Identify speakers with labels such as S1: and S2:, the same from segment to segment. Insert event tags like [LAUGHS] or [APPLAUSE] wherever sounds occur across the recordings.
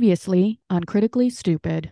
S1: Previously on
S2: [LAUGHS]
S1: Critically Stupid.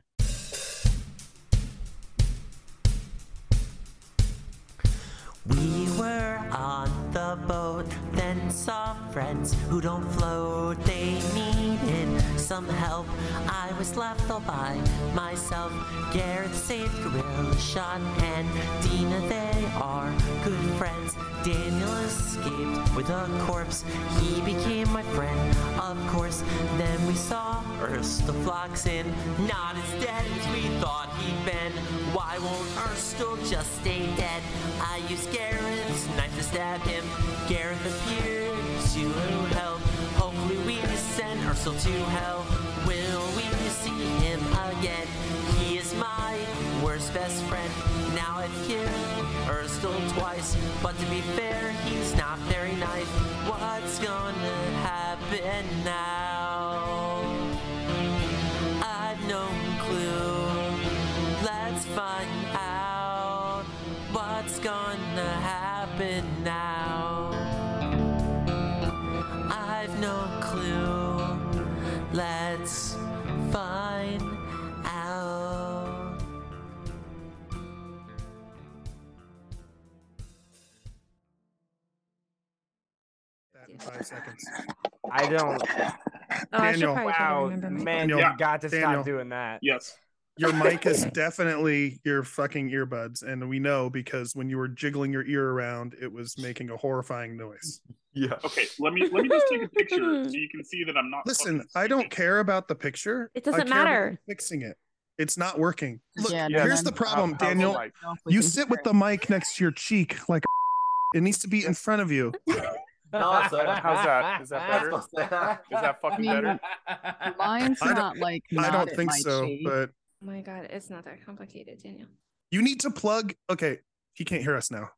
S3: We were on the boat, then saw friends who don't float. They needed some help. I was left all by myself. Garrett saved Gorilla Shot and Dina. They are good friends. Daniel escaped with a corpse. He became my friend, of course. Then we saw Ernst the Floxin, not as dead as we thought he'd been. Why won't Erstl just stay dead? I used Garrett's knife to stab him. Garrett appeared to help. Hopefully we send Erstl to hell. Will we see him again? He is my worst best friend. Now I've killed Erstl twice, but to be fair, he's not very nice. What's gonna happen now? I've no clue. Let's find out what's gonna happen now. I've no clue. Let's find out.
S4: that in five seconds.
S5: I don't.
S6: [LAUGHS] Oh, I should
S4: Daniel,
S6: probably try to
S5: Wow,
S6: remember my-
S5: man,
S4: Daniel,
S5: you got to
S4: Daniel.
S5: stop doing that.
S7: Yes.
S4: Your mic is definitely your fucking earbuds, and we know because when you were jiggling your ear around, it was making a horrifying noise.
S2: Yeah.
S7: Okay. Let me let me just take a picture so you can see that I'm not.
S4: Listen,
S7: fucking
S4: I don't
S7: stupid.
S4: care about the picture.
S6: It
S4: I
S6: doesn't
S4: care about
S6: matter.
S4: you fixing it. It's not working. Look,
S1: Yeah, no,
S4: here's
S1: man.
S4: the problem,
S5: How's the
S4: Daniel.
S5: mic?
S4: You sit with the mic next to your cheek like a [LAUGHS] it needs to be in front of you.
S2: [LAUGHS] How's that? How's that? Is that better? Is that fucking better?
S1: [LAUGHS] Mine's
S4: I don't-
S1: not like.
S4: I
S1: not
S4: don't
S1: at
S4: think
S1: my
S4: so,
S1: cheek.
S4: but
S6: Oh my god, it's not that complicated, Daniel.
S4: you need to plug. Okay, he can't hear us now.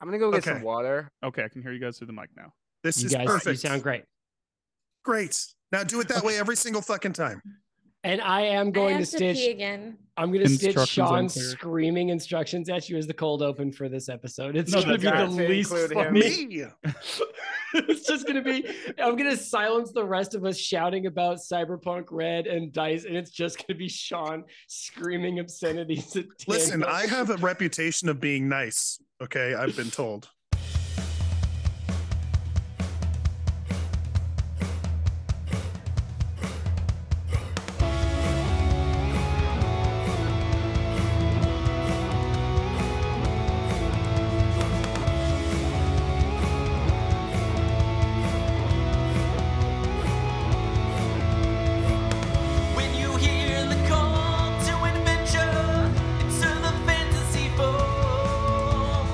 S5: I'm gonna go get some
S4: Okay.
S5: water.
S7: Okay, I can hear you guys through the mic now.
S4: This
S8: you
S4: is
S8: guys,
S4: perfect.
S8: you sound great.
S4: Great. Now do it that way every single fucking time.
S8: And I am going
S6: I have
S8: to
S6: to pee
S8: stitch.
S6: again.
S8: I'm going to stitch
S7: Instructions
S8: Sean
S7: unclear.
S8: screaming instructions at you as the cold open for this episode. It's
S7: No,
S8: going to
S7: that's
S8: be the
S5: not to
S8: least
S5: include him.
S8: funny.
S4: Me.
S8: [LAUGHS] it's just going to be. I'm going to silence the rest of us shouting about Cyberpunk Red and Dice, and it's just going to be Sean screaming obscenities at.
S4: Listen,
S8: Daniel.
S4: I have a reputation of being nice. Okay, I've been told.
S3: When you hear the call to adventure, into the fantasy fold.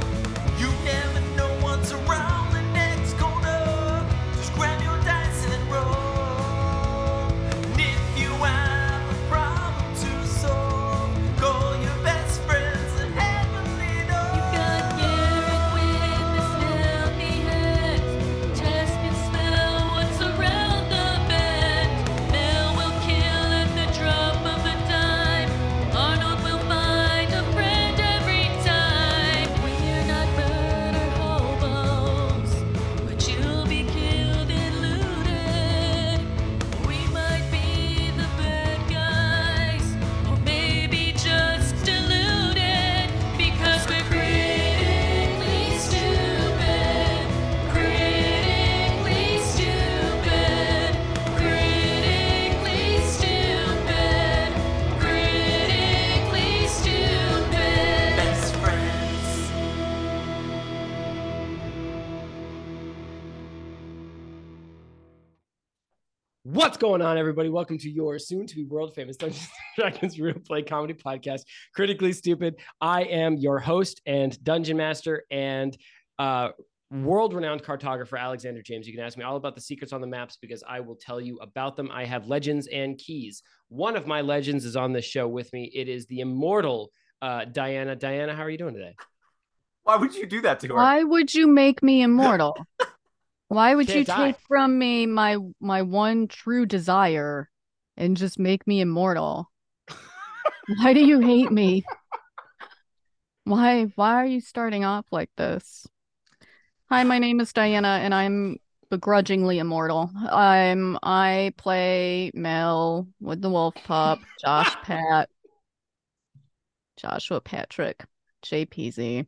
S3: You never know what's around the next corner. Just grab your dice and roll. And if you have a problem to solve, call your best friends and have a little.
S9: You've got Garrett with the smell he has. Test and smell what's around the bend. Mel will kill at the drop of a dime. Arnold will find a friend every time. We're not murder hobos, but you'll be killed and looted. We might be the bad guys, or maybe just deluded because we're critically stupid, critically stupid, critically stupid, critically stupid.
S3: Best friends.
S8: What's going on, everybody? Welcome to your soon to be world famous Dungeons and [LAUGHS] Dragons real play comedy podcast, Critically Stupid. I am your host and dungeon master and uh, world renowned cartographer, Alexander James. You can ask me all about the secrets on the maps because I will tell you about them. I have legends and keys. One of my legends is on this show with me. It is the immortal uh, Diana. Diana, how are you doing today?
S2: Why would you do that to her?
S1: Why would you make me
S2: [LAUGHS]
S1: immortal? Why would you
S8: Can't I?
S1: take from me my my one true desire and just make
S2: [LAUGHS]
S1: me immortal? Why do you hate me? Why why are you starting off like this? Hi, my name is Diana and I'm begrudgingly immortal. I'm I play Mel with the Wolf Pup,
S2: [LAUGHS]
S1: Josh Pat, Joshua Patrick, JPZ,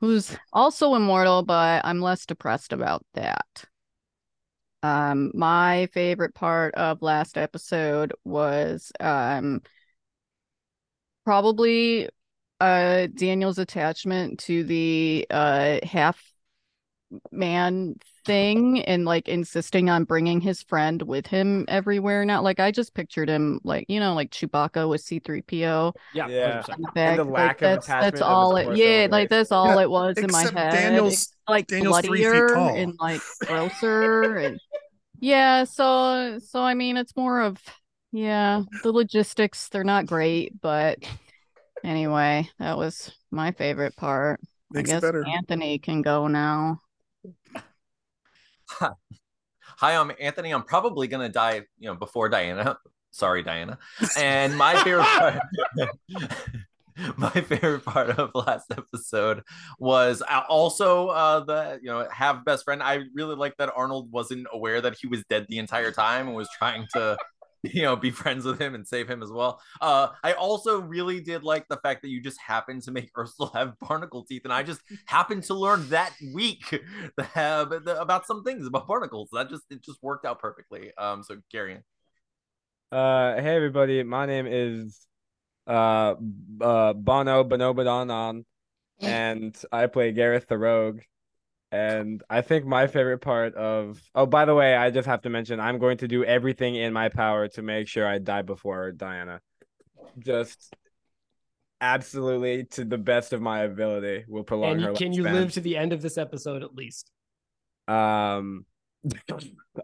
S1: who's also immortal, but I'm less depressed about that. Um, my favorite part of last episode was um probably uh Daniel's attachment to the uh half man thing and like insisting on bringing his friend with him everywhere now like i just pictured him like you know like chewbacca with c3po
S8: Yeah.
S2: Yeah.
S8: 100%.
S1: in the back
S5: the lack
S1: like
S5: of
S1: that's
S5: attachment
S1: that's
S5: that
S1: all
S5: was
S1: it
S5: forced
S1: yeah
S5: over
S1: like
S5: it.
S1: that's all it was in my
S4: Except
S1: head
S4: Daniel's-
S1: It's, like
S4: Daniel's three feet
S1: bloodier
S4: tall.
S1: and like grosser and yeah so so i mean it's more of yeah the logistics they're not great but anyway that was my favorite part
S4: Makes
S1: i
S4: it
S1: guess
S4: better.
S1: anthony can go now
S10: Hi, I'm Anthony. I'm probably gonna die, you know, before Diana. [LAUGHS] Sorry, Diana. And my favorite part, [LAUGHS] my favorite part of last episode was uh, also uh, the you know have best friend. I really like that Arnold wasn't aware that he was dead the entire time and was trying to. [LAUGHS] You know, be friends with him and save him as well. Uh, I also really did like the fact that you just happened to make [LAUGHS] Ursula have barnacle teeth, and I just happened to learn that week [LAUGHS] the, ab- the- about some things about barnacles. That just it just worked out perfectly. Um, so Gary,
S11: Uh, hey everybody, my name is uh B- uh Bono Bonobadanon, and I play Gareth the Rogue. And I think my favorite part of oh, by the way, I just have to mention I'm going to do everything in my power to make sure I die before Diana. Just absolutely to the best of my ability will prolong
S8: And
S11: her
S8: you, can you
S11: lifespan.
S8: live to the end of this episode at least?
S11: Um,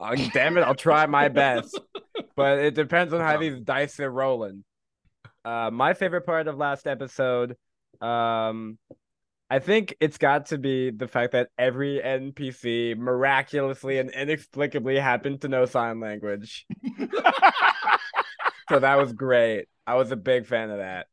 S11: oh, damn it, I'll try my best, but it depends on how these dice are rolling. Uh, my favorite part of last episode, um, I think it's got to be the fact that every NPC miraculously and inexplicably happened to know sign language. so that was great. I was a big fan of that.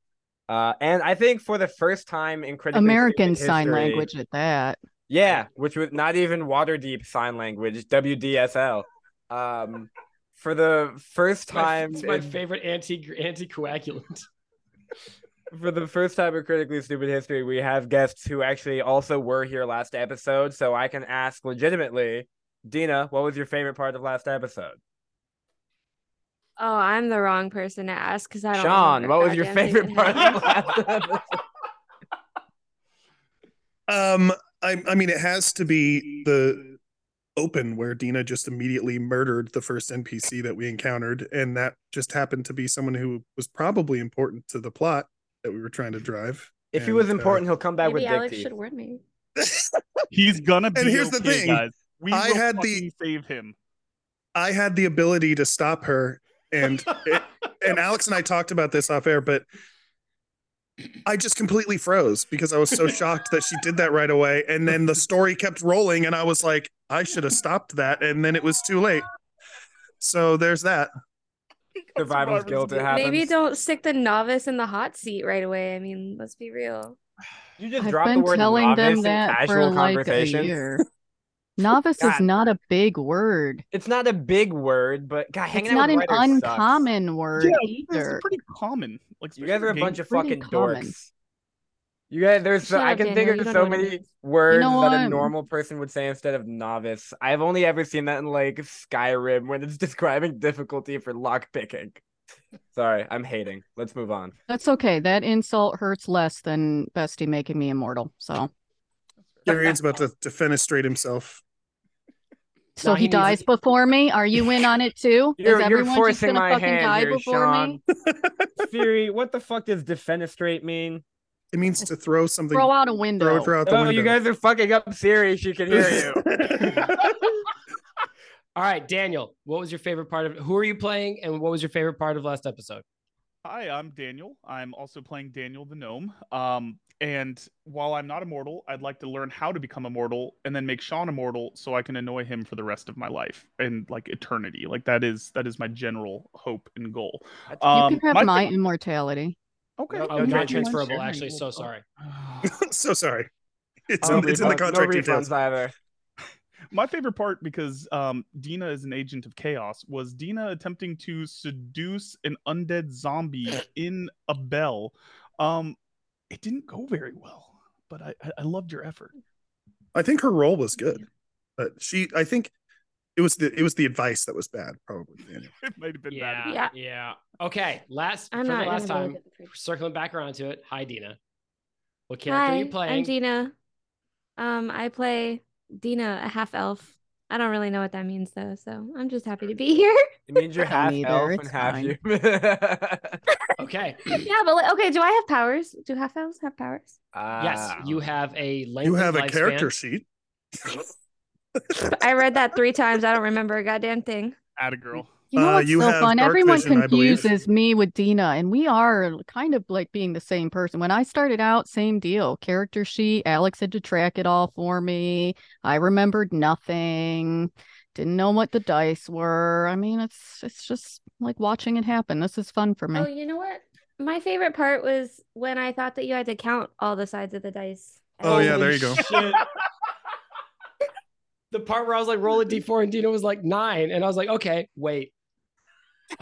S11: Uh, and I think for the first time in critical
S1: american sign
S11: history,
S1: language at that
S11: yeah, which was not even Waterdeep sign language, WDSL. Um, for the first
S8: It's my,
S11: time,
S8: it's my
S11: in-
S8: favorite anti anticoagulant. [LAUGHS]
S11: for the first time in critically stupid history, we have guests who actually also were here last episode, so I can ask legitimately, Dina, what was your favorite part of last episode?
S6: Oh, I'm the wrong person to ask because I don't.
S11: Sean,
S6: remember
S11: what was your
S6: goddamn
S11: favorite
S6: thing
S11: part
S6: that [LAUGHS]
S11: of last episode?
S4: Um, I, I mean, it has to be the open where Dina just immediately murdered the first NPC that we encountered, and that just happened to be someone who was probably important to the plot that we were trying to drive.
S11: If he
S4: And,
S11: was
S4: uh,
S11: important, he'll come back
S6: Maybe
S11: with dick
S6: Alex
S11: teeth.
S6: should
S4: [LAUGHS]
S6: word me.
S7: [LAUGHS] He's gonna
S4: [LAUGHS]
S7: be
S4: And here's the
S7: okay,
S4: thing.
S7: guys. We
S4: I
S7: will
S4: had the-
S7: fucking save him.
S4: I had the ability to stop her, and it, and Alex and I talked about this off air, but I just completely froze because I was so shocked that she did that right away, and then the story kept rolling, and I was like, I should have stopped that, and then it was too late. So there's that.
S11: Survivor's guilt. It happens.
S6: Maybe don't stick the novice in the hot seat right away. I mean, let's be real.
S11: You just
S1: I've
S11: dropped the
S1: been
S11: word
S1: telling
S11: novice
S1: them
S11: in
S1: that for
S11: casual
S1: like a
S11: conversations. [LAUGHS]
S1: year. Novice is
S11: God.
S1: not a big word.
S11: It's not a big word, but God,
S1: It's
S11: hanging out
S1: not
S11: with
S1: an
S11: writers sucks.
S1: uncommon word
S7: Yeah, it's
S1: either.
S7: pretty common. Like
S11: You guys are a bunch of
S1: pretty
S11: fucking
S1: common.
S11: dorks. You guys, there's so,
S6: Shut
S11: I
S6: up,
S11: can
S6: Daniel,
S11: think
S6: you
S11: of
S6: don't
S11: so
S6: know what it
S11: many
S6: is.
S11: words that a
S1: what?
S11: normal person would say instead of novice. I've only ever seen that in like Skyrim when it's [LAUGHS] describing difficulty for lockpicking. Sorry, I'm hating. Let's move on.
S1: That's okay. That insult hurts less than Bestie making me immortal. So,
S4: Darian's about to defenestrate himself.
S1: so
S8: No,
S1: he,
S8: he needs it.
S1: dies before me. Are you in on it too? Is
S11: [LAUGHS] You're, you're
S1: everyone just
S11: forcing
S1: gonna
S11: my
S1: fucking die
S11: hand here,
S1: before
S11: Sean.
S1: me? [LAUGHS]
S11: Siri, what the fuck does defenestrate mean?
S4: It means to throw something,
S1: Throw out a
S4: throw
S1: window.
S4: it throughout the
S11: Oh,
S4: window.
S11: you guys are fucking up Siri.
S1: [LAUGHS]
S11: She can hear you.
S8: All right, Daniel, what was your favorite part of Who are you playing and what was your favorite part of last episode?
S7: Hi, I'm Daniel. I'm also playing Daniel the Gnome. Um, and while I'm not immortal, I'd like to learn how to become immortal and then make Sean immortal so I can annoy him for the rest of my life and like eternity. Like that is that is my general hope and goal. Um,
S1: you can have my
S7: fav-
S1: immortality.
S7: okay.
S8: Oh,
S11: No
S8: not
S11: trade transfer.
S8: transferable, actually. So sorry.
S4: [LAUGHS] so sorry. It's,
S11: No
S4: in, it's in the
S11: refunds- no
S4: contract
S11: refunds
S4: details.
S11: either.
S7: [LAUGHS] My favorite part, because um, Dina is an agent of chaos, was Dina attempting to seduce an undead
S4: [LAUGHS]
S7: zombie in a bell. Um, it didn't go very well, but I, I- I loved your effort.
S4: I think her role was good, but she I think it was the it was the advice that was bad probably. Daniel.
S7: It might have been
S8: yeah,
S7: bad.
S6: Yeah.
S8: yeah. Okay, last
S6: I'm
S8: for the
S6: not
S8: last
S6: gonna
S8: time,
S6: vote for-
S8: circling back around to it. Hi, Dina. What character
S6: Hi,
S8: are you playing?
S6: I'm Dina. Um, I play Dina, a half elf. I don't really know what that means though, so I'm just happy to be [LAUGHS] here.
S11: It means you're
S1: Me
S11: half
S1: neither,
S11: elf and
S1: it's
S11: half
S1: fine.
S11: human.
S8: okay.
S6: yeah, but like, okay, do I have powers? Do half elves have powers?
S8: Yes,
S11: Ah.
S8: you have a length.
S4: You have a character sheet.
S8: [LAUGHS]
S6: I read that three times. I don't remember a goddamn thing.
S7: At a girl.
S1: You know
S4: Uh,
S1: what's
S4: you
S1: so
S4: have
S1: fun?
S4: dark
S1: Everyone
S4: vision, I believe.
S1: confuses me with Dina, and we are kind of like being the same person. When I started out, same deal. Character sheet, Alex had to track it all for me. I remembered nothing, didn't know what the dice were. I mean, it's it's just like watching it happen. This is fun for me.
S6: Oh, you know what? My favorite part was when I thought that you had to count all the sides of the dice.
S4: Oh, yeah,
S8: Holy
S4: there you go.
S8: shit. the part where I was like, roll a d4, and Dina was like, nine. And I was like, okay, wait.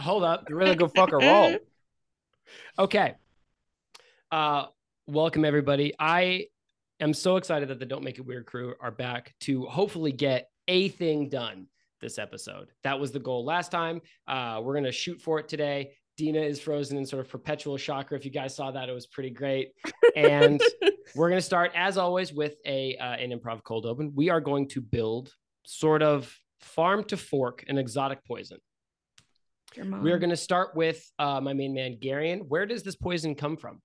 S8: Hold up. You're really good
S12: [LAUGHS]
S8: fucking roll. Okay. Uh, welcome, everybody. I am so excited that the Don't Make It Weird crew are back to hopefully get a thing done this episode. That was the goal last time. Uh, we're going to shoot for it today. Dina is frozen in sort of perpetual shocker. If you guys saw that, it was pretty great. And we're going to start as always with a uh, an improv cold open we are going to build sort of farm to fork an exotic poison
S6: Your mom.
S8: we are going to start with uh, my main man garion where does this poison come from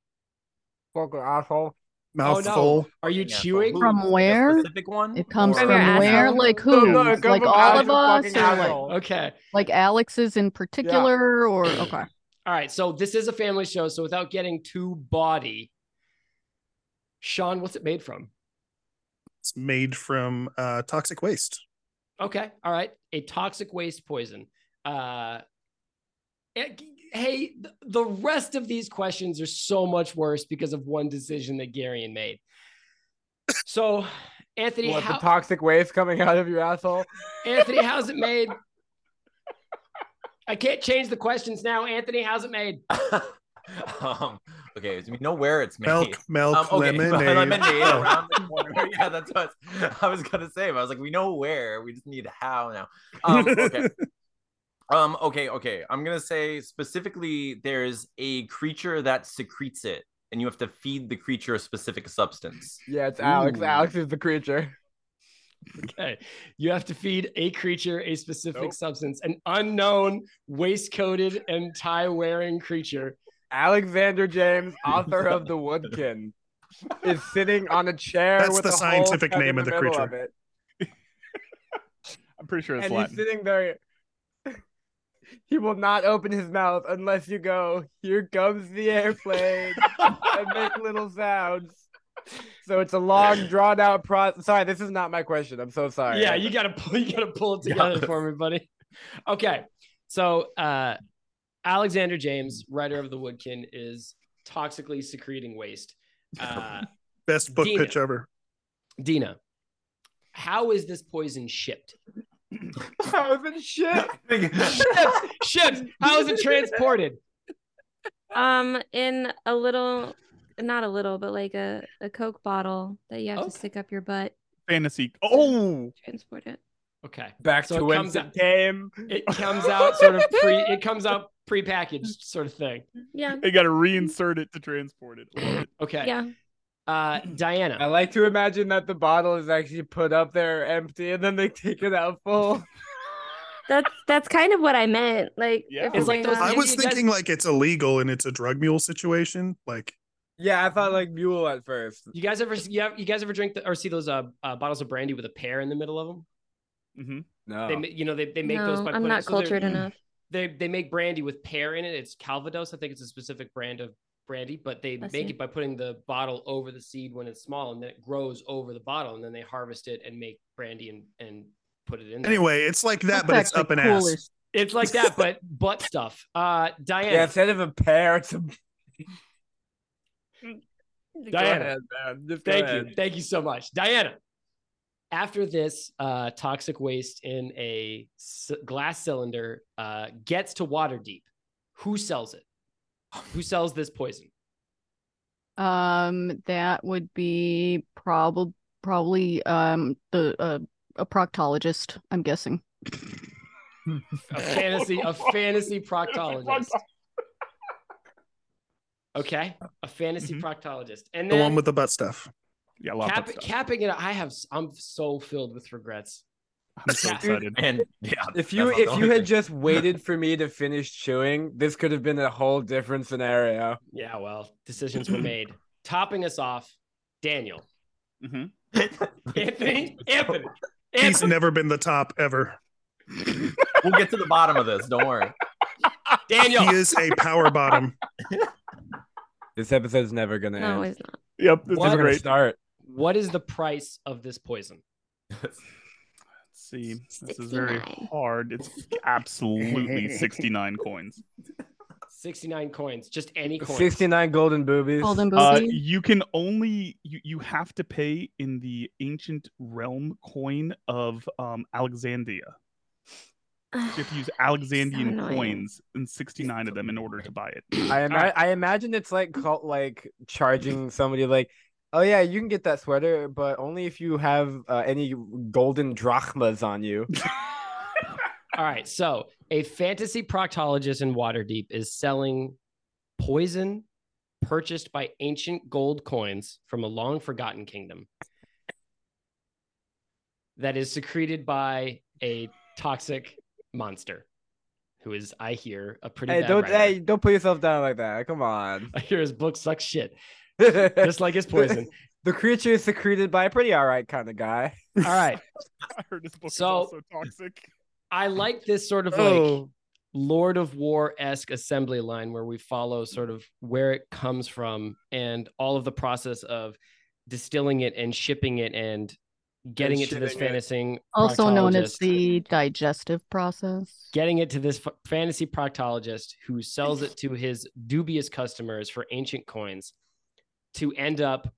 S5: Fucking asshole.
S12: Oh,
S4: Mouthful.
S8: Oh, are you
S10: Yeah, so
S8: chewing
S10: who-
S1: From
S10: a
S1: where?
S10: specific one?
S1: It comes
S10: or-
S1: from
S6: From your
S1: where?
S6: asshole.
S1: Like
S5: No,
S1: who?
S5: no, it come
S1: Like
S5: from
S1: all
S5: Alex,
S1: of
S5: you
S1: us,
S5: fucking
S1: or like,
S5: asshole.
S8: okay
S1: like Alex's in particular, or okay.
S8: all right so this is a family show so without getting too body sean what's it made from
S4: It's made from uh, toxic waste.
S8: Okay. All right. A toxic waste poison. Uh, eh, hey, th- the rest of these questions are so much worse because of one decision that Garion made. So, Anthony,
S11: What,
S8: how,
S11: the toxic waste coming out of your asshole?
S8: Anthony, how's it made? [LAUGHS] I can't change the questions now. Anthony, how's it made?
S10: [LAUGHS] um, okay, so we know where it's made.
S4: Milk, milk,
S10: Um, okay, [LAUGHS] but
S4: lemonade.
S10: lemonade
S4: Oh.
S10: around the corner. [LAUGHS] Yeah, that's what I was gonna say. but I was like, we know where. We just need how now. Um,
S4: [LAUGHS]
S10: okay. um, okay, okay. I'm gonna say specifically, there's a creature that secretes it, and you have to feed the creature a specific substance.
S11: Yeah, it's Alex.
S10: Ooh.
S11: Alex is the creature.
S8: Okay. You have to feed a creature a specific
S7: Nope.
S8: substance, an unknown, waist coated, and tie wearing creature.
S11: Alexander James, author of The Woodkin, is sitting on a chair.
S4: That's
S11: with
S4: the
S11: a hole
S4: scientific
S11: cut
S4: name
S11: in
S4: of the
S11: middle
S4: creature.
S11: it.
S7: I'm pretty sure it's
S11: and
S7: Latin.
S11: he's sitting there. [LAUGHS] He will not open his mouth unless you go, here comes the airplane, and make little sounds. So it's a long, drawn out process. Sorry, this is not my question. I'm so sorry.
S8: [LAUGHS] Yeah, you gotta pull you gotta pull
S11: [LAUGHS]
S8: it
S10: Yeah.
S8: together for me, buddy. Okay. So uh Alexander James, writer of the Woodkin, is toxically secreting waste. Uh
S4: Best book
S8: Dina.
S4: pitch ever.
S8: Dina, how is this poison shipped?
S11: How is it shit?
S8: Shipped! shipped! How is it transported?
S6: [LAUGHS] um in a little not a little, but like a, a Coke bottle that you have to
S8: Okay.
S6: stick up your butt,
S7: Fantasy. Oh,
S6: transport it.
S8: Okay.
S11: Back
S8: So
S11: to
S8: it
S11: when
S8: comes
S11: it
S8: out-
S11: came.
S8: [LAUGHS] It comes out sort of pre it comes out prepackaged sort of thing.
S6: Yeah.
S7: they got to reinsert it to transport it. Love it.
S8: Okay.
S6: Yeah.
S8: Uh
S11: I
S8: Diana.
S11: like to imagine that the bottle is actually put up there empty and then they take it out full.
S6: That's that's kind of what I meant. Like
S7: Yeah.
S6: if
S7: It's
S6: we're
S8: like those-
S6: not-
S4: I
S8: you
S4: was
S8: guys-
S4: thinking like it's illegal and it's a drug mule situation. Like
S11: Yeah, I thought
S8: [LAUGHS]
S11: like mule at first.
S8: You guys ever you, have, you guys ever drink the, or see those uh, uh bottles of brandy with a pear in the middle of them?
S4: Mm-hmm.
S7: hmm
S11: No.
S8: They ma- you know they, they make those
S6: No,
S8: by
S6: I'm
S8: putting-
S6: not
S8: so they're-
S6: cultured enough.
S8: They they make brandy with pear in it. It's Calvados. I think it's a specific brand of brandy, but they
S6: I
S8: make
S6: see.
S8: it by putting the bottle over the seed when it's small, and then it grows over the bottle, and then they harvest it and make brandy and and put it in. there.
S4: anyway, it's like
S1: That's
S4: that, but it's
S1: actually
S4: up an
S1: cool
S4: ass.
S1: as-
S8: it's like that, but butt stuff. Uh, Diana,
S11: Yeah, instead of a pear, it's a [LAUGHS]
S8: Diana.
S11: Go ahead, man. Just go
S8: thank you,
S11: ahead.
S8: thank you so much, Diana. after this uh, toxic waste in a c- glass cylinder uh, gets to Waterdeep, who sells it? [LAUGHS] Who sells this poison?
S11: [LAUGHS]
S1: Um, that would be probably probably um the uh, a proctologist. I'm guessing.
S8: A fantasy, a fantasy proctologist. Okay, a fantasy
S11: Mm-hmm.
S8: proctologist, and
S4: the
S8: then
S4: one with the butt stuff.
S7: Yeah,
S8: cap, capping it. I have, I'm so filled with regrets.
S7: I'm so
S10: [LAUGHS]
S11: excited.
S8: [LAUGHS]
S10: And yeah,
S11: If you
S10: that's not the
S11: if
S10: only
S11: you had
S10: thing.
S11: just waited for me to finish chewing, this could have been a whole different scenario.
S8: Yeah, well, decisions were made. Topping us off, Daniel,
S10: Mm-hmm.
S7: Mhm.
S11: [LAUGHS]
S8: Anthony, Anthony.
S4: He's never been the top ever.
S10: [LAUGHS] we'll get to the bottom of this. Don't worry.
S8: Daniel.
S4: He is a power bottom.
S11: This episode's never gonna
S6: No,
S11: end.
S6: it's not.
S7: [LAUGHS] Yep, this
S11: It's never
S8: What?
S7: is
S11: gonna
S7: great.
S11: start.
S8: What is the price of this poison?
S7: Let's see. This is very
S6: 69.
S7: hard. It's [LAUGHS]
S11: [LAUGHS]
S7: absolutely 69 coins.
S8: Sixty-nine coins, just any coin.
S11: Sixty nine golden boobies.
S1: Golden
S7: Uh,
S1: Boozy?
S7: you can only you, you have to pay in the ancient realm coin of um Alexandria. You have to use Alexandrian
S6: annoying.
S7: coins and 69 of them in order to buy
S8: [CLEARS THROAT]
S7: it.
S11: I ima-
S8: Alright.
S11: I imagine it's like cult, like charging somebody like, oh yeah, you can get that sweater, but only if you have uh, any golden drachmas
S7: [LAUGHS]
S11: on you.
S8: All right, so a fantasy proctologist in Waterdeep is selling poison purchased by ancient gold coins from a long forgotten kingdom that is secreted by a toxic monster who is, I hear, a pretty
S11: Hey,
S8: bad
S11: don't
S8: writer.
S11: hey, don't put yourself down like that. Come on.
S8: [LAUGHS] I hear his book sucks
S11: [LAUGHS]
S8: shit,
S11: the
S8: just like his
S11: [LAUGHS]
S8: poison.
S11: creature is secreted by a pretty alright kind of guy.
S8: All right,
S7: I heard this book
S8: So-
S7: is also toxic.
S8: I like this sort of like.
S4: Oh.
S8: Lord of War esque assembly line where we follow sort of where it comes from and all of the process of distilling it and shipping it and getting it to this
S11: shipping it.
S8: fantasy
S1: also known as
S8: proctologist-
S1: the digestive process.
S8: getting it to this f- fantasy proctologist who sells it to his dubious customers for ancient coins to end up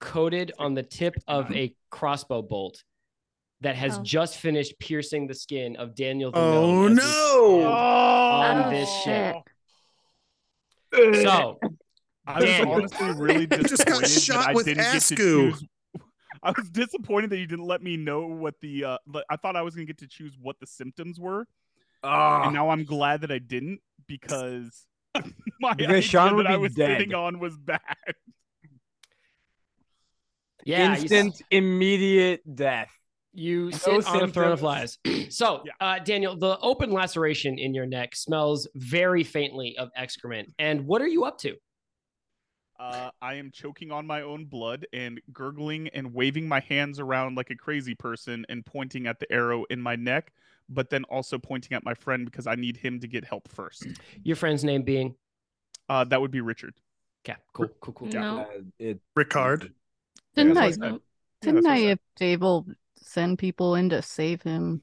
S8: coated on the tip of a crossbow bolt that has
S6: Oh.
S8: just finished piercing the skin of Daniel the
S4: Oh,
S8: Gnome as we
S4: no!
S8: stand on
S6: Oh,
S8: this ship.
S6: shit.
S8: So
S7: I was [LAUGHS]
S8: Damn.
S7: honestly
S4: [LAUGHS]
S7: really disappointed
S4: Just got shot
S7: that I
S4: with
S7: didn't get to
S4: Askew.
S7: choose. [LAUGHS] I was disappointed that you didn't let me know what the. Uh, le- I thought I was gonna get to choose what the symptoms were,
S11: Ah.
S7: and now I'm glad that I didn't because [LAUGHS] my
S11: Because
S7: idea
S11: Sean would
S7: that I
S11: be
S7: was
S11: dead.
S7: sitting on was bad.
S8: yeah, you s-
S11: Instant, immediate death.
S8: You sit on a throne
S11: symptoms.
S8: of flies. [CLEARS THROAT] so,
S7: Yeah.
S8: uh, Daniel, the open laceration in your neck smells very faintly of excrement. And what are you up to?
S7: Uh, I am choking on my own blood and gurgling and waving my hands around like a crazy person and pointing at the arrow in my neck, but then also pointing at my friend because I need him to get help first.
S8: Your friend's name being?
S7: Uh, that would be Richard.
S8: Okay, cool, cool, cool.
S6: No.
S11: Uh, it
S4: Ricard.
S1: Didn't
S7: that's
S1: I
S7: what said. Yeah, that's
S1: didn't
S7: what
S1: I
S7: I said.
S1: if Dable send people in to save him?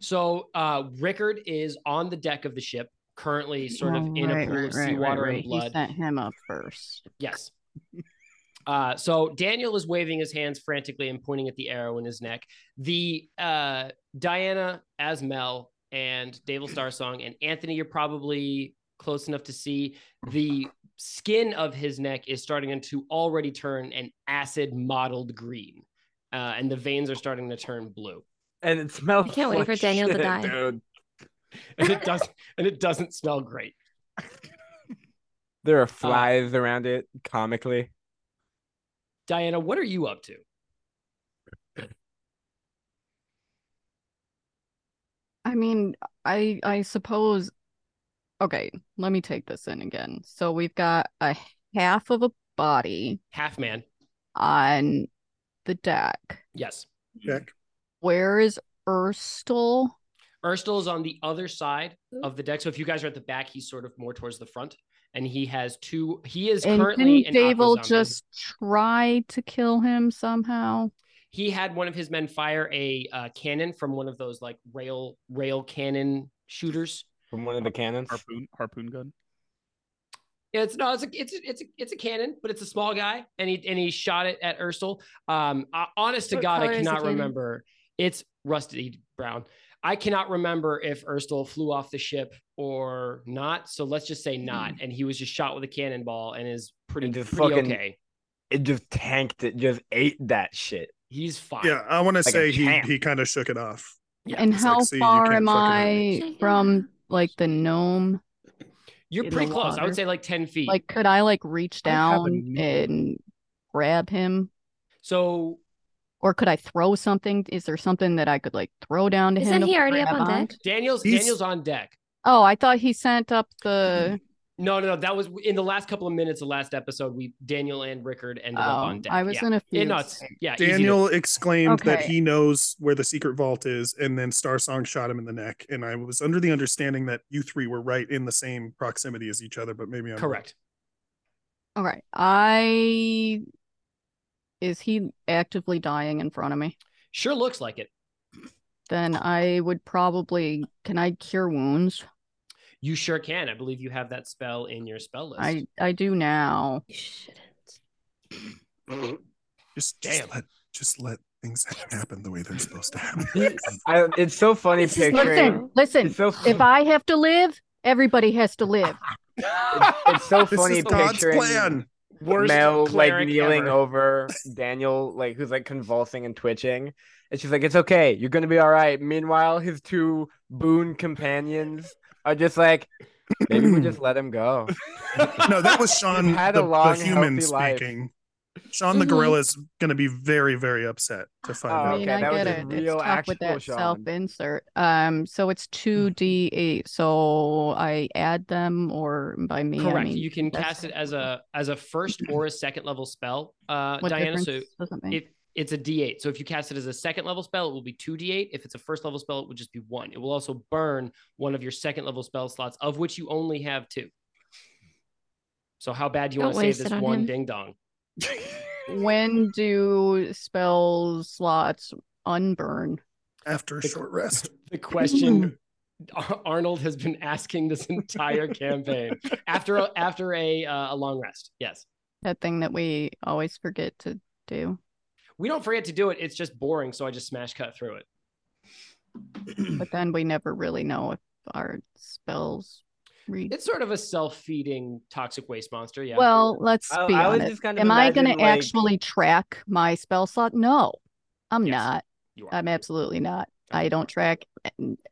S8: So, uh, Rickard is on the deck of the ship, currently sort of
S1: Oh,
S8: in
S1: right,
S8: a pool
S1: right,
S8: of
S1: right,
S8: seawater
S1: right, right.
S8: and blood.
S1: He sent him up first.
S8: Yes. Uh, so Daniel is waving his hands frantically and pointing at the arrow in his neck. The uh, Diana, Asmel, and Davel Starsong, and Anthony, you're probably close enough to see the skin of his neck is starting to already turn an acid mottled green, uh, and the veins are starting to turn blue.
S11: and it smells.
S6: I can't wait
S11: like
S6: for Daniel to
S11: shit,
S6: die.
S11: dude.
S8: [LAUGHS] And it doesn't, and it doesn't smell great.
S11: [LAUGHS]
S8: Uh,
S11: There are flies around it comically.
S8: Diana, what are you up to?
S1: I mean, I I suppose okay, let me take this in again. So we've got a half of a body
S8: Half man.
S1: on the deck.
S8: Yes.
S4: Check.
S1: Where is Urstel?
S8: Urstel is on the other side of the deck. So if you guys are at the back, he's sort of more towards the front. And he has two. He is
S1: And
S8: currently
S1: didn't
S8: an aqua
S1: Dable
S8: zombie.
S1: just try to kill him somehow?
S8: He had one of his men fire a uh, cannon from one of those like rail rail cannon shooters.
S11: From one of the cannons.
S7: Harpoon, harpoon gun.
S8: It's no, it's a, it's a, it's a, it's a cannon, but it's a small guy, and he and he shot it at Ursel. Um, I, honest to
S13: What
S8: God,
S13: color
S8: I
S13: is the
S8: cannot
S13: cannon?
S8: remember. It's rusty brown. I cannot remember if Ursel flew off the ship or not. So let's just
S1: Hmm.
S8: say not. And he was just shot with a cannonball and is pretty,
S11: just
S8: pretty
S11: fucking-
S8: okay.
S11: It just tanked it, just ate that shit.
S8: He's fine.
S4: Yeah, I want to
S11: Like a
S4: say he,
S11: champ.
S4: he kind of shook it off.
S1: and
S4: It's
S1: how
S4: like, see, you
S1: far
S4: can't
S1: am
S4: fucking hurt
S1: I from like the gnome?
S8: You're
S1: in
S8: pretty
S1: the
S8: close. I
S1: water?
S8: would say like 10 feet.
S1: Like, could I like reach
S8: I have a
S1: down and grab him?
S8: So,
S1: or could I throw something? Is there something that I could like throw down to him?
S6: Isn't
S1: to
S6: he already up
S1: grab
S6: on deck?
S8: Daniel's
S1: He's-
S8: Daniel's on deck.
S1: Oh, I thought he sent up
S8: [CLEARS THROAT]
S1: the.
S8: No, no, no. That was in the last couple of minutes of last episode. We Daniel and Rickard ended up
S1: Oh,
S8: on deck.
S1: I was
S8: yeah.
S1: in a
S8: Yeah, no,
S1: fuse.
S8: it's- yeah, easy to-
S4: Daniel exclaimed that
S1: Okay.
S4: he knows where the secret vault is, and then Star Song shot him in the neck. And I was under the understanding that you three were right in the same proximity as each other, but maybe I'm
S8: correct.
S1: All right, I. Is he actively dying in front of me?
S8: Sure looks like it.
S1: Then I would probably. Can I cure wounds?
S8: You sure can. I believe you have that spell in your spell list.
S1: I I do now.
S4: Just, just let just let things happen the way they're supposed to happen.
S11: I, it's so funny picturing.
S1: Listen, listen.
S11: so
S1: if I have to live, everybody has to
S8: [LAUGHS]
S1: live.
S11: It's [LAUGHS] so
S1: This
S11: funny
S1: is God's
S11: picturing
S1: plan.
S8: Worst
S11: Mel like
S8: cleric
S11: kneeling
S8: ever.
S11: over Daniel, like who's like convulsing and twitching, and she's like, "It's okay, you're gonna be all right." Meanwhile, his two boon companions are just like, "Maybe we just let him
S8: [LAUGHS]
S11: go." [LAUGHS]
S4: no, that was Sean,
S11: had
S4: the,
S11: a long,
S4: the human
S11: healthy life.
S4: speaking. Sean the
S1: Mhm.
S4: gorilla is going to be very, very upset to find
S11: Oh,
S4: out.
S1: I mean, I get it. it's tough with that self insert. Um, so it's two d eight. So I add them, or by me, I
S8: Correct.
S1: mean
S8: you can
S1: that's-
S8: cast it as a as
S1: [CLEARS THROAT]
S8: a first or a second level spell, uh,
S1: What
S8: Diana. So
S1: difference does it make?
S8: it it's a D8. So if you cast it as a second level spell, it will be two D8. If it's a first level spell, it will just be one. It will also burn one of your second level spell slots, of which you only have two. So how bad do you
S6: Don't
S8: want to save
S6: waste
S8: this
S6: it on
S8: one
S6: him.
S8: ding dong?
S1: When do spell slots unburn?
S4: After a short rest.
S8: The question [LAUGHS] Ar- Arnold has been asking this
S1: [LAUGHS]
S8: entire campaign after a, after a uh, a long rest. Yes.
S1: That thing that we always forget to
S4: [CLEARS THROAT]
S1: do.
S8: We don't forget to do it. It's just boring, so I just smash cut through it.
S1: But then we never really know if our spells read.
S8: It's sort of a self-feeding toxic waste monster. Yeah.
S1: Well, let's
S11: I-
S1: be
S11: I was
S1: honest.
S11: just kind of
S1: Am I going
S11: imagine,
S1: to
S11: like-
S1: actually track my spell slot? No, I'm not.
S8: You
S1: I'm absolutely not. I don't track.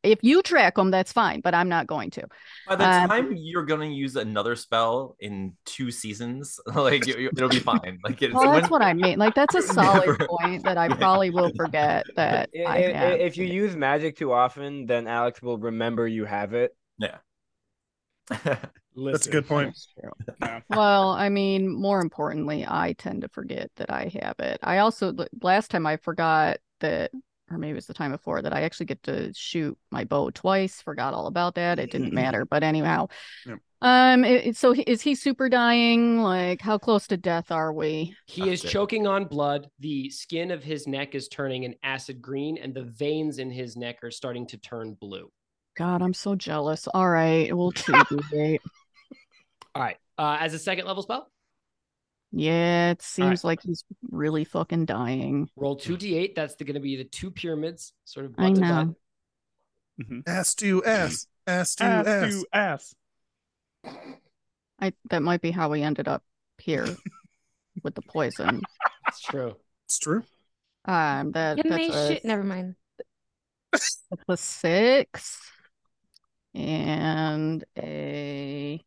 S1: If you track them, that's fine, but I'm not going to.
S10: By the
S1: Um,
S10: time you're gonna use another spell in two seasons, [LAUGHS] like you- you- it'll be fine. Like it's
S1: well, that's
S10: when-
S1: what I mean. Like
S10: [LAUGHS]
S1: that's a solid
S10: Never.
S1: point
S10: [LAUGHS]
S1: that I probably will forget that
S11: I-
S1: I
S11: i- i-
S1: have.
S11: If you use magic too often, then Alex will remember you have it. [LAUGHS]
S10: Yeah.
S4: That's a good point.
S1: well, I mean, more importantly, I tend to forget that I have it. I also l- last time I forgot that, or maybe it was the time before that I actually get to shoot my bow twice. Forgot all about that. It
S10: [LAUGHS]
S1: didn't matter, but anyhow.
S4: Yep.
S1: Um. it- it- so he- is he super dying? Like, how close to death are we?
S8: He is choking on blood. The skin of his neck is turning an acid green, and the veins in his neck are starting to turn blue.
S1: God, I'm so jealous. All right,
S10: [LAUGHS]
S1: we'll two eight.
S8: All right. Uh, as a second level spell,
S1: Yeah, it
S8: All right.
S1: seems like he's really fucking dying.
S8: roll two d8. That's going to be the two pyramids, sort of.
S1: I
S8: butt to
S1: know.
S8: butt.
S11: Mm-hmm.
S4: Ass to ass. Ass to
S7: Ass
S4: ass.
S7: to ass.
S1: I that might be how we ended up
S8: [LAUGHS]
S1: here with the poison.
S8: It's true.
S4: It's true.
S1: Um, that
S6: Can they
S1: that's a,
S6: shoot? Never mind.
S1: that's a six and a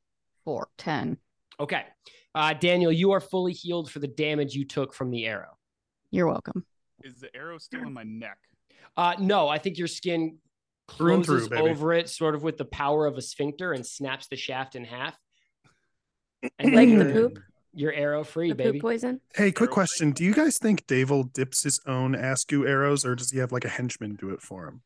S1: four, ten.
S8: Okay. Uh, Daniel, you are fully healed for the damage you took from the arrow.
S1: You're welcome.
S7: Is the arrow still in my neck?
S8: Uh, no, I think your skin
S4: Through and through,
S8: closes
S4: baby.
S8: over it, sort of with the power of a sphincter, and snaps the shaft
S6: [CLEARS THROAT]
S8: in half.
S6: Like
S8: you're-
S6: the poop,
S8: Your arrow free,
S6: the
S8: baby.
S6: poop poison.
S4: Hey, quick question. Do you guys think Davil dips his own Askew arrows or does he have like a henchman do it for him?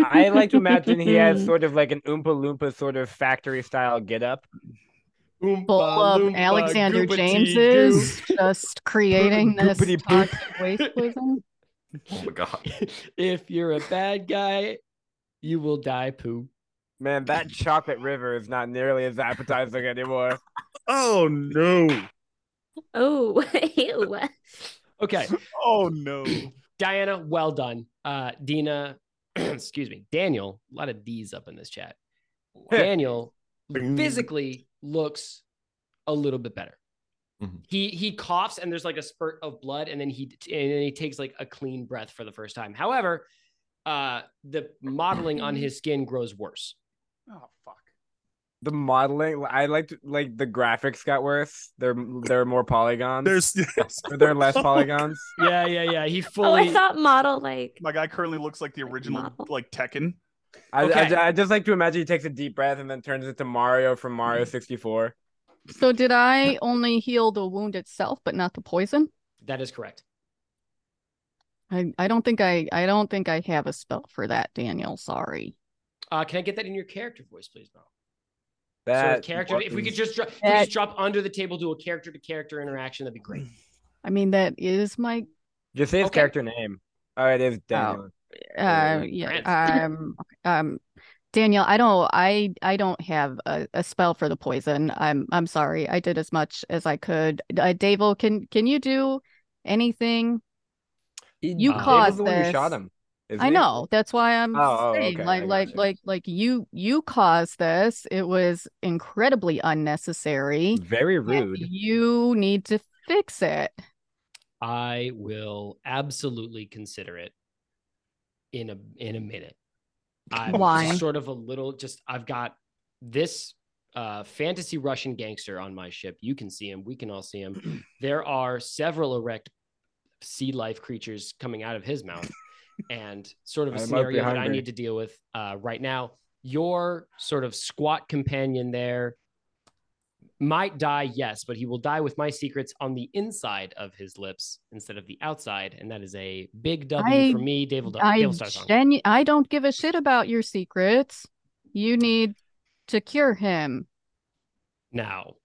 S11: I like to imagine he
S8: [LAUGHS]
S11: has sort of like an Oompa Loompa sort of factory style getup.
S8: Oompa
S1: Full of
S8: loompa
S1: Alexander
S8: goopity
S1: James
S8: goo.
S1: is just creating this
S11: Goopity poop.
S1: toxic waste poison.
S10: Oh my god.
S8: [LAUGHS] if you're a bad guy, you will die poo.
S11: Man, that chocolate river is not nearly as appetizing
S7: [LAUGHS]
S11: anymore.
S4: Oh no.
S6: Oh, [LAUGHS] ew.
S4: [LAUGHS]
S8: Okay.
S7: Oh no.
S8: [CLEARS THROAT] Diana, well done. Uh, Dina, [CLEARS THROAT] excuse me, Daniel. A lot of D's up in this chat. Daniel physically looks a little bit better.
S11: Mm-hmm.
S10: Mhm.
S8: He he coughs and there's like a spurt of blood and then he and then he takes like a clean breath for the first time. However, uh, the modeling on his skin grows worse.
S7: Oh fuck.
S11: The modeling, I liked like the graphics got worse. There, there are more
S7: [LAUGHS]
S11: polygons.
S4: There's
S11: Are there less
S7: Oh,
S11: polygons?
S8: Yeah, yeah, yeah.
S6: [LAUGHS]
S8: He
S6: Oh,
S8: fully.
S6: I thought model like
S7: My guy currently looks like the original like Tekken.
S11: I,
S8: Okay.
S11: I, I just like to imagine he takes a deep breath and then turns into Mario from Mario 64.
S1: So did I only heal the wound itself, but not the poison?
S8: that is correct.
S1: I, I don't think I I don't think I have a spell for that, Daniel. Sorry.
S8: Uh, can I get that in your character voice, please, Mo?
S11: That
S8: so character. If we could
S11: was-
S8: just, dro- if we could
S1: That-
S8: just drop under the table, do a character to character interaction, that'd be great.
S1: I mean that is my
S11: just say his
S8: Okay.
S11: character name. Oh, it is Daniel.
S1: uh
S8: Grant.
S1: yeah um um Daniel, I don't I I don't have a, a spell for the poison. I'm I'm sorry. I did as much as I could. Uh, Davo, can can you do anything? You
S8: Uh,
S1: caused
S11: David's the one who
S1: this.
S11: shot him. isn't
S1: I
S11: he?
S1: know. That's why I'm
S11: Oh, oh,
S1: saying
S11: okay,
S1: like
S11: I
S1: like
S11: gotcha.
S1: like like you you caused this. It was incredibly unnecessary.
S11: Very
S1: and
S11: rude.
S1: You need to fix it.
S8: I will absolutely consider it in a in a minute. I'm
S1: Why?
S8: sort of a little just I've got this uh fantasy Russian gangster on my ship. You can see him, we can all see him. There are several erect sea life creatures coming out of his mouth and sort of a
S11: I might be
S8: scenario that I
S11: hungry.
S8: need to deal with uh right now. Your sort of squat companion there might die, yes, but he will die with my secrets on the inside of his lips instead of the outside, and that is a big W
S1: I-
S8: for me, Dave. Will,
S1: I
S8: Dave will start song.
S1: genu- I don't give a shit about your secrets. You need to cure him.
S8: now,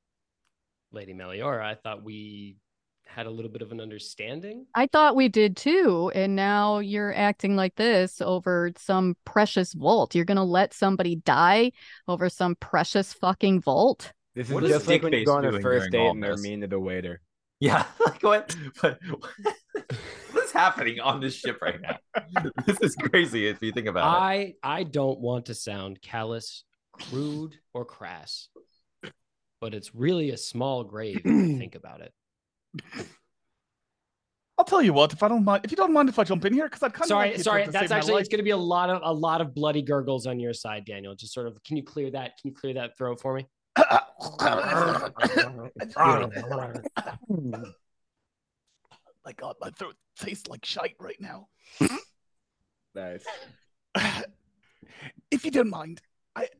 S8: Lady Meliora, I thought we had a little bit of an understanding.
S1: I thought we did too, and now you're acting like this over some precious vault. You're gonna let somebody die over some precious fucking vault?
S11: This
S10: What
S11: is
S10: is
S11: just like when you
S10: Dickface
S11: go on a
S10: doing
S11: first
S10: during
S11: date
S10: all
S11: and they're
S10: this?
S11: mean to the waiter.
S10: Yeah, like what? But what is happening on this ship right now? this is crazy if you think about it.
S8: I I don't want to sound callous, crude, or crass, but it's really a small grave. If you think about it.
S7: I'll tell you what, if I don't mind, if you don't mind if I jump in here, because I'd kind of
S8: sorry,
S7: like you
S8: sorry.
S7: to
S8: That's
S7: save my
S8: actually
S7: life.
S8: it's going to be a lot of a lot of bloody gurgles on your side, Daniel. Just sort of, can you clear that? Can you clear that throat for me?
S7: [LAUGHS] my God, my throat tastes like shite right now.
S11: Nice.
S7: [LAUGHS] if you don't mind, I it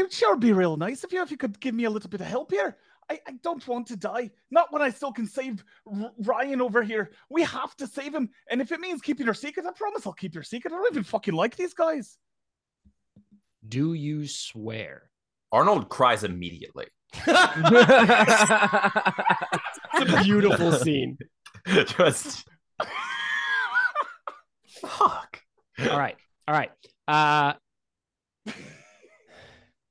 S7: would sure be real nice if you if you could give me a little bit of help here. I, I don't want to die. Not when I still can save R- Ryan over here. We have to save him. And if it means keeping your secret, I promise I'll keep your secret. I don't even fucking like these guys.
S8: Do you swear?
S10: Arnold cries immediately. [LAUGHS]
S8: It's a beautiful scene.
S10: Just fuck.
S8: All right. All right. Uh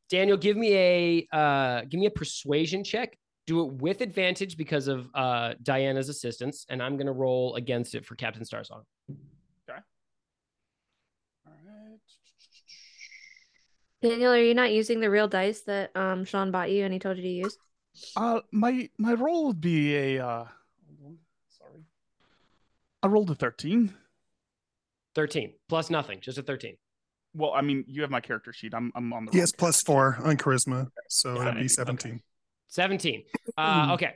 S8: Daniel, give me a uh give me a persuasion check. Do it with advantage because of uh Diana's assistance, and I'm gonna roll against it for Captain Starsong.
S6: Daniel, are you not using the real dice that um Sean bought you and he told you to use?
S7: Uh, my my roll would be a uh, sorry. I rolled a thirteen.
S8: 13 plus nothing, just a 13.
S7: Well, I mean, you have my character sheet. I'm I'm on the
S4: Yes,
S7: wrong
S4: plus four on charisma. So
S8: Got
S4: it'd
S8: it.
S4: be 17.
S8: 17. Uh,
S1: Hmm.
S8: okay.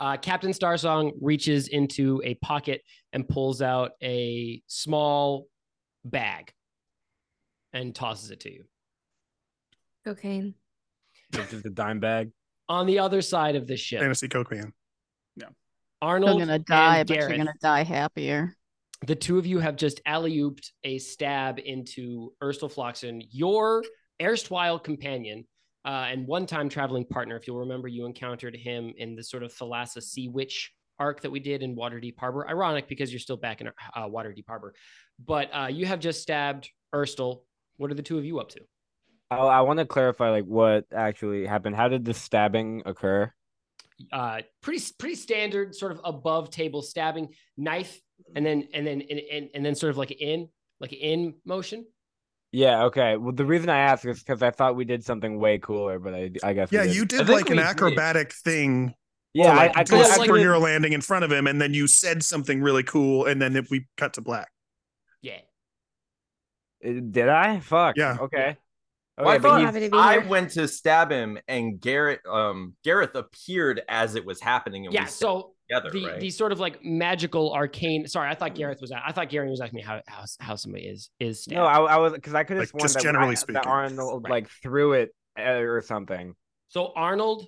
S8: Uh, Captain Starsong reaches into a pocket and pulls out a small bag and tosses it to you.
S6: Cocaine.
S11: It's just a dime bag.
S8: On the other side of the ship,
S4: Fantasy Coke man.
S1: You're
S8: Arnold
S1: gonna die,
S8: and
S1: but you're
S8: Gareth,
S1: gonna die happier.
S8: the two of you have just alley ooped a stab into Urstel Floxen, your erstwhile companion uh, and one time traveling partner. If you'll remember, you encountered him in the sort of Thalassa Sea Witch arc that we did in Waterdeep Harbor. Ironic because you're still back in uh, Waterdeep Harbor. But uh, you have just stabbed Urstel. What are the two of you up to?
S11: I, Oh, I want to clarify like what actually happened. How did the stabbing occur?
S8: uh, pretty pretty standard sort of above table stabbing knife and then and then and, and, and then sort of like in like in motion
S11: Yeah. Okay. Well, the reason I asked is because I thought we did something way cooler, but I I guess we
S4: Yeah,
S11: didn't.
S4: you did like an acrobatic thing.
S11: Yeah,
S4: or,
S11: I-
S4: like
S11: I
S4: do a
S11: could've- I could've-
S4: superhero landing in front of him, and then you said something really cool, and then it, we cut to black.
S8: yeah
S11: Uh, Did I? Fuck.
S4: Yeah.
S11: Okay.
S10: Well, I
S11: Okay, but
S10: thought
S11: he-
S6: Happy to be
S10: I
S6: here.
S10: went to stab him, and Garrett, um, Gareth appeared as it was happening. And we
S8: yeah
S10: stabbed
S8: so
S10: together,
S8: the,
S10: right?
S8: the sort of like magical arcane sorry i thought gareth was i thought gary was asking me how how, how somebody is is stabbed.
S11: No, I, I was because I could have
S4: Like,
S11: sworn
S4: just
S11: that,
S4: generally
S11: I-
S4: speaking.
S11: that Arnold
S8: Right.
S11: like threw it uh, or something.
S8: So Arnold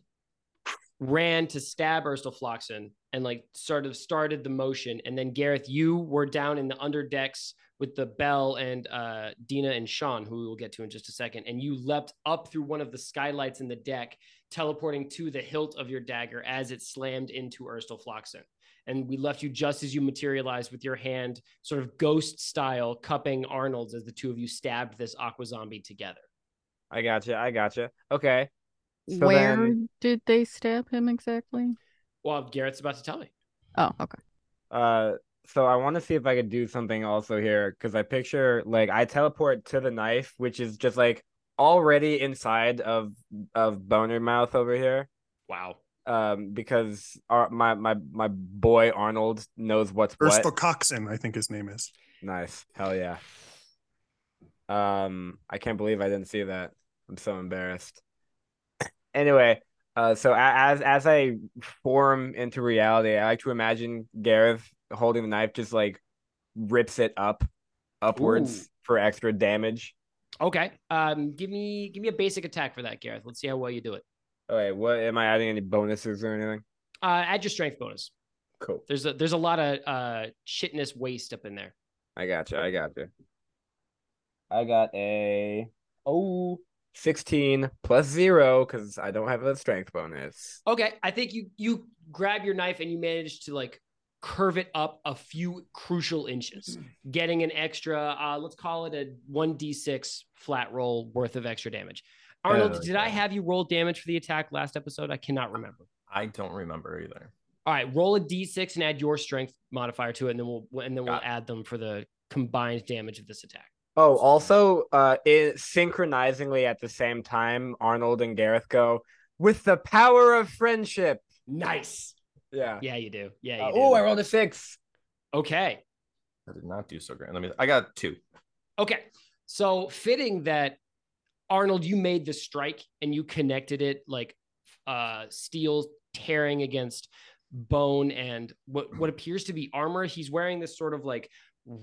S8: ran to stab Urstel Floxen and like sort of started the motion. And then Gareth, you were down in the underdecks with the Bell and uh, Dina and Sean, who we will get to in just a second. And you leapt up through one of the skylights in the deck, teleporting to the hilt of your dagger as it slammed into Urstel Floxen. And we left you just as you materialized with your hand, sort of ghost style, cupping Arnold's as the two of you stabbed this aqua zombie together.
S11: I gotcha. I gotcha. Okay. So
S1: Where
S11: then,
S1: did they stab him exactly?
S8: Well, Garrett's about to tell me.
S1: Oh, okay.
S11: uh, so I want to see if I could do something also here because I picture like I teleport to the knife, which is just like already inside of of boner mouth over here.
S8: Wow.
S11: Um, because our, my my my boy Arnold knows what's what.
S4: Urstel Coxon, I think his name is.
S11: Nice. Hell yeah. Um, I can't believe I didn't see that. I'm so embarrassed. Anyway, uh, so a- as as I form into reality, I like to imagine Gareth holding the knife, just like rips it up upwards
S8: Ooh.
S11: for extra damage.
S8: Okay. Um, give me give me a basic attack for that, Gareth. Let's see how well you do it.
S11: Okay, Oh, what am I adding any bonuses or anything?
S8: Uh, add your strength bonus.
S11: Cool.
S8: There's a there's a lot of uh shitness waste up in there.
S11: I gotcha. I gotcha. I got a oh 16 plus zero because I don't have a strength bonus.
S8: Okay, I think you you grab your knife and you manage to like curve it up a few
S10: [CLEARS THROAT]
S8: crucial inches, getting an extra uh let's call it a one d six flat roll worth of extra damage. Arnold,
S10: Oh,
S8: did I
S10: yeah.
S8: have you roll damage for the attack last episode? I cannot remember.
S10: I don't remember either.
S8: All right, roll a d6 and add your strength modifier to it, and then we'll and then we'll
S10: Got it.
S8: add them for the combined damage of this attack.
S11: Oh, also, uh, it, synchronizingly at the same time, Arnold and Gareth go with the power of friendship.
S8: Nice.
S11: Yeah.
S8: Yeah, you do. Yeah. You
S11: Uh,
S8: do.
S11: oh, I rolled a six.
S8: Okay.
S10: I did not do so great. Let me. I got two.
S8: Okay. So fitting that Arnold, you made the strike and you connected it like uh steel tearing against bone and what what appears to be armor. He's wearing this sort of like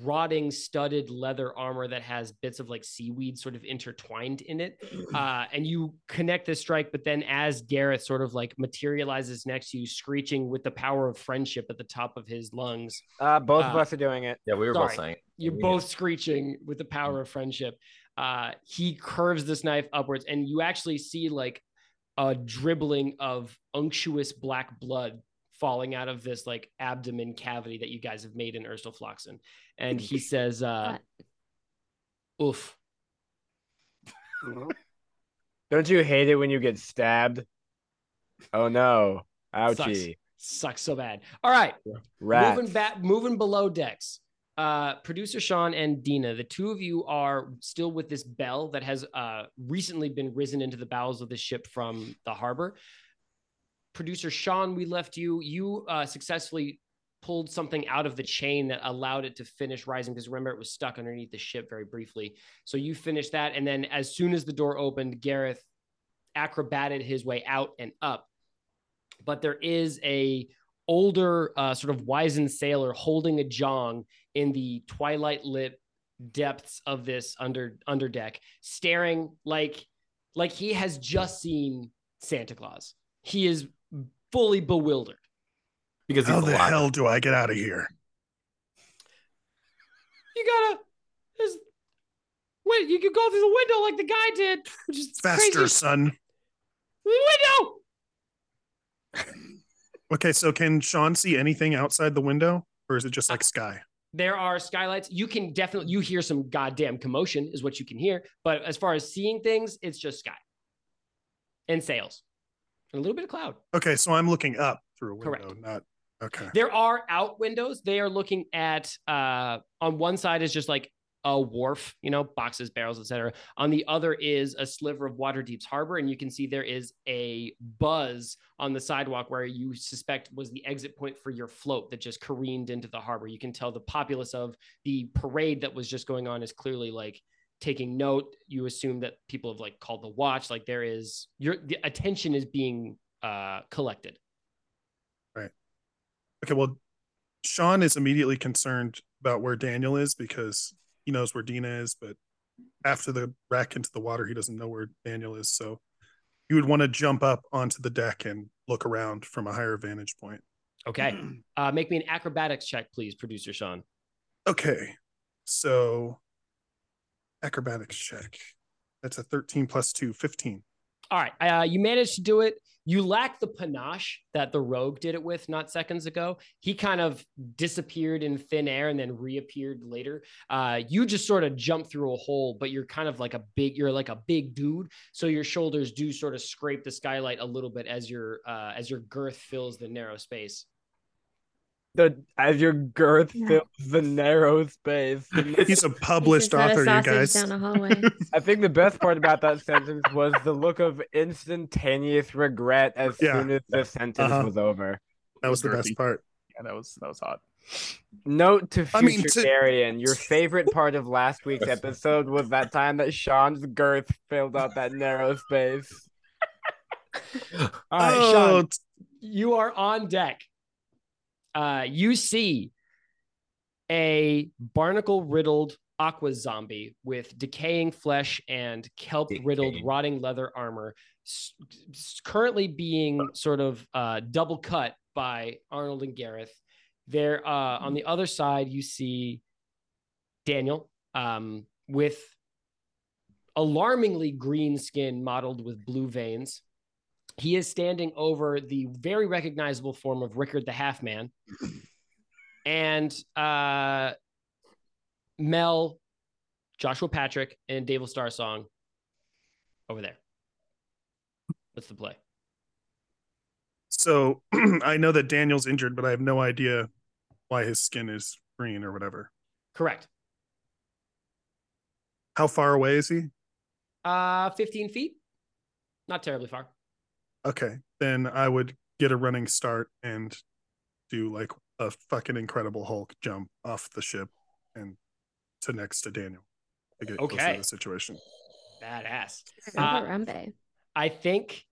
S8: rotting studded leather armor that has bits of like seaweed sort of intertwined in it. Uh and you connect this strike, but then as Gareth sort of like materializes next to you, screeching with the power of friendship at the top of his lungs,
S11: Uh, both of
S8: Uh,
S11: us are doing it.
S10: Yeah, we were both
S8: Sorry.
S10: saying.
S8: you're
S10: Yeah.
S8: both screeching with the power of friendship. Uh, he curves this knife upwards, and you actually see like a dribbling of unctuous black blood falling out of this like abdomen cavity that you guys have made in Urstel Floxen. And he says, uh, "Oof."
S11: Don't you hate it when you get stabbed? Oh no! Ouchie!
S8: Sucks. Sucks so bad. All right,
S11: Rats.
S8: moving back, moving below decks. Uh, producer Sean and Dina, the two of you are still with this bell that has uh, recently been risen into the bowels of the ship from the harbor. Producer Sean, we left you. You uh, successfully pulled something out of the chain that allowed it to finish rising because remember it was stuck underneath the ship very briefly. So you finished that, and then as soon as the door opened, Gareth acrobated his way out and up. But there is a older uh, sort of wizened sailor holding a jong in the twilight lit depths of this under under deck staring like like he has just seen santa claus he is fully bewildered
S10: Because he's
S4: How the
S10: alive.
S4: hell do I get out of here?
S8: you gotta there's wait you can go through the window like the guy did [LAUGHS] which is
S4: Faster,
S8: crazy.
S4: son.
S8: the window
S4: Okay, so can Sean see anything outside the window, or is it just like sky?
S8: There are skylights. You can definitely you hear some goddamn commotion is what you can hear. But as far as seeing things, it's just sky and sails and a little bit of cloud.
S4: Okay, so I'm looking up through a window,
S8: Correct.
S4: not okay.
S8: There are out windows. They are looking at uh on one side is just like a wharf, you know, boxes, barrels, etc. On the other is a sliver of Waterdeep's harbor, and you can see there is a buzz on the sidewalk where you suspect was the exit point for your float that just careened into the harbor. You can tell the populace of the parade that was just going on is clearly like taking note. You assume that people have like called the watch. Like there is your the attention is being uh collected.
S4: Okay, well, Sean is immediately concerned about where Daniel is because he knows where Dina is, but after the wreck into the water, he doesn't know where Daniel is. So you would want to jump up onto the deck and look around from a higher vantage point.
S8: Okay. uh make me an acrobatics check, please, producer Sean.
S4: Okay, so acrobatics check. That's a 13 plus 2, 15.
S8: All right. Uh, you managed to do it. You lack the panache that the rogue did it with not seconds ago. He kind of disappeared in thin air and then reappeared later. Uh, you just sort of jump through a hole, but you're kind of like a big, you're like a big dude. So your shoulders do sort of scrape the skylight a little bit as your, uh, as your girth fills the narrow space.
S11: The as your girth
S6: Yeah.
S11: fills the narrow space.
S4: [LAUGHS] He's a published
S6: not a
S4: author, you
S6: sausage
S4: guys.
S6: down a hallway.
S11: [LAUGHS] I think the best part about that sentence was the look of instantaneous regret as
S4: Yeah.
S11: soon as the sentence
S4: Uh-huh.
S11: was over.
S4: That was the
S7: Girthy.
S4: best part.
S7: Yeah, that was that was hot.
S11: Note to
S4: I
S11: future
S4: mean, to- [LAUGHS]
S11: Darian, your favorite part of last week's episode was that time that Sean's girth filled out that narrow space.
S8: All right, Sean.
S4: oh,
S8: you are on [LAUGHS] deck. Uh, you see a barnacle riddled aqua zombie with decaying flesh and kelp riddled
S10: Decaying.
S8: rotting leather armor, s- s- currently being sort of uh, double cut by Arnold and Gareth. There, uh, on the other side, you see Daniel um, with alarmingly green skin modeled with blue veins. He is standing over the very recognizable form of Rickard the Half Man. And uh, Mel, Joshua Patrick, and Dave Star Song over there. What's the play?
S4: So [CLEARS THROAT] I know that Daniel's injured, but I have no idea why his skin is green or whatever.
S8: Correct.
S4: How far away is he?
S8: Uh, 15 feet. Not terribly far.
S4: Okay, then I would get a running start and do like a fucking incredible Hulk jump off the ship and to next to Daniel to get closer
S8: Okay.
S4: to the situation.
S8: Badass. Uh,
S6: Harambe.
S8: I think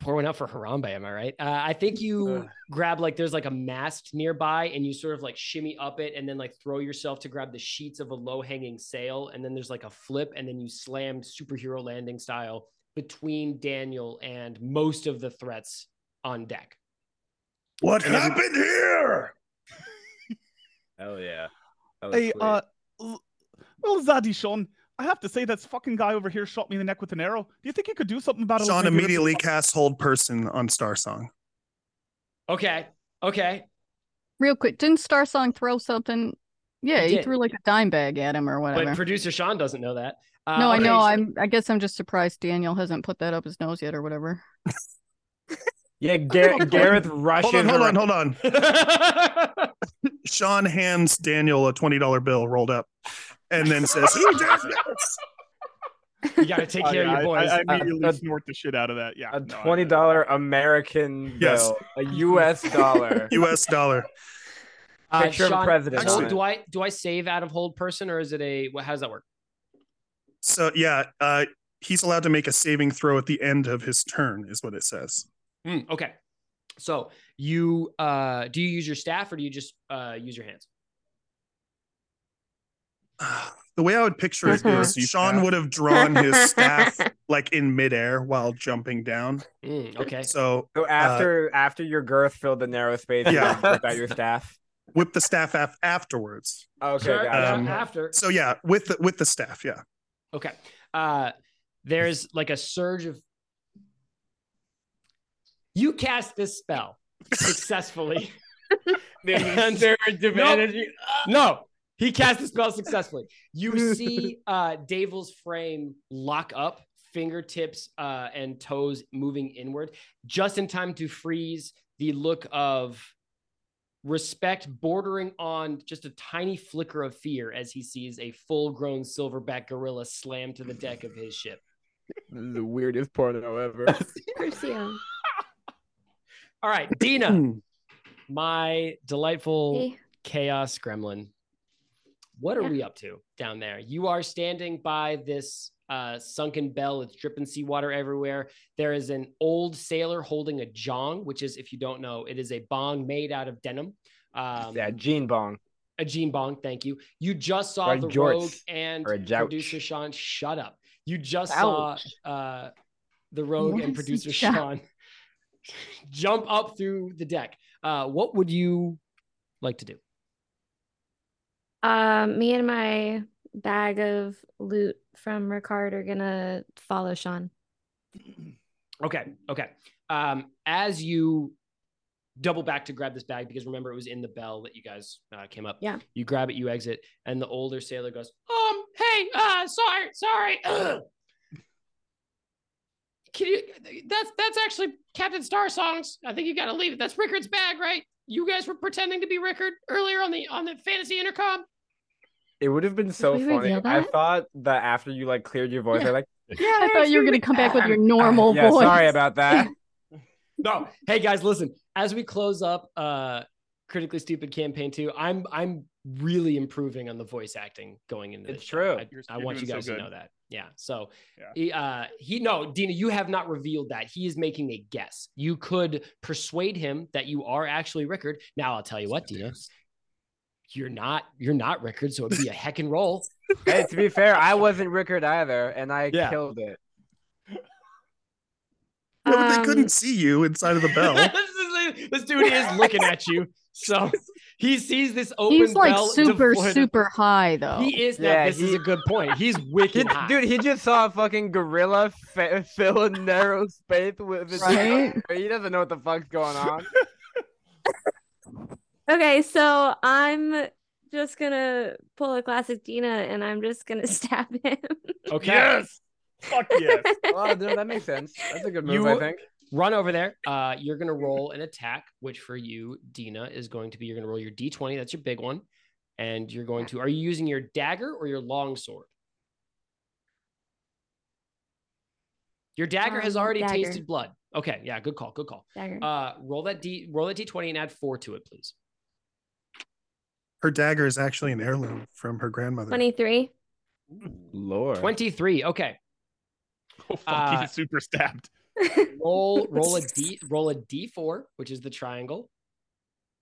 S8: pour one out for Harambe. Am I right? Uh, I think you grab like there's like a mast nearby, and you sort of like shimmy up it, and then like throw yourself to grab the sheets of a low hanging sail, and then there's like a flip, and then you slam superhero landing style between Daniel and most of the threats on deck.
S4: What
S8: And every-
S4: happened here?
S11: Hell yeah. That was
S7: Hey,
S11: sweet.
S7: uh, l- well, Zaddy Sean, I have to say that fucking guy over here shot me in the neck with an arrow. Do you think you could do something about it?
S4: Sean
S7: Maybe rip
S4: immediately
S7: the-
S4: casts hold person on Star Song.
S8: Okay. Okay.
S1: Real quick, didn't Star Song throw something? Yeah, he
S8: did.
S1: threw like a dime bag at him or whatever.
S8: But producer Sean doesn't know that. Uh,
S1: no, I
S8: okay,
S1: know.
S8: so-
S1: I'm. I guess I'm just surprised Daniel hasn't put that up his nose yet or whatever.
S11: yeah, Gar- Gareth rushes.
S4: Hold on, hold
S11: around-
S4: on, hold on. Sean hands Daniel a $20 bill rolled up and then
S11: [LAUGHS]
S4: says, Who does this?
S8: you gotta take
S7: Oh,
S8: care
S7: yeah,
S8: of your
S7: I-
S8: boys.
S7: I, I immediately
S11: Uh,
S7: snort the shit out of that. Yeah,
S11: A
S7: no, I-
S11: twenty dollar American
S4: Yes.
S11: bill, a U.S.
S4: [LAUGHS]
S11: dollar.
S4: US dollar.
S8: Uh,
S11: Picture of a
S8: Sean,
S11: president.
S4: Actually-
S11: on
S8: hold-
S11: it.
S8: do I do I save out of hold person or is it a what? How does that work?
S4: So, yeah, uh, he's allowed to make a saving throw at the end of his turn, is what it says.
S8: Mm, okay. So you uh do you use your staff or do you just uh use your hands?
S4: The way I would picture it
S6: Uh-huh.
S4: is
S7: Your
S4: Sean
S7: staff.
S4: would have drawn his staff like in midair while jumping down.
S8: Mm, okay.
S4: So uh,
S11: So after after your girth filled the narrow space,
S4: Yeah.
S11: yeah. without your staff.
S4: whip the staff af- afterwards.
S11: Oh, Okay,
S8: Sure,
S11: got
S4: Um,
S11: it.
S8: after.
S4: So yeah, with the with the staff, yeah.
S8: Okay. Uh there's like a surge of you cast this spell successfully And- Nope. No, he cast the spell successfully. You see uh, Davil's frame lock up, fingertips uh, and toes moving inward, just in time to freeze the look of respect bordering on just a tiny flicker of fear as he sees a full grown silverback gorilla slam to the deck of his ship.
S11: the weirdest porno ever.
S6: Curcio.
S8: All right,
S6: [CLEARS THROAT]
S8: Dina, my delightful
S6: Hey.
S8: chaos gremlin. What are
S6: Yeah.
S8: we up to down there? You are standing by this uh, sunken bell. It's dripping seawater everywhere. There is an old sailor holding a jong, which is, if you don't know, it is a bong made out of denim. Um,
S11: yeah, Gene Bong.
S8: a Gene Bong, thank you. You just saw
S11: Or a
S8: the
S11: jorts,
S8: Rogue and
S11: or a jouch.
S8: producer Sean. Shut up. You just
S11: Ouch.
S8: saw uh, the Rogue
S11: What
S8: and
S11: is a
S8: producer
S11: jouch?
S8: Sean [LAUGHS] jump up through the deck. Uh, what would you like to do?
S6: Um, me and my bag of loot from Ricard are gonna follow Sean.
S8: Okay. Okay. Um, as you double back to grab this bag, because remember it was in the bell that you guys uh, came up.
S6: Yeah.
S8: You grab it, you exit, and the older sailor goes, Um, hey, uh, sorry, sorry. Ugh. Can you? That's that's actually Captain Star Songs. I think you got to leave it. That's Rickard's bag, right? You guys were pretending to be Rickard earlier on the on the fantasy intercom.
S11: It would have been so
S8: we
S11: funny.
S8: reveal
S11: I
S8: that?
S11: thought that after you like cleared your voice, I like.
S1: I thought you were gonna come back with your normal
S11: yeah,
S1: voice.
S11: sorry about that.
S8: no hey guys listen as we close up uh critically stupid campaign two i'm i'm really improving on the voice acting going into
S11: It's
S8: this
S11: true.
S8: i,
S11: You're-
S8: I
S11: you're
S8: want you
S11: doing so
S8: guys
S11: good.
S8: to know that yeah so he, uh he no dina you have not revealed that he is making a guess you could persuade him that you are actually rickard now i'll tell you what dina you're not you're not rickard so it'd be a heck
S11: [LAUGHS]
S8: and roll
S11: Hey, to be fair, I wasn't Rickard either, and I
S8: Yeah.
S11: killed it.
S4: Yeah, but they
S8: Um,
S4: couldn't see you inside of the bell.
S8: this, is- [LAUGHS] this dude is looking at you so he sees this open
S1: He's like
S8: bell
S1: super,
S8: deployed-
S1: super high though.
S8: He is.
S11: Yeah,
S8: Yeah, this is
S11: he-
S6: [LAUGHS]
S8: a good point. He's wicked.
S11: He- [LAUGHS]
S8: high.
S11: dude, he just saw a fucking gorilla fa- fill a narrow space with his
S1: Right?
S11: [LAUGHS] He doesn't know what the fuck's going on.
S6: Okay, so I'm just gonna pull a classic Dina and I'm just gonna [LAUGHS] stab him.
S8: Okay.
S11: Yes! Fuck yes.
S6: [LAUGHS]
S11: Oh, no, that makes sense. That's a good move,
S8: You-
S11: I think.
S8: Run over there. Uh, you're gonna roll an attack, which for you, Dina, is going to be you're gonna roll your d20. That's your big one, and you're going to. Are you using your dagger or your long sword? Your dagger has
S6: Um,
S8: already
S6: dagger.
S8: tasted blood. Okay, yeah, good call, good call.
S6: Dagger.
S8: Uh, roll that d, roll that d20 and add four to it, please.
S4: Her dagger is actually an heirloom from her grandmother.
S6: 23.
S11: Lord.
S8: 23. Okay.
S7: Oh, fuck,
S8: Uh,
S7: he's super stabbed.
S8: roll
S6: [LAUGHS]
S8: roll a d roll a d4 which is the triangle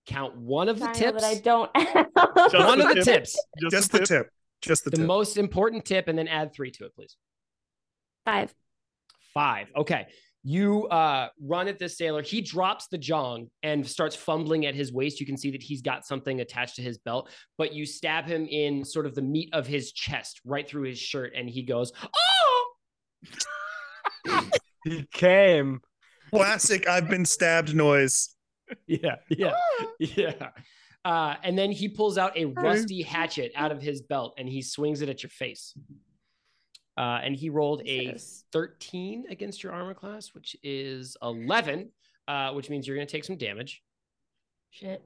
S8: count one of the
S6: Triangle
S8: tips
S6: that I don't
S4: [LAUGHS]
S6: [LAUGHS]
S4: Just
S8: one
S4: the
S8: of the
S4: tip.
S8: tips
S4: Just, the tip. Just the,
S8: the
S4: tip.
S8: most important tip and then add three to it please
S6: Five.
S8: five okay you uh run at this sailor he drops the jong and starts fumbling at his waist you can see that he's got something attached to his belt but you stab him in sort of the meat of his chest right through his shirt and he goes oh
S11: He came.
S4: Classic I've been stabbed noise.
S8: [LAUGHS] yeah yeah yeah uh, and then he pulls out a rusty hatchet out of his belt and he swings it at your face uh, and he rolled a 13 against your armor class which is 11 uh, which means you're going to take some damage
S6: Shit.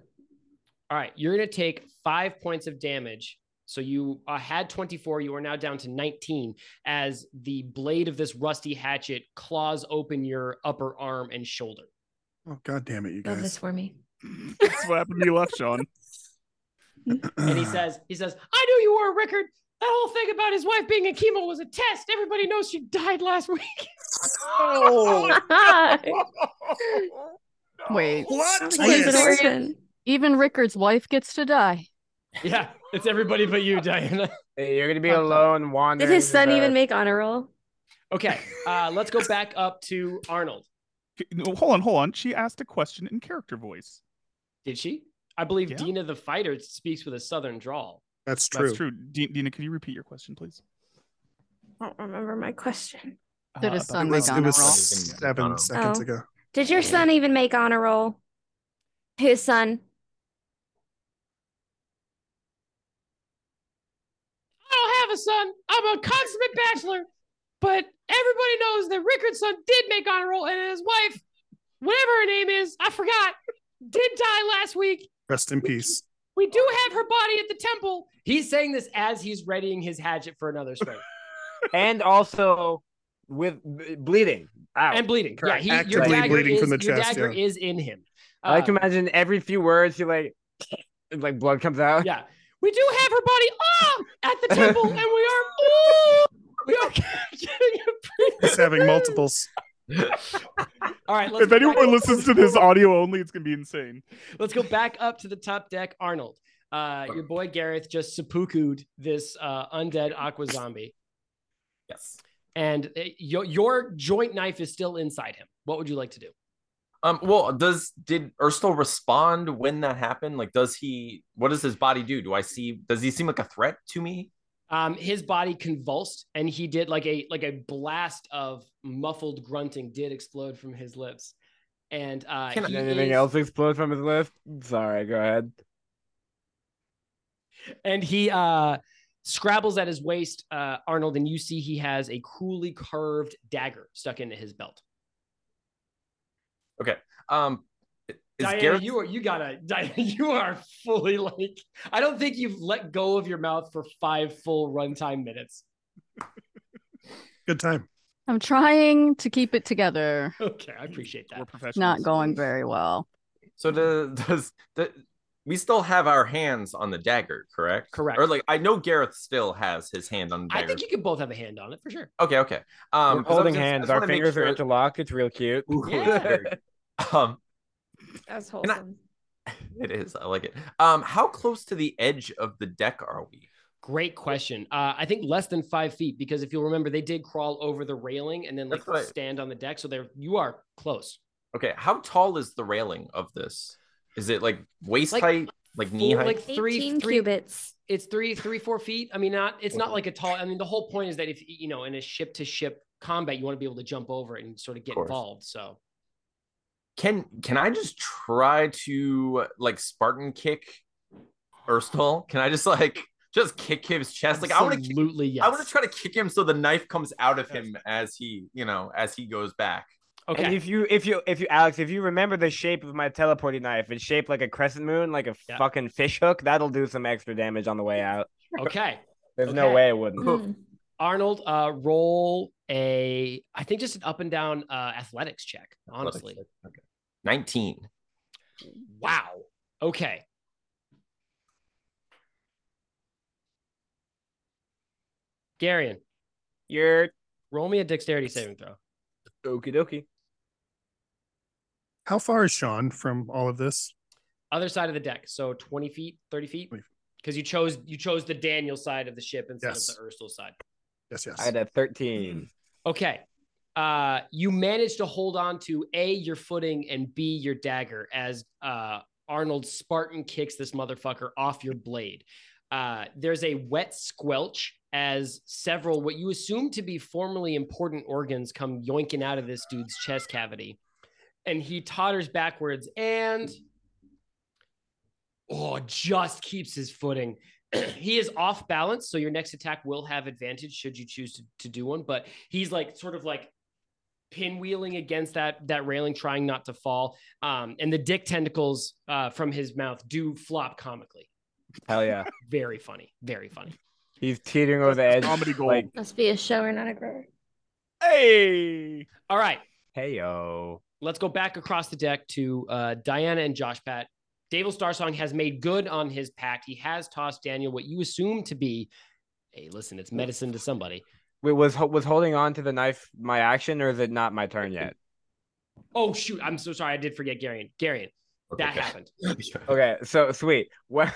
S8: all right you're going to take five points of damage so you uh, had 24 you are now down to 19 as the blade of this rusty hatchet claws open your upper arm and shoulder
S4: Oh god damn it, you
S6: Love this
S4: guys.
S6: for me.
S7: [LAUGHS] That's what happened when you left,
S6: [LAUGHS]
S7: Sean.
S8: and he says, he says, I knew you were a Rickard. That whole thing about his wife being in chemo was a test. Everybody knows she died last week.
S6: Oh.
S1: [LAUGHS] Oh.
S8: [LAUGHS]
S1: Wait.
S4: Plot
S1: Even,
S4: twist!
S1: Rickard- even Rickard's wife gets to die.
S8: yeah, it's everybody but you, Diana.
S11: Hey, you're gonna be alone, wandering.
S6: Did his
S11: through
S6: son
S11: the-
S6: even make honor roll?
S8: Okay, uh, let's go back up to Arnold.
S7: No, Hold on, hold on. She asked a question in character voice.
S8: Did she? I believe
S7: Yeah.
S8: Dina the fighter speaks with a southern drawl.
S4: That's true.
S7: That's true. D- Dina, could you repeat your question, please?
S6: I don't remember my question.
S1: Did
S7: Uh,
S1: his
S7: about-
S1: son
S4: It
S1: make
S4: was, it
S1: honor
S4: was
S1: roll?
S4: seven
S10: Oh.
S4: [LAUGHS] seconds ago.
S6: Did your son even make honor roll? Whose son?
S8: a son. I'm a consummate bachelor. But everybody knows that Rickard's son did make honor roll, and his wife, whatever her name is, I forgot, did die last week.
S4: Rest in peace.
S8: We do have her body at the temple. He's saying this as he's readying his hatchet for another swing.
S11: [LAUGHS] and also with b- bleeding out.
S8: and bleeding.
S11: Correct.
S8: Yeah, he, your
S11: Actively
S8: dagger
S11: bleeding
S8: is,
S11: from the
S8: your
S11: chest,
S8: dagger
S11: yeah.
S8: is in him. Uh,
S11: I like to imagine every few words he like [COUGHS] like blood comes out.
S8: Yeah. We do have her body up at the temple, and we are ooh, we are getting
S4: He's having multiples.
S8: All right, let's
S7: If anyone listens to this audio only, it's gonna be insane.
S8: Let's go back up to the top deck, Arnold. Uh, your boy Gareth just seppuku'd this uh, undead aqua zombie.
S10: Yes.
S8: And uh, your, your joint knife is still inside him. What would you like to do?
S10: Um, well, does did Urstel respond when that happened? Like, does he? What does his body do? Do I see? Does he seem like a threat to me?
S8: Um, his body convulsed, and he did like a like a blast of muffled grunting did explode from his lips. And uh,
S11: Can I-
S8: he
S11: Anything
S8: is-
S14: else explode from his list? Sorry, go ahead.
S8: and he uh scrabbles at his waist uh arnold and you see he has a cruelly curved dagger stuck into his belt
S10: Okay. Um, is
S8: Diana,
S10: Gareth?
S8: you are you gotta Diana, [LAUGHS] you are fully like i don't think you've let go of your mouth for five full runtime minutes
S4: Good time.
S1: I'm trying to keep it together.
S8: okay i appreciate that we're
S1: It's not going very well.
S10: So does, does the [LAUGHS] we still have our hands on the dagger, correct?
S8: Correct.
S10: Or like I know Gareth still has his hand on the
S8: i
S10: dagger.
S8: think you could both have a hand on it for sure
S10: Okay, okay.
S14: Um, We're
S10: Um, 'cause I was
S14: holding
S10: gonna- I
S14: hands.
S10: just
S14: Our
S10: wanna make
S14: fingers are
S10: sure-
S14: interlocked. It's real cute.
S8: Yeah.
S10: [LAUGHS] um,
S6: That's
S10: And I-
S6: wholesome.
S10: it is. I like it. Um, how close to the edge of the deck are we?
S8: great question uh i think less than five feet because if you'll remember they did crawl over the railing and then like
S10: That's right.
S8: stand on the deck so they're you are close
S10: Okay, how tall is the railing of this? Is it like waist
S8: Like
S10: height, like knee
S8: Four-
S10: height?
S8: like three,
S6: 18
S8: three
S6: cubits.
S8: It's three, three, four feet. I mean, not it's not
S10: Okay.
S8: like a tall. I mean, the whole point is that if you know in a ship to ship combat, you want to be able to jump over it and sort of get
S10: course.
S8: involved. So
S10: Can can I just try to like Spartan kick Urstal? Can I just like just kick his chest? Like I want to.
S8: absolutely yes.
S10: I want to try to kick him so the knife comes out of him as he, you know, as he goes back.
S8: okay.
S11: And if you if you if you Alex, if you remember the shape of my teleporting knife, it's shaped like a crescent moon, like a
S8: Yeah.
S11: fucking fish hook, that'll do some extra damage on the way out.
S8: okay.
S11: There's no
S8: Okay.
S11: way it wouldn't.
S8: Arnold, uh, roll a. I think just an up and down uh, athletics check. Honestly,
S10: Okay. 19.
S8: wow. Okay. Garion,
S11: You're
S8: roll me a dexterity saving throw.
S11: okie dokie.
S4: How far is Sean from all of this?
S8: other side of the deck so 20 feet 30 feet because you chose you chose the daniel side of the ship instead
S4: Yes.
S8: of the ursula side
S4: Yes, yes.
S11: I had a thirteen.
S8: okay uh you managed to hold on to a your footing and b your dagger as uh arnold spartan kicks this motherfucker off your blade uh there's a wet squelch as several what you assume to be formerly important organs come yoinking out of this dude's chest cavity and he totters backwards and oh just keeps his footing [CLEARS THROAT] he is off balance so your next attack will have advantage should you choose to, to do one but he's like sort of like pinwheeling against that that railing trying not to fall um and the dick tentacles uh from his mouth do flop comically
S11: Hell
S8: [LAUGHS]
S11: yeah.
S8: very funny very funny
S11: He's teetering over the edge.
S7: Comedy gold.
S11: Like,
S6: Must be a shower, not a grower.
S7: Hey.
S8: all right
S11: hey yo.
S8: let's go back across the deck to uh, Diana and Josh Pat. Dable Starsong has made good on his pact. He has tossed Daniel what you assume to be, hey, listen, it's medicine to somebody.
S11: Wait, was ho- was holding on to the knife my action or is it not my turn yet?
S8: Oh shoot, I'm so sorry, I did forget Garion. Garion, that
S10: Okay.
S8: happened.
S11: Okay, so sweet. [LAUGHS] Wha-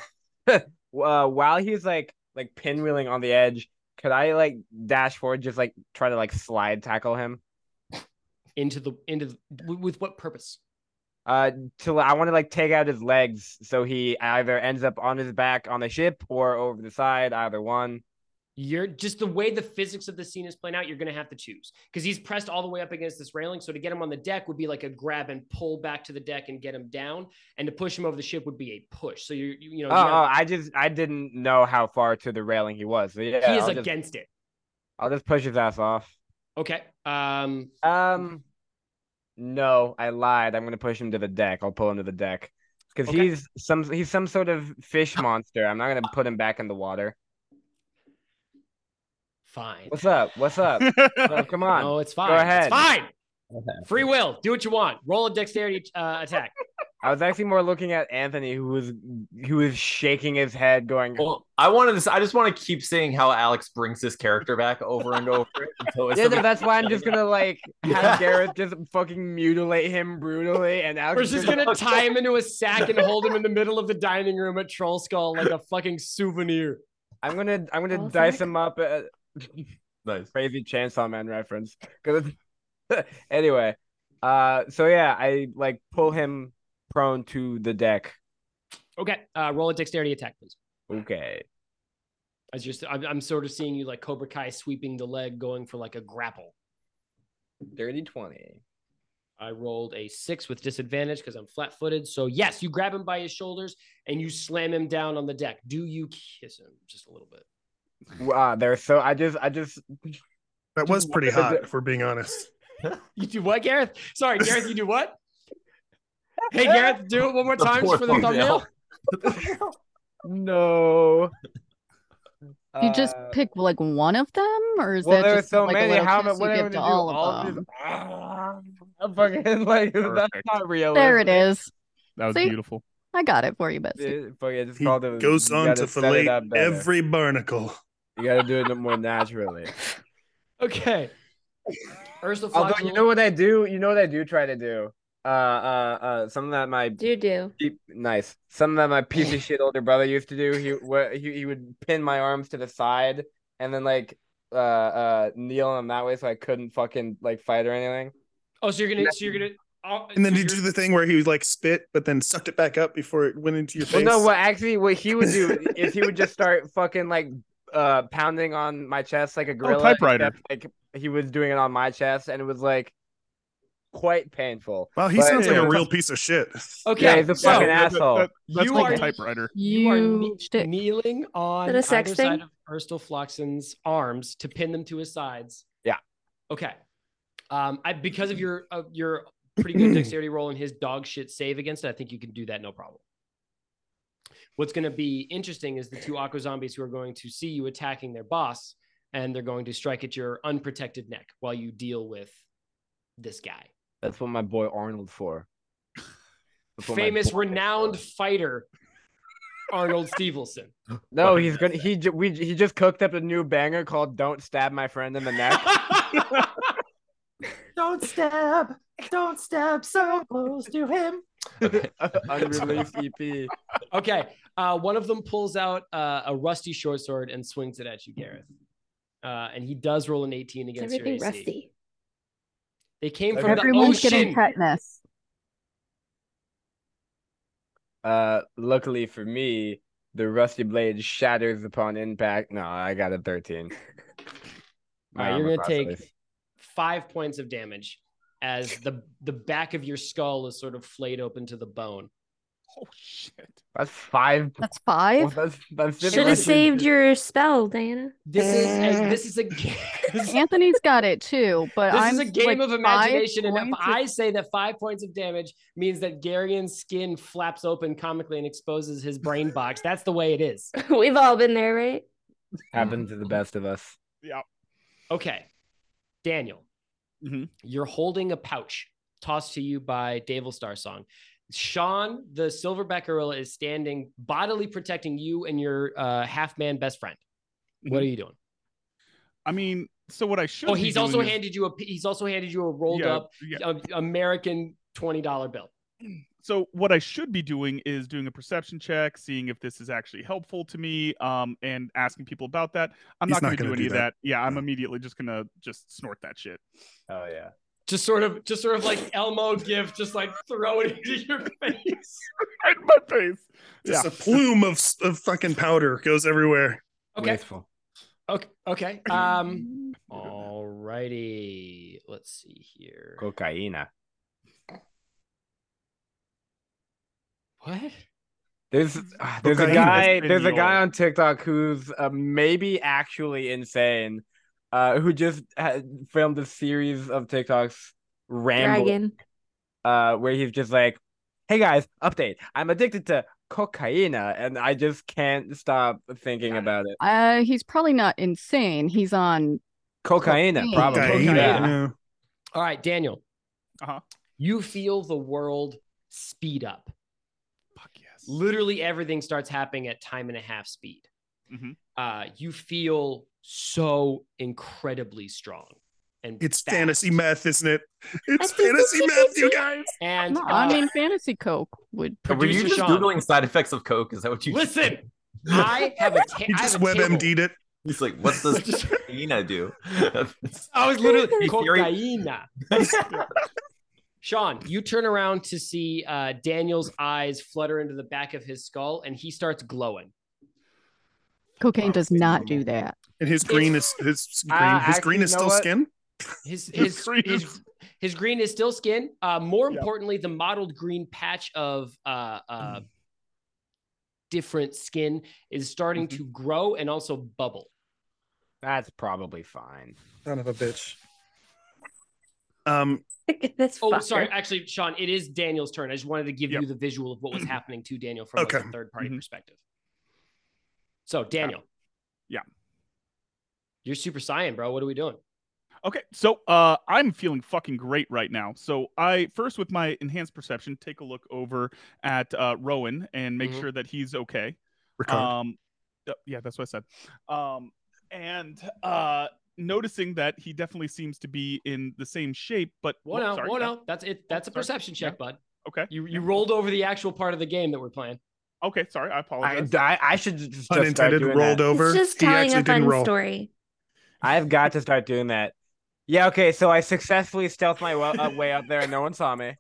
S11: uh, while he's like like pinwheeling on the edge, could I like dash forward, just like try to like slide tackle him?
S8: Into the into the, w- with what purpose?
S11: Uh, to I want to like take out his legs so he either ends up on his back on the ship or over the side, either one.
S8: You're just the way the physics of the scene is playing out, you're going to have to choose because he's pressed all the way up against this railing. So to get him on the deck would be like a grab and pull back to the deck and get him down. And to push him over the ship would be a push. So you're, you, you know,
S11: Oh, oh, I just I didn't know how far to the railing he was. So yeah,
S8: he is
S11: I'll just-
S8: against it.
S11: I'll just push his ass off.
S8: Okay. Um.
S11: Um. No, I lied. I'm gonna push him to the deck. I'll pull him to the deck because
S8: Okay.
S11: he's some he's some sort of
S8: [LAUGHS]
S11: fish monster. I'm not gonna put him back in the water.
S8: Fine.
S11: What's up? What's
S8: [LAUGHS]
S11: up? No, come on.
S8: No, oh, it's fine.
S11: Go
S8: It's
S11: ahead.
S8: fine. Free will. Do what you want. Roll a dexterity uh, attack.
S11: I was actually more looking at Anthony, who was who was shaking his head, going,
S10: I wanted to. s- I just want to keep seeing how Alex brings his character back over and
S8: [LAUGHS]
S10: over. until it's
S11: "Yeah, no,
S10: something-
S11: that's why I'm just [LAUGHS] gonna like have Gareth just fucking mutilate him brutally, and Alex
S8: We're
S11: is
S8: just gonna tie him into a sack and hold him in the middle of the dining room at Troll Skull like a fucking souvenir.
S11: I'm gonna I'm gonna
S8: Ballsack?
S11: dice him up. uh, At,
S10: nice
S11: crazy Chainsaw Man reference. 'Cause [LAUGHS] it's- anyway, uh, so yeah, I like pull him prone to the deck.
S8: Okay, uh, roll a dexterity attack, please.
S11: Okay,
S8: As you're, st- I'm, I'm sort of seeing you like Cobra Kai sweeping the leg, going for like a grapple.
S11: dirty twenty.
S8: I rolled a six with disadvantage because I'm flat footed. So, yes, you grab him by his shoulders and you slam him down on the deck. Do you kiss him just a little bit?
S11: Wow, they're uh, so I just I just
S4: That was pretty hot,
S11: [LAUGHS]
S4: if we're being honest.
S8: You do what, Gareth? Sorry, Gareth, you
S11: [LAUGHS]
S8: do what? Hey, Gareth, do it one more time just for the thumbnail.
S11: [LAUGHS] No.
S1: you just
S11: Uh,
S1: pick like one of them, or is
S11: well,
S1: that
S11: there are
S1: just
S11: so
S1: like a
S11: many.
S1: little
S11: How am I-
S1: kiss
S11: what
S1: you
S11: am I
S1: give to
S11: gonna do?
S1: all of
S11: All of
S1: them?
S11: this- Ah, I'm fucking like that's not real.
S1: There it is.
S7: That was
S1: See?
S7: beautiful.
S1: I got it for you, Betsy.
S11: Fucking just
S4: He
S11: called it.
S4: goes
S11: you
S4: on
S11: gotta
S4: to
S11: set it
S4: fillet
S11: up better.
S4: every barnacle.
S11: You gotta do it more naturally.
S8: Okay. Ursula
S11: Although
S8: Fox
S11: you
S8: will-
S11: know what I do, you know what I do try to do. Uh, uh, uh, something that my
S6: Do do.
S11: peep- nice, something that my piece of shit older brother used to do. He wh- he he would pin my arms to the side and then like uh uh kneel on that way so I couldn't fucking like fight or anything.
S8: Oh, so you're gonna, so you're gonna, oh,
S4: And then
S8: so
S4: you
S8: you're-
S4: do the thing where he was like spit, but then sucked it back up before it went into your
S11: Well,
S4: face.
S11: no, what actually what he would do is he would just start fucking like uh pounding on my chest
S4: Oh,
S11: like a gorilla.
S7: typewriter.
S11: except, Like he was doing it on my chest and it was like quite painful.
S4: Wow, he
S11: But-
S4: sounds like a real piece of shit.
S8: Okay,
S11: Yeah, he's a
S8: so
S11: fucking
S7: that- that-
S11: asshole.
S7: that- that's
S8: You
S7: called
S8: are-
S7: a typewriter.
S8: you are
S1: You
S8: kne- kneeling on
S6: Is that a sex
S8: either side
S6: thing?
S8: of Urstel Floxen's arms to pin them to his sides.
S11: Yeah.
S8: Okay. Um, I because of your of your pretty good dexterity roll and his dog shit save against it, I think you can do that no problem. What's going to be interesting is the two aqua zombies who are going to see you attacking their boss, and they're going to strike at your unprotected neck while you deal with this guy.
S11: That's what my boy Arnold for. That's what my
S8: Famous,
S11: boy-
S8: renowned fighter, Arnold Stevelson.
S11: No, he's gonna. He ju- we he just cooked up a new banger called "Don't Stab My Friend in the
S7: [LAUGHS]
S11: Neck."
S15: Don't stab! Don't stab so close to him.
S11: [LAUGHS] Unreleased E EP.
S8: Okay. Uh, one of them pulls out uh, a rusty short sword and swings it at you, Gareth. Uh, and he does roll an 18
S6: Is
S8: against your
S6: everything
S8: AC.
S6: rusty?
S8: They came from
S1: Everyone's
S8: the
S1: getting
S8: ocean.
S1: tetanus.
S11: Uh, luckily for me, the rusty blade shatters upon impact. No, I got a thirteen.
S8: All
S11: My
S8: right, you're
S11: armor
S8: going to take
S11: class
S8: five points of damage as the the back of your skull is sort of flayed open to the bone.
S7: Oh shit.
S11: That's five.
S1: That's
S11: Well,
S1: five.
S8: [LAUGHS]
S11: that's that's
S6: Should have saved your spell, Diana.
S8: This is a, this is a ga- [LAUGHS] this,
S1: Eh. Anthony's got it too, but
S8: this
S1: I'm
S8: is a game
S1: like,
S8: of
S1: five
S8: imagination, and if
S1: points of-
S8: I say that five points of damage means that Garion's skin flaps open comically and exposes his brain box, that's the way
S6: [LAUGHS]
S8: it is.
S6: We've all been there, right?
S11: happened to the best of us.
S8: Okay. Daniel,
S7: Mhm.
S8: you're holding a pouch tossed to you by Devil Star Song. Sean, the silverback gorilla, is standing bodily protecting you and your uh, half man best friend. What
S7: Mhm.
S8: are you doing?
S7: I mean, so what I should.
S8: Oh,
S7: be
S8: he's
S7: doing
S8: also
S7: is-
S8: handed you a he's also handed you a rolled
S7: Yeah,
S8: up
S7: yeah.
S8: uh, American twenty dollar bill.
S7: so what I should be doing is doing a perception check, seeing if this is actually helpful to me, um, and asking people about that. I'm
S4: He's
S7: not
S4: not
S7: going to do
S4: gonna
S7: any
S4: do
S7: of
S4: that.
S7: that. Yeah, I'm immediately just gonna just snort that shit.
S11: Oh yeah.
S8: Just sort of just sort of like Elmo gift, just like throw it [LAUGHS] into your face.
S7: Right [LAUGHS] in my face.
S4: Just
S7: Yeah.
S4: a plume of, of fucking powder goes everywhere.
S8: Okay.
S11: Wasteful.
S8: Okay.
S7: [CLEARS THROAT]
S8: Okay.
S7: Mm-hmm.
S8: Um. Alrighty. Let's see here.
S12: Cocaina.
S8: What?
S11: There's ah, there's a
S12: Cocaine
S11: guy
S12: has been
S11: there's a
S12: your-
S11: guy on TikTok who's uh, maybe actually insane, uh, who just had filmed a series of TikToks rambling,
S6: Dragon.
S11: uh, where he's just like, "Hey guys, update! I'm addicted to cocaina, and I just can't stop thinking about it.
S1: Uh, he's probably not insane. He's on
S11: Cocaina,
S1: cocaine.
S11: probably. Yeah.
S8: All right, Daniel.
S7: Uh-huh.
S8: You feel the world speed up. Fuck yes. Literally everything starts happening at time and a half speed.
S7: Mm-hmm.
S8: Uh, you feel so incredibly strong. And
S4: It's
S8: fast.
S4: fantasy meth, isn't it? It's
S8: think it's
S4: fantasy meth, you guys.
S8: And
S1: No, I
S8: uh,
S1: mean, fantasy coke would.
S10: Were you
S8: Producer
S10: just
S8: Sean.
S10: googling side effects of coke? Is that what
S4: [LAUGHS]
S10: you?
S8: listen, I have a ta-
S4: He
S8: I have
S4: just
S8: a table.
S4: WebMD'd it.
S10: He's like, what's
S8: [LAUGHS]
S10: does cocaine do? [LAUGHS]
S8: I was literally
S10: Hey, Fury.
S8: cocaina. [LAUGHS] Sean, you turn around to see uh, Daniel's eyes flutter into the back of his skull, and he starts glowing.
S1: Cocaine does not do that.
S4: And his green is his green.
S8: Uh,
S4: his green
S8: actually,
S4: is
S8: you know
S4: still
S8: what?
S4: skin.
S8: His
S4: His
S8: his
S4: green
S8: his,
S4: is-
S8: his green is still skin. Uh, more importantly, the mottled green patch of uh,
S4: Hmm.
S8: uh, different skin is starting
S4: Mm-hmm.
S8: to grow and also bubble.
S11: That's probably fine.
S4: Son of a bitch. Um,
S6: That's
S8: Oh, sorry. Actually, Sean, it is Daniel's turn. I just wanted to give you the visual of
S4: [CLEARS THROAT]
S8: what was happening to Daniel from like,
S4: Okay. Mm-hmm.
S8: a third party perspective. So, Daniel.
S7: Yeah.
S8: You're super saiyan, bro. What are we doing?
S7: Okay, so uh, I'm feeling fucking great right now. So I first, with my enhanced perception, take a look over at uh, Rowan and make
S8: Mhm.
S7: sure that he's okay.
S4: Ricard.
S7: Um, uh, yeah, that's what I said. Um, and uh, noticing that he definitely seems to be in the same shape, but
S8: One
S7: oh,
S8: out,
S7: sorry,
S8: one
S7: yeah.
S8: out. That's it. That's a
S7: sorry.
S8: perception check, bud.
S7: Okay.
S8: You you rolled over the actual part of the game that we're playing.
S7: Okay, sorry, I
S11: I,
S7: apologize.
S11: I, I should just start
S4: Unintended
S11: doing
S4: rolled
S11: that.
S4: over.
S6: It's just
S4: he
S6: telling
S4: actually
S6: a
S4: didn't
S6: fun
S4: roll.
S6: story.
S11: I've got to start doing that. Yeah, okay, so I successfully stealthed my wa- uh, way up there and no one saw
S8: [LAUGHS]
S11: me.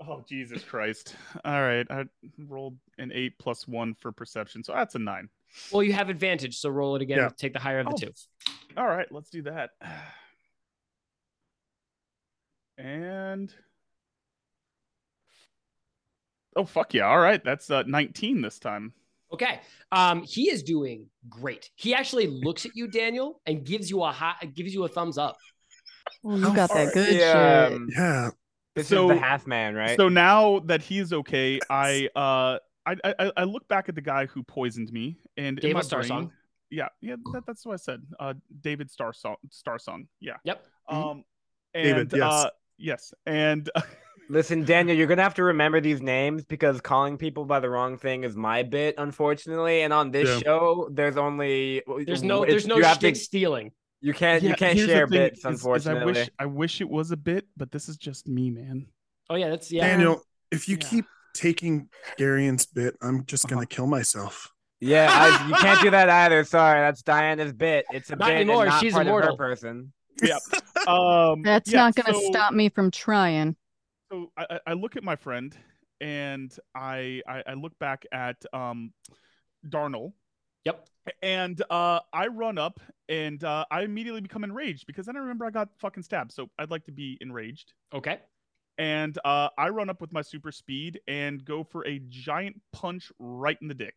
S7: oh Jesus Christ! All right, I rolled an eight plus one for perception, so that's a nine.
S8: Well, you have advantage, so roll it again.
S4: Yeah.
S8: Take the higher of the
S7: Oh.
S8: two.
S7: All right, let's do that. And oh fuck yeah! All right, that's uh, 19 this time.
S8: Okay. Um, he is doing great. He actually looks at you, Daniel, and gives you a high, gives you a thumbs up.
S1: Well, you got that good
S11: Yeah,
S1: shit.
S11: um,
S4: Yeah.
S11: this
S7: So-
S11: is the half man, right?
S7: So now that he's okay, I uh, I, I I look back at the guy who poisoned me and in
S8: Gave
S7: my
S8: us Star
S7: brain-
S8: Song.
S7: Yeah, yeah, that, that's what I said. Uh, David Star Song, Star Song. Yeah.
S8: Yep.
S7: Um,
S11: Mm-hmm.
S4: David,
S7: and
S4: yes.
S7: uh, yes, and [LAUGHS]
S11: Listen, Daniel, you're gonna have to remember these names because calling people by the wrong thing is my bit, unfortunately. And on this
S4: Yeah.
S11: show, there's only w-
S8: There's no
S11: it's-
S8: there's no
S11: you have to-
S8: shtick stealing.
S11: you can't
S7: Yeah,
S11: you can't
S7: here's the
S11: share
S7: thing, is-
S11: bits,
S7: is I
S11: unfortunately.
S7: wish I wish it was a bit, but this is just me, man.
S8: Oh yeah, that's yeah.
S4: Daniel, if you
S7: Yeah.
S4: keep taking Darian's bit, I'm just gonna kill myself.
S11: Yeah,
S7: [LAUGHS]
S11: I, you can't do that either. Sorry, that's Diana's bit. It's a
S8: Not
S11: bit and
S8: anymore,
S11: not
S8: she's
S11: part of her
S8: immortal.
S11: person.
S7: Yeah. Um,
S1: That's
S7: yeah,
S1: not going to
S7: so-
S1: stop me from trying.
S7: So I, I- I look at my friend, and I I, I look back at um, Darnell,
S8: Yep.
S7: and uh, I run up, and uh, I immediately become enraged because then I remember I got fucking stabbed. So I'd like to be enraged,
S8: Okay.
S7: and uh, I run up with my super speed and go for a giant punch right in the dick.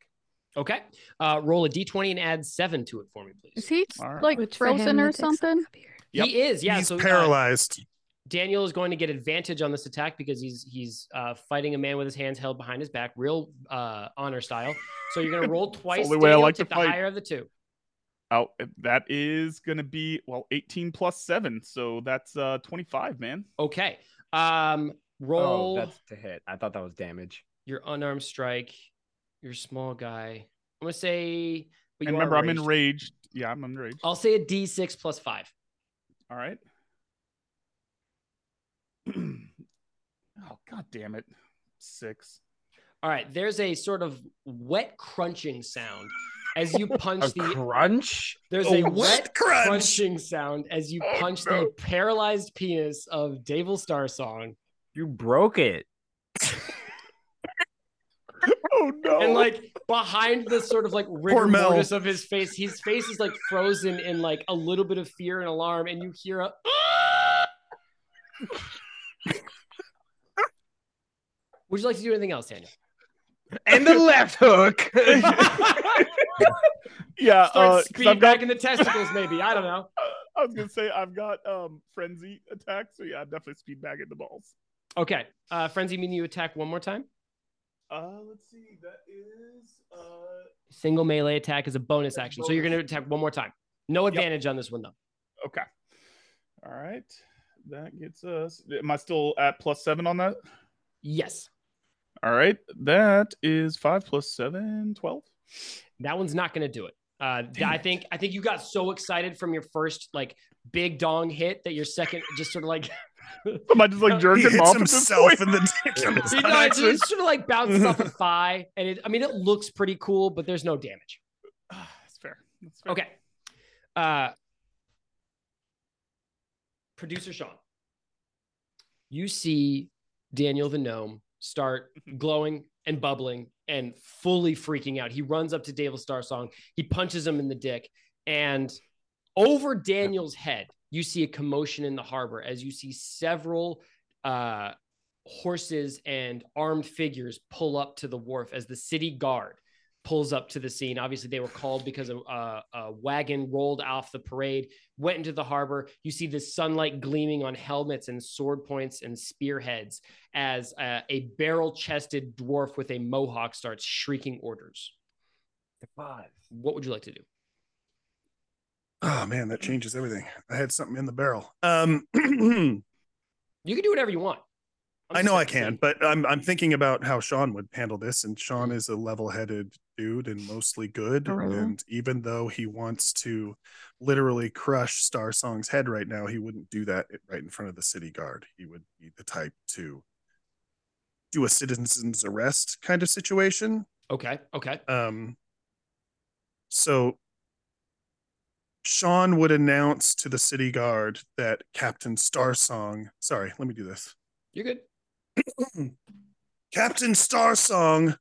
S8: Okay. Uh, roll a d20 and add seven to it for me,
S1: Is
S8: please.
S1: he
S7: All right.
S1: like
S6: Which for him,
S1: frozen
S6: the
S1: or
S6: dick's not
S1: something?
S6: gonna be hurt.
S7: Yep.
S8: He is. Yeah.
S4: He's
S8: so uh,
S4: paralyzed.
S8: Daniel is going to get advantage on this attack because he's he's uh, fighting a man with his hands held behind his back, real uh, honor style. So you're going
S7: [LAUGHS]
S8: to roll twice.
S7: only way I
S8: Daniel,
S7: like to
S8: take the
S7: fight.
S8: higher of the two.
S7: Oh, that is gonna be well, eighteen plus seven, so that's uh twenty-five, man.
S8: Okay. Um,
S11: Oh,
S8: roll
S11: that's to hit. I thought that was damage.
S8: your unarmed strike. Your small guy. I'm going to say. But you
S7: and
S8: are
S7: remember, I'm
S8: enraged.
S7: enraged. Yeah, I'm enraged. [LAUGHS]
S8: I'll say a d6 plus five.
S7: All right. [CLEARS THROAT] oh god damn it. Six.
S8: All right. There's a sort of wet crunching sound as you punch
S11: A
S8: the
S11: crunch?
S8: There's
S4: A
S8: a
S4: wet
S8: wet
S4: crunch.
S8: crunching sound as you
S11: Oh,
S8: punch the paralyzed penis of Davil Star Song.
S11: You broke it.
S7: [LAUGHS] oh no!
S8: And like behind this sort of like rigor
S4: Poor Mel.
S8: mortis of his face, his face is like frozen in like a little bit of fear and alarm, and you hear a. Would you like to do anything else, Daniel?
S13: and the left hook.
S7: yeah,
S8: Start
S7: uh, 'cause
S8: speed
S7: I've got-
S8: back in the testicles, maybe. I don't know.
S7: I was gonna say I've got um frenzy attack, so yeah, I'm definitely speed bagging the balls.
S8: Okay. Uh, frenzy, mean you attack one more time.
S7: Uh, let's see. That is uh
S8: Single melee attack is a bonus action, so you're going to attack one more time. No advantage on this one though.
S7: okay. All right, that gets us. Am I still at plus seven on that?
S8: Yes.
S7: All right, that is five plus seven, 12.
S8: That one's not going to do it. Uh, th- I think I think you got so excited from your first like big dong hit that your second just sort of like
S7: Am I just like jerking
S4: He hits
S7: off at this
S4: himself
S7: point?
S4: in the dick. on his
S8: You
S4: own
S8: know, it
S4: accident.
S8: just sort of like bounces off a thigh, and it, I mean, it looks pretty cool, but there's no damage.
S7: That's fair. That's fair.
S8: Okay. Uh, Producer Sean, you see Daniel the gnome start glowing and bubbling and fully freaking out. He runs up to Daniel Star Song. He punches him in the dick, and over Daniel's head, you see a commotion in the harbor as you see several uh, horses and armed figures pull up to the wharf as the city guard pulls up to the scene. Obviously, they were called because a, a, a wagon rolled off the parade, went into the harbor. You see the sunlight gleaming on helmets and sword points and spearheads as uh, a barrel chested dwarf with a mohawk starts shrieking orders. What would you like to do?
S4: Oh man, that changes everything. I had something in the barrel. Um, [CLEARS THROAT]
S8: You can do whatever you want.
S4: I know I can, but I'm I'm thinking about how Sean would handle this, and Sean is a level-headed dude and mostly good.
S1: Gorilla.
S4: And even though he wants to literally crush Star Song's head right now, he wouldn't do that right in front of the city guard. He would be the type to do a citizen's arrest kind of situation.
S8: Okay. Okay.
S4: Um, so Sean would announce to the city guard that Captain Star Song. Sorry, let me do this.
S8: You're good.
S4: Captain Starsong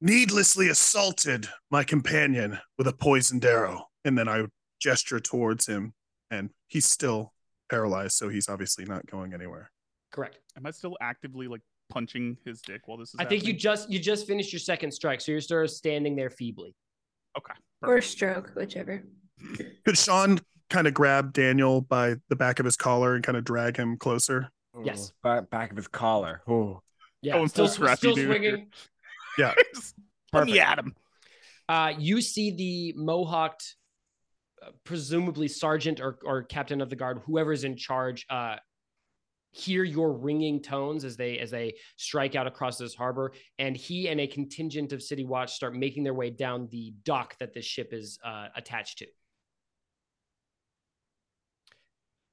S4: needlessly assaulted my companion with a poisoned arrow. And then I would gesture towards him, and he's still paralyzed, so he's obviously not going anywhere.
S8: Correct.
S7: Am I still actively like punching his dick while this is
S8: I think you
S7: happening?
S8: just you just finished your second strike, so you're sort of standing there feebly.
S7: Okay.
S6: Or stroke, whichever.
S4: Could Sean kind of grab Daniel by the back of his collar and kind of drag him closer?
S8: Yes.
S11: Back, Oh, back of his collar. Oh. Ooh.
S8: Yeah.
S7: Going
S8: still
S7: full scrappy
S8: still
S7: dude here.
S8: swinging.
S4: Yeah.
S7: [LAUGHS] Just Let
S11: Perfect.
S7: me at him.
S8: Uh, you see the mohawked, uh, presumably sergeant or, or captain of the guard, whoever's in charge, uh, hear your ringing tones as they as they strike out across this harbor, and he and a contingent of City Watch start making their way down the dock that this ship is uh, attached to.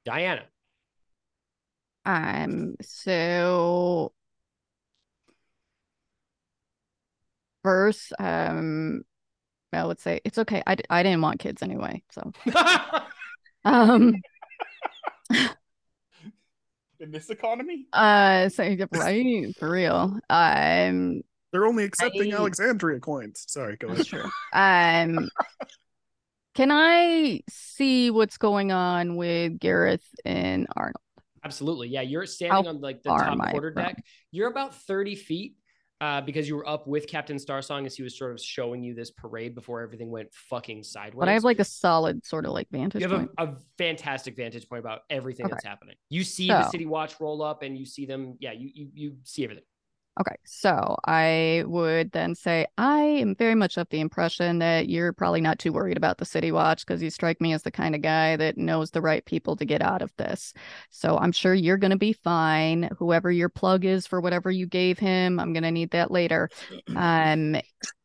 S8: Diana,
S1: Um, so first, um, I would say it's okay. I, d- I didn't want kids anyway,
S8: [LAUGHS]
S1: so um,
S7: In this economy?
S1: uh, so right for real. Um,
S4: They're only accepting
S1: I-
S4: Alexandria coins. Sorry, go ahead.
S1: That's true. Um, can I see what's going on with Gareth and Arnold?
S8: Absolutely. Yeah. You're standing on like the
S1: far
S8: top
S1: am I
S8: quarter
S1: from?
S8: deck. You're about 30 feet uh, because you were up with Captain Starsong as he was sort of showing you this parade before everything went fucking sideways.
S1: But I have like a solid sort of like vantage
S8: you have
S1: point.
S8: a, a fantastic vantage point about everything
S1: Okay.
S8: that's happening. You see the
S1: So-
S8: city watch roll up and you see them. Yeah. You, you, you see everything.
S1: Okay, so I would then say I am very much of the impression that you're probably not too worried about the City Watch because you strike me as the kind of guy that knows the right people to get out of this. So I'm sure you're going to be fine. Whoever your plug is for whatever you gave him, I'm going to need that later. Um,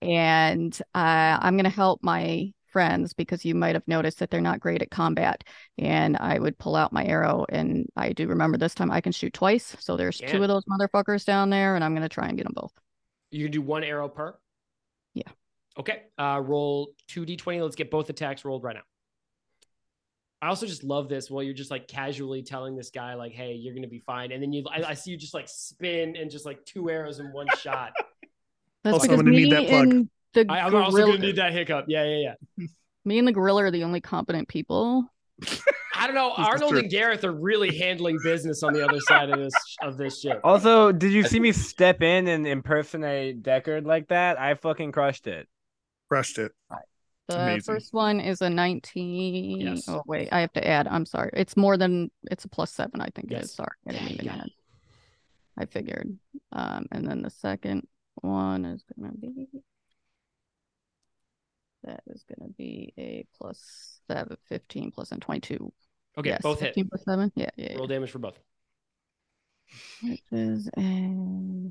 S1: and uh, I'm going to help my friends because you might have noticed that they're not great at combat. And I would pull out my arrow, and I do remember this time I can shoot twice. So there's
S8: Yeah.
S1: two of those motherfuckers down there, and I'm going to try and get them both.
S8: You can do one arrow per.
S1: Yeah.
S8: Okay. Uh, roll 2d20. Let's get both attacks rolled right now. I also just love this while you're just like casually telling this guy, like, hey, you're going to be fine. And then you, I, I see you just like spin and just like two arrows in one shot.
S1: [LAUGHS] That's
S4: Also, I'm
S1: because
S4: gonna
S1: me
S4: need that plug.
S1: and the
S8: I, am also
S1: gorilla,
S8: gonna need that hiccup. Yeah, yeah, yeah.
S1: me and the gorilla are the only competent people.
S8: I don't know. Arnold and Gareth are really handling business on the
S7: [LAUGHS]
S8: other side of this of this shit.
S11: [LAUGHS] Also, did you see me step in and impersonate Deckard like that? I fucking crushed it.
S4: Crushed it.
S1: The
S11: Amazing.
S1: first one is a 19.
S11: Yes.
S1: Oh, wait, I have to add. I'm sorry. It's more than, it's a plus seven, I think it
S8: Yes.
S1: is. Sorry. I didn't even add. I figured. Um, and then the second one is going to be, that is going to be a plus seven, 15 plus and 22.
S8: Okay,
S1: Yes,
S8: both hit.
S1: 15 plus seven. Yeah, yeah.
S8: Roll damage for both.
S1: Which is a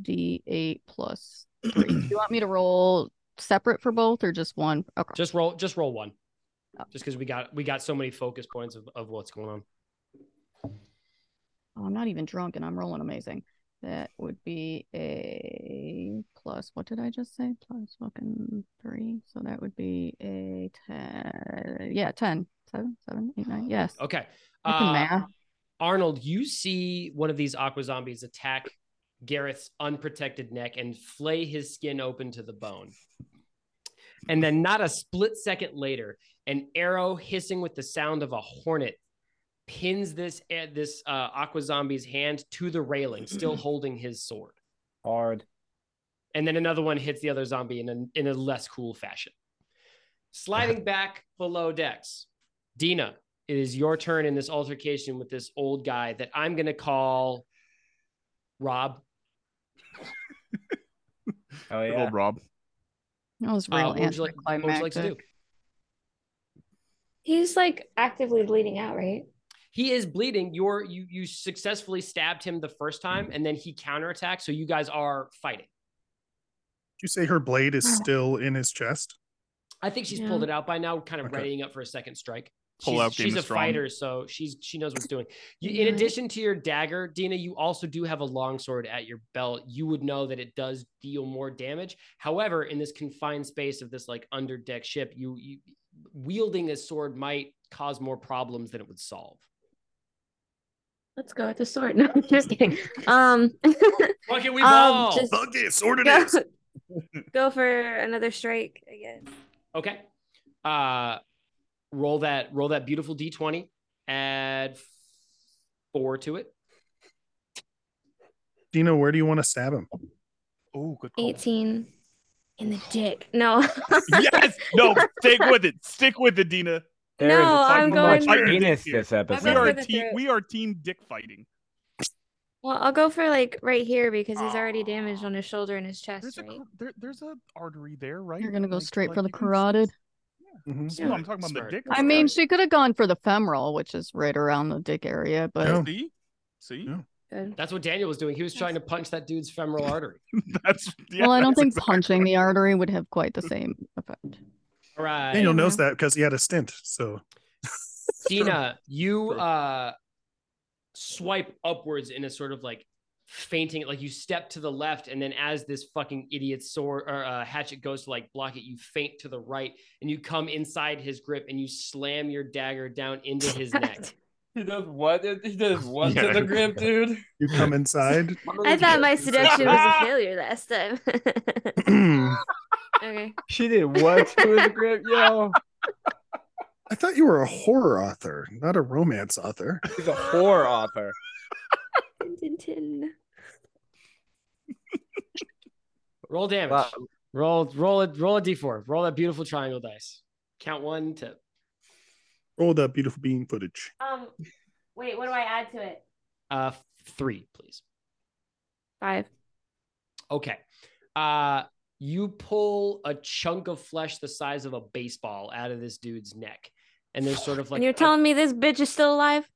S1: D8 plus three. Do you want me to roll separate for both or just one? Okay.
S8: Just roll. Just roll one. Just because we got we got so many focus points of, of what's going on.
S1: Oh, I'm not even drunk and I'm rolling amazing. That would be a plus. What did I just say? Plus fucking three. So that would be a 10. Yeah, 10. 7, 7, 8,
S8: [GASPS]
S1: 9. Yes.
S8: Okay.
S1: I can
S8: Uh,
S1: math.
S8: Arnold, you see one of these aqua zombies attack Gareth's unprotected neck and flay his skin open to the bone. And then, not a split second later, an arrow hissing with the sound of a hornet pins this eh, this uh, aqua zombie's hand to the
S1: [CLEARS THROAT]
S8: railing, still holding his sword.
S11: Hard.
S8: And then another one hits the other zombie in a, in a less cool fashion. Sliding back below decks, Dina, it is your turn in this altercation with this old guy that I'm going to call Rob.
S11: Oh
S7: Good old Rob.
S1: That was
S8: Uh,
S1: real
S8: what would you like- what would you like to do?
S1: anticlimactic.
S6: He's like actively bleeding out, right?
S8: He is bleeding. You're you you successfully stabbed him the first time, and then he counterattacks. So you guys are fighting.
S4: you say her
S1: [SIGHS]
S4: blade is still in his chest?
S8: I think she's
S6: Yeah.
S8: pulled it out by now, kind of
S4: Okay.
S8: readying up for a second strike.
S4: Pull
S8: she's
S4: out game
S8: she's a
S4: is strong.
S8: fighter, so she's she knows what's doing. You,
S6: Yeah.
S8: In addition to your dagger, Dina, you also do have a longsword at your belt. You would know that it does deal more damage. However, in this confined space of this like under deck ship, you, you wielding a sword might cause more problems than it would solve.
S6: Let's go with the sword. [LAUGHS] No, I'm just kidding. Um, [LAUGHS]
S8: Fuck it, we
S6: um,
S8: ball.
S6: just
S4: Fuck it, sword it
S6: go, [LAUGHS]
S4: is.
S6: go for another strike, I guess.
S8: Okay. Uh roll that roll that beautiful d20. Add f- four to it.
S4: Dino, where do you want to stab him?
S7: Oh, good.
S6: 18 in the dick. No.
S7: yes.
S6: [LAUGHS]
S7: No. Stick with it. Stick with it, Dina.
S6: There is No, I'm
S11: so much
S6: going-
S11: penis this episode.
S7: We are
S6: the
S7: team.
S6: throat.
S7: We are team dick fighting.
S6: Well, I'll go for like right here because he's already damaged on his shoulder and his chest,
S7: There's a
S6: right?
S7: cor- there, there's a artery there, right?
S1: You're going to go
S7: Like-
S1: straight
S7: like
S1: for the
S7: you can-
S1: carotid.
S7: No, I'm talking about
S8: Smart.
S7: the dick.
S1: I mean, she could have gone for the femoral, which is right around the dick area, but
S4: Yeah.
S7: see, see,
S6: Good.
S8: That's what Daniel was doing. He was trying to punch that
S13: [LAUGHS]
S8: dude's femoral artery.
S7: that's
S10: [LAUGHS]
S7: yeah,
S1: well, I don't
S7: that's
S1: think
S7: exact-
S1: punching the artery would have quite the same effect.
S8: All right.
S4: Daniel knows that because he had a stint. So
S8: Dina, you uh swipe upwards in a sort of like fainting like you step to the left and then as this fucking idiot sword or uh, hatchet goes to like block it you faint to the right and you come inside his grip and you slam your dagger down into
S1: [LAUGHS]
S8: his neck
S13: He does what? He does
S4: [LAUGHS]
S13: what
S4: Yeah.
S13: to the
S11: [LAUGHS]
S13: grip, dude?
S4: you come inside.
S6: I thought my seduction was
S11: [LAUGHS]
S6: a failure last time.
S4: I
S6: [LAUGHS] okay.
S11: She did what to his grip, yo?
S4: thought you were a horror author, not a romance author.
S11: She's a whore author.
S6: Tin, tin, tin.
S8: roll damage
S13: Wow.
S8: roll roll it roll a d4 roll that beautiful triangle dice count one to
S4: Roll that beautiful bean footage.
S6: Um, wait, what do I add to it?
S8: uh three please
S6: Five.
S8: Okay. Uh you pull a chunk of flesh the size of a baseball out of this dude's neck. And there's sort of like
S6: and you're
S8: a-
S6: telling me this bitch is still alive?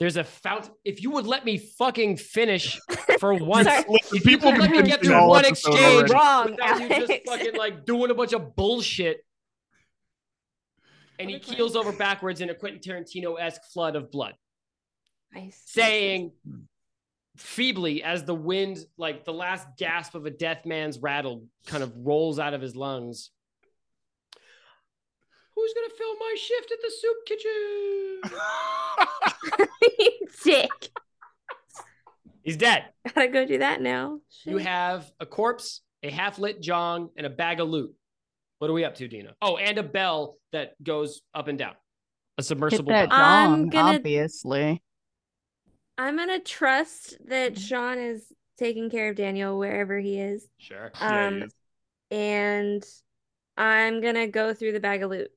S8: there's a fountain. If you would let me fucking finish
S6: [LAUGHS]
S8: for once,
S6: Sorry.
S8: if you
S7: People
S8: could let me
S7: confused
S8: get
S7: me
S8: through
S7: all
S8: one
S7: episode
S8: exchange
S6: already.
S8: without you just
S6: Alex.
S8: fucking like doing a bunch of bullshit. And he keels over backwards in a Quentin Tarantino-esque flood of blood.
S6: Nice.
S8: saying feebly as the wind, like the last gasp of a death man's rattle, kind of rolls out of his lungs. Who's gonna fill my shift at the soup kitchen?
S6: Dick.
S8: He's dead.
S6: Gotta go do that now.
S8: You have a corpse, a half lit jong, and a bag of loot. What are we up to, Dina? Oh, and a bell that goes up and down. A submersible
S1: that
S8: bell.
S1: dong,
S6: I'm gonna-
S1: obviously.
S6: I'm gonna trust that Sean is taking care of Daniel wherever he is.
S8: Sure.
S7: Yeah, he
S6: Um, and I'm gonna go through the bag of loot.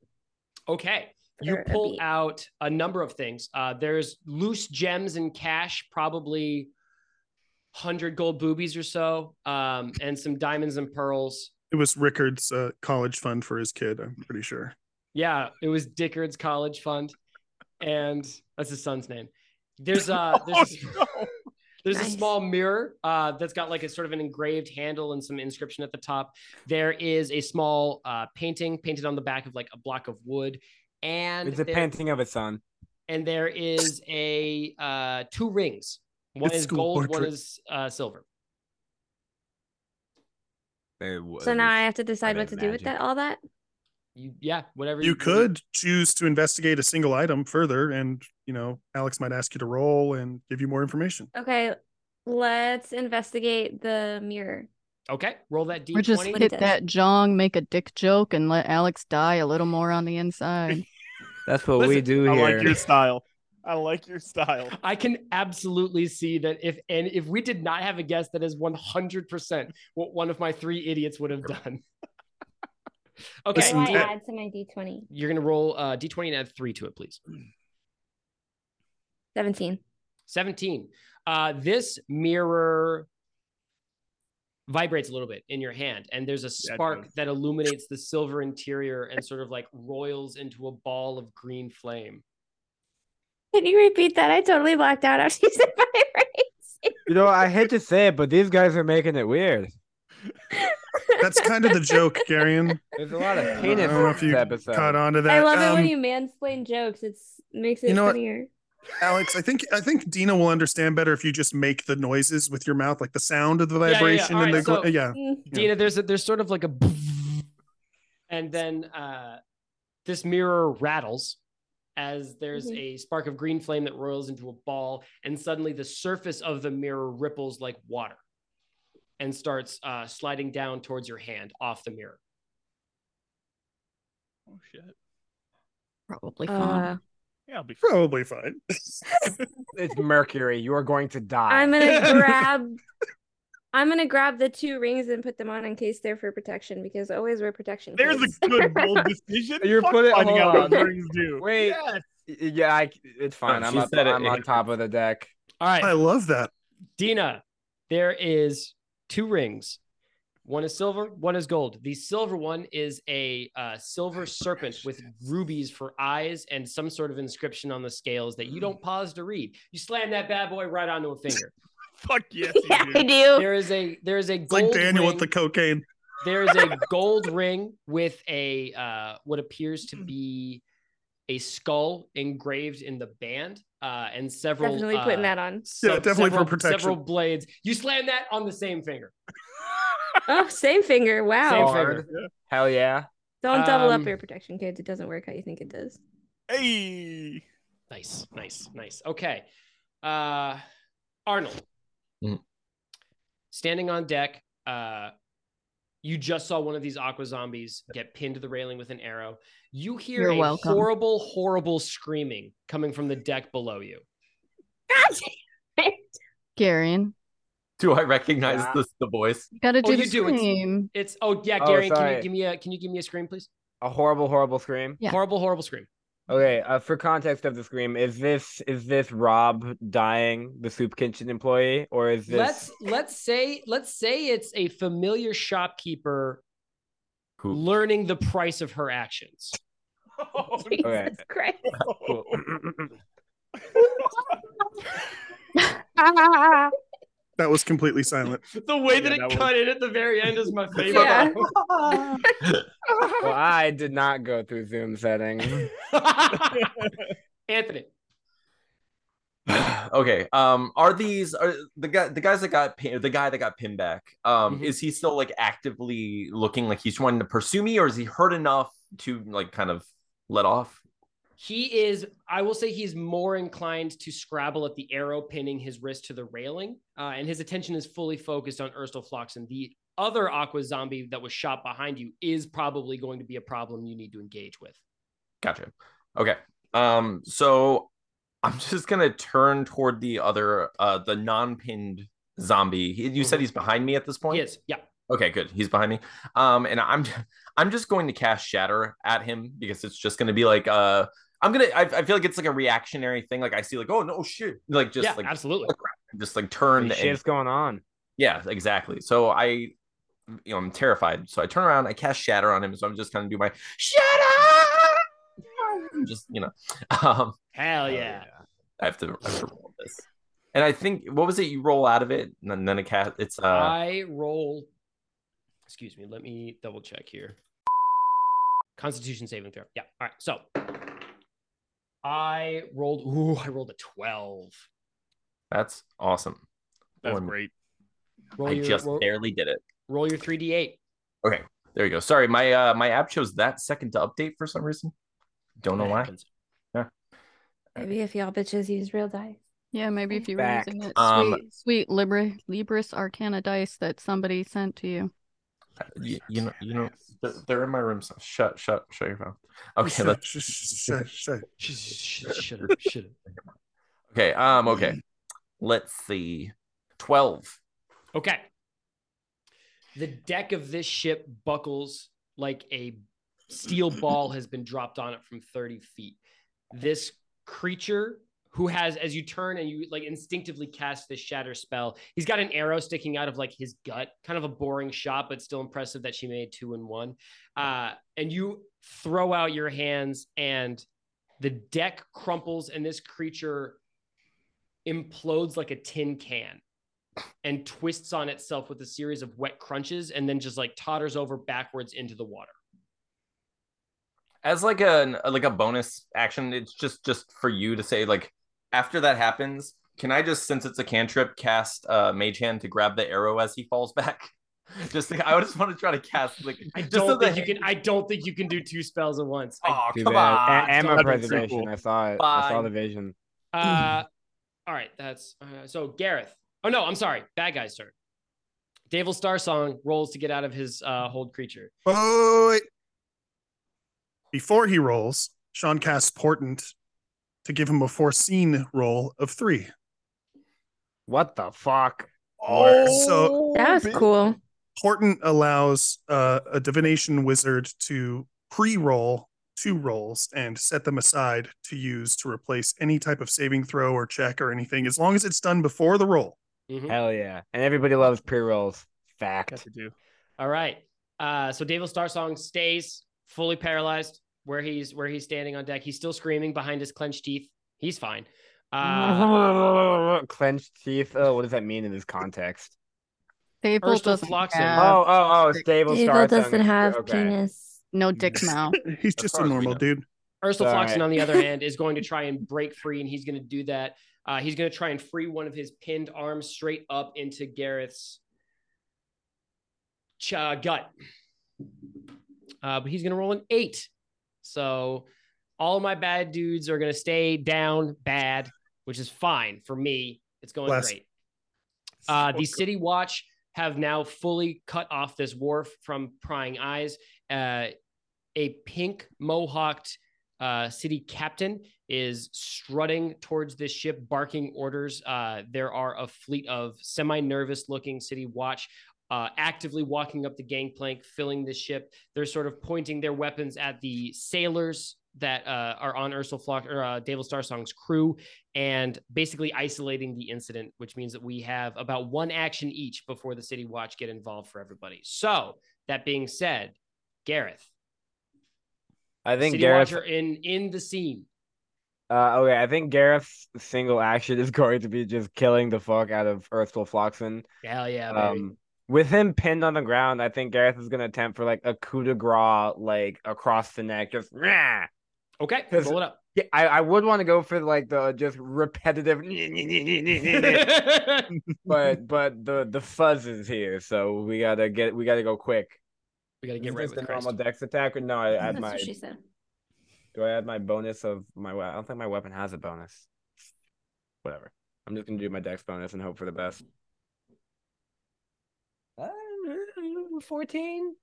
S8: Okay. You
S6: for a
S8: pull out a number of things. Uh, there's loose gems and cash, probably 100 gold boobies or so, um, and some diamonds and pearls.
S4: It was Rickard's uh, college fund for his kid. I'm pretty sure.
S8: Yeah, it was Dickard's college fund, and that's his son's name.
S7: [LAUGHS]
S8: There's
S7: Oh,
S8: a there's, there's a small mirror uh, that's got like a sort of an engraved handle and some inscription at the top. There is a small uh, painting painted on the back of like a block of wood, and
S11: It's a
S8: there-
S11: painting of a son.
S8: And there is a uh, two rings. One
S11: It's
S8: is
S11: school
S8: gold, one
S11: portrait.
S8: is uh, silver.
S6: So now I have to decide what to do with that. All that.
S8: You, yeah, whatever
S4: You could choose to investigate a single item further, and you know, Alex might ask you to roll and give you more information.
S6: Okay, let's investigate the mirror.
S8: Okay, roll that
S1: Or just
S8: d20.
S1: hit that jong, make a dick joke, and let Alex die a little more on the
S6: [LAUGHS]
S1: inside.
S11: That's what we
S7: Listen,
S11: do
S7: I
S11: here.
S7: like your style. I like your style.
S8: I can absolutely see that if and if we did not have a guest, that is one hundred percent what one of my three idiots would have done. okay,
S6: What do I add to my d20?
S8: you're gonna roll uh, d twenty and add three to it, please.
S6: 17.
S8: 17. Uh, this mirror vibrates a little bit in your hand, and there's a
S13: Yeah, it
S8: spark
S13: does.
S8: that illuminates the silver interior and sort of like roils into a ball of green flame.
S6: Can you repeat that? I totally blacked out after you said
S11: You know, I hate to say it, but these guys are making it weird.
S4: That's kind of the joke, Garion.
S11: There's a lot
S4: I don't know if you caught on to
S6: [LAUGHS]
S4: that.
S6: I love it
S4: Um,
S6: when you mansplain jokes. It's makes it
S4: you know what?
S6: funnier.
S4: Alex, I think I think Dina will understand better if you just make the noises with your mouth, like the sound of the
S8: Yeah, yeah, yeah.
S4: vibration
S8: All right,
S4: and the
S8: so,
S4: gl- yeah.
S8: Dina, there's a, there's sort of like a, and then uh, this mirror rattles as there's
S13: Mhm.
S8: a spark of green flame that roils into a ball, and suddenly the surface of the mirror ripples like water, and starts uh, sliding down towards your hand off the mirror.
S7: Oh shit.
S1: Probably
S6: Uh,
S7: Yeah, I'll be
S4: probably fine.
S13: it's Mercury. You are going to die.
S6: I'm
S4: [LAUGHS]
S11: [LAUGHS]
S6: gonna grab I'm gonna grab the two rings and put them on in case they're for protection because always wear protection.
S7: There's
S6: kids. [LAUGHS]
S7: a good bold decision.
S13: You're
S7: Fuck
S13: putting-
S7: finding
S13: hold
S7: out what
S13: on.
S7: rings do.
S13: Wait.
S7: Yes.
S13: Yeah, I, it's [LAUGHS] fine.
S8: Oh,
S13: I'm,
S8: she
S13: up,
S8: said it.
S13: I'm on top of the deck.
S8: All right.
S4: I love that.
S8: Dina, there is two rings. One is silver, one is gold. The silver one is a uh, silver serpent with rubies for eyes and some sort of inscription on the scales that you
S4: Mm.
S8: don't pause to read. You slam that bad boy right onto
S4: [LAUGHS]
S8: a finger.
S7: Fuck yes,
S6: [LAUGHS] yeah, I do.
S8: There is a there is a
S4: It's like
S8: gold
S4: Daniel
S8: ring.
S4: with the [LAUGHS] cocaine.
S8: there is a gold ring with a uh, what appears to
S4: Mm.
S8: be a skull engraved in the band uh, and several
S6: Definitely
S8: uh,
S6: putting that on.
S4: Yeah, definitely for
S8: several,
S4: protection.
S8: Several blades. You slam that on the same finger.
S6: Oh, same finger. Wow.
S8: Same
S13: Hard.
S8: finger.
S13: Hell yeah.
S6: Don't double
S8: Um,
S6: up your protection kids. It doesn't work how you think it does.
S7: Hey.
S8: Nice, nice, nice. Okay. Uh Arnold.
S10: Mm.
S8: Standing on deck, uh you just saw one of these aqua zombies get pinned to the railing with an arrow. You hear
S1: You're
S8: a
S1: welcome.
S8: horrible, horrible [LAUGHS] screaming coming from the deck below you.
S1: Garion,
S10: Do I recognize
S13: Yeah.
S10: this the voice?
S1: you gotta do
S8: Oh,
S1: the
S8: you do. It's-
S1: scream.
S8: It's oh yeah,
S13: Oh,
S8: Gary, can you
S13: sorry.
S8: give me a can you give me a scream, please?
S13: A horrible, horrible scream.
S1: Yeah.
S8: Horrible, horrible scream.
S13: Okay, uh, for context of the scream, is this is this Rob dying, the soup kitchen employee, or is this
S8: Let's let's say let's say it's a familiar shopkeeper
S10: Who-
S8: learning the price of her actions.
S1: [LAUGHS]
S7: Oh,
S6: Jesus
S13: Okay.
S6: Christ.
S13: cool.
S4: That was completely silent.
S8: The way that
S7: Yeah,
S8: it
S7: that was-
S8: cut in at the very end is my favorite.
S6: Yeah.
S13: well, I did not go through Zoom settings.
S4: [LAUGHS]
S8: Anthony.
S10: okay. Um, are these are the guy the guys that got pin, the guy that got pinned back? Um,
S8: Mhm.
S10: is he still like actively looking like he's wanting to pursue me, or is he hurt enough to like kind of let off?
S8: He is, I will say, he's more inclined to scrabble at the arrow pinning his wrist to the railing, uh, and his attention is fully focused on Urstel Floxen. The other aqua zombie that was shot behind you is probably going to be a problem you need to engage with.
S10: Gotcha. Okay. Um, so I'm [LAUGHS] just gonna turn toward the other uh the non-pinned zombie. He- You said he's behind me at this point?
S8: He is, Mm-hmm. yeah.
S10: Okay, good. He's behind me. Um, and I'm [LAUGHS] I'm just going to cast Shatter at him because it's just gonna be like uh I'm gonna I, I feel like it's like a reactionary thing. Like I see like, oh no shit. Like just
S8: yeah,
S10: like
S8: absolutely.
S10: [LAUGHS] just like turn
S8: Holy
S10: and-
S8: shit's
S11: going on.
S10: Yeah, exactly. So I you know I'm terrified. So I turn around, I cast Shatter on him, so I'm just gonna do my just you know. [LAUGHS] Um
S8: Hell yeah.
S10: I have to, I have to roll this. And I think what was it you roll out of it, and then a cat. It's uh,
S8: I roll. Excuse me. Let me double check here. Constitution saving throw. Yeah. All right. So I rolled. Ooh, I rolled a twelve.
S10: that's awesome.
S8: That's
S10: great.
S8: Roll
S10: I
S8: your-
S10: just
S8: roll-
S10: barely did it.
S8: Roll your three d eight.
S10: Okay, there you go. Sorry, my uh, my app chose that second to update for some reason. Don't know
S8: That
S10: why.
S8: happens.
S6: Maybe if y'all bitches use real dice.
S1: Yeah, maybe if you
S10: Fact.
S1: were using it,
S10: Um,
S1: sweet, sweet Libri- Libris Arcana dice that somebody sent to you.
S10: Uh, You, you know, you know, they're- they're in my room. So shut, shut, shut
S8: [LAUGHS]
S10: your phone. Okay,
S4: Shut,
S10: let's.
S4: shut, shut, shut.
S8: Shut [LAUGHS] up. Shut up.
S10: Okay, um, okay. Let's see. Twelve.
S8: Okay. The deck of this ship buckles like a steel ball has been dropped on it from 30 feet. This creature who has, as you turn and you like instinctively cast this shatter spell, he's got an arrow sticking out of like his gut, kind of a boring shot, but still impressive that she made two and one. Uh, and you throw out your hands and the deck crumples and this creature implodes like a tin can and twists on itself with a series of wet crunches and then just like totters over backwards into the water.
S10: as like a like a bonus action it's just just for you to say like after that happens can i just since it's a cantrip cast uh mage hand to grab the arrow as he falls back [LAUGHS] just think, i just want to try to cast like
S8: I
S10: just so
S8: don't
S10: the
S8: think you can I don't think you can do two spells at once. I-
S10: Aw,
S8: Too
S10: come
S8: bad.
S10: on
S8: A- ammo
S10: Don't-
S8: preservation,
S11: Vision. I saw it. I saw
S8: Fine.
S11: the vision.
S8: uh all right, that's uh, so Gareth. Oh no, I'm sorry. Bad guy's turn. Davel Star Song rolls to get out of his uh hold creature.
S4: Oh, wait. Before he rolls, Sean casts Portent to give him a foreseen roll of three.
S11: What the fuck?
S8: Oh
S4: so
S6: that
S15: [LAUGHS]
S6: was cool.
S4: Portent allows uh, a divination wizard to pre-roll two rolls and set them aside to use to replace any type of saving throw or check or anything, as long as it's done before the roll.
S8: Mm-hmm.
S11: Mm-hmm. Hell yeah. And everybody loves pre rolls. Fact.
S8: All right. Uh, so David Starsong stays fully paralyzed where he's where he's standing on deck. He's still screaming behind his clenched teeth. He's fine.
S11: Uh-huh.
S8: Uh,
S11: [LAUGHS] Clenched teeth. Oh, what does that mean in this context?
S1: Stable
S8: Ursula
S1: doesn't
S8: Floxen.
S1: have-
S11: Oh, oh, oh, stable
S6: Davel
S11: star.
S6: doesn't have
S11: okay.
S6: penis.
S1: No dick mouth.
S4: [LAUGHS] He's just a normal dude.
S8: Ursula
S11: All
S8: Floxen,
S11: right.
S8: on
S11: [LAUGHS]
S8: the other hand, is going to try and break free, and he's going to do that. Uh, he's going to try and free one of his pinned arms straight up into Gareth's ch- uh, gut. Uh, but he's going to roll an eight. So all my bad dudes are going to stay down bad, which is fine for me. It's going
S11: Bless.
S8: great. Uh, the City Watch have now fully cut off this wharf from prying eyes. Uh, a pink mohawked uh, city captain is strutting towards this ship, barking orders. Uh, there are a fleet of semi nervous looking City Watch. Uh, actively walking up the gangplank, filling the ship. They're sort of pointing their weapons at the sailors that uh, are on Ursel Flock or uh, Davel Starsong's crew, and basically isolating the incident, which means that we have about one action each before the city watch get involved for everybody. So that being said, Gareth,
S11: I think
S8: city
S11: Gareth.
S8: watcher in in the scene.
S11: Uh, okay, I think Gareth's single action is [LAUGHS] going to be just killing the fuck out of Earthful Floxen.
S8: Hell yeah, baby.
S11: Um, with him pinned on the ground, I think Gareth is going to attempt for like a coup de grace, like across the neck, just rah.
S8: okay,
S11: 'cause-
S8: roll it up.
S11: Yeah, I, I would want to go for like the just repetitive, [LAUGHS]
S8: [LAUGHS]
S11: but but the the fuzz is here, so we gotta get we gotta go quick.
S8: We gotta
S11: Is
S8: get right
S11: this
S8: with
S11: the normal
S8: Christ.
S11: dex attack or no? I add
S6: That's
S11: my
S6: what she said.
S11: Do I add my bonus of my? we- I don't think my weapon has a bonus. Whatever. I'm just gonna do my dex bonus and hope for the best.
S8: Uh, 14.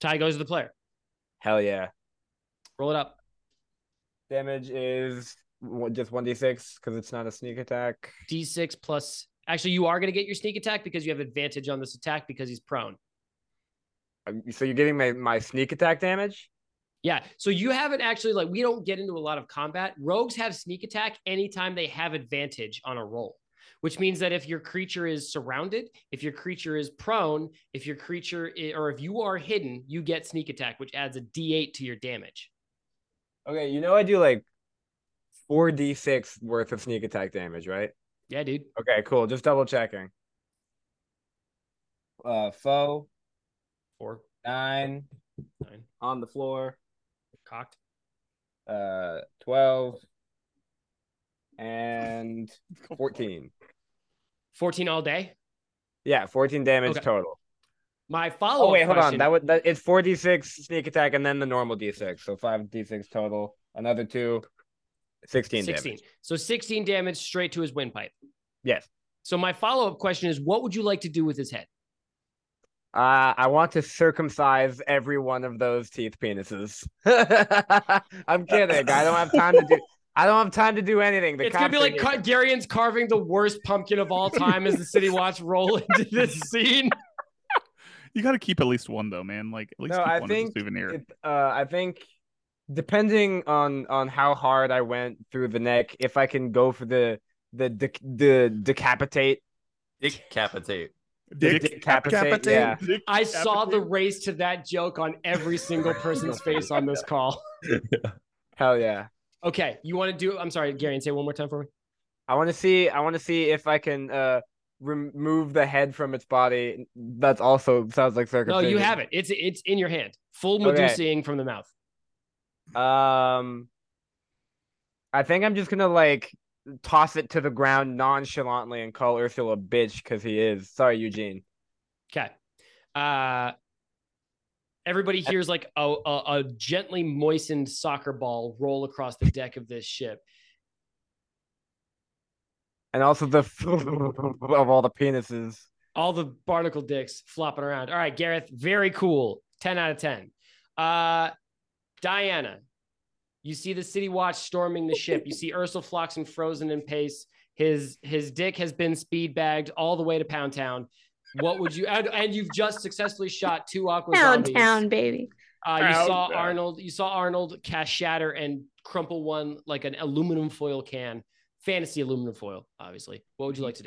S8: Tie goes to the player.
S11: Hell yeah.
S8: Roll it up.
S11: Damage is one- just one d six because it's not a sneak attack.
S8: D6 plus. Actually, you are going to get your sneak attack because you have advantage on this attack because he's prone.
S11: Um, So you're giving my my sneak attack damage.
S8: Yeah. So you haven't actually, like, we don't get into a lot of combat. Rogues have sneak attack anytime they have advantage on a roll, which means that if your creature is surrounded, if your creature is prone, if your creature, i- or if you are hidden, you get sneak attack, which adds a D8 to your damage.
S11: Okay, you know I do like four d six worth of sneak attack damage, right?
S8: Yeah, dude.
S11: Okay, cool. Just double checking. Uh, foe.
S8: Four.
S11: Nine.
S8: Nine.
S11: On the floor.
S8: Cocked.
S11: Uh, twelve. And fourteen.
S8: 14 all day.
S11: Yeah, fourteen damage
S8: Okay.
S11: total.
S8: My follow
S11: Oh
S8: up.
S11: wait, hold on. That would that, it's four d six sneak attack and then the normal d six, so five d six total. Another two. 16, 16 damage.
S8: So 16 damage straight to his windpipe.
S11: Yes.
S8: So my follow up question is what would you like to do with his head?
S11: Uh, I want to circumcise every one of those teeth penises. [LAUGHS]
S8: Uh,
S11: I'm kidding. I don't have time to
S8: [LAUGHS]
S11: do. I don't have time to do anything. The
S8: it's gonna be
S11: cops are
S8: like
S11: here.
S8: Car- Garian's carving the worst pumpkin of all time as the city watch roll [LAUGHS] into this scene.
S7: You got to keep at least one though, man. Like at least
S11: No,
S7: keep
S11: I
S7: one as
S11: think
S7: a souvenir.
S11: it- uh, I think depending on on how hard I went through the neck, if I can go for the the dec the decapitate,
S10: Decapitate.
S11: Dick- decapitate, yeah.
S8: I saw the race to that joke on every single person's face on this call.
S11: [LAUGHS] Hell yeah!
S8: Okay, you want to do? I'm sorry, Garian, say it one more time for me.
S11: I want to see. I want to see if I can uh remove the head from its body. That's also sounds like
S8: No,
S11: circumcision.
S8: you have it. It's it's in your hand. Full
S11: Okay.
S8: Medusaing from the mouth.
S11: Um, I think I'm just gonna like toss it to the ground nonchalantly and call Ursula a bitch because he is. Sorry, Eugene.
S8: Okay. Uh, everybody hears like a, a, a gently moistened soccer ball roll across the deck of this ship.
S11: And also the [LAUGHS] of all the penises.
S8: All the barnacle dicks flopping around. All right, Gareth, very cool. 10 out of 10. Uh, Diana, you see the city watch storming the ship. You see Ursel Floxen frozen in pace. His his dick has been speed bagged all the way to Pound Town. What would you and, and you've just successfully shot two aqua
S6: Pound
S8: zombies.
S6: Town, baby.
S8: Uh, you saw
S6: Ouch.
S8: Arnold. You saw Arnold cast shatter and crumple one like an aluminum foil can, fantasy aluminum foil, obviously. What
S6: Mm.
S8: would you like to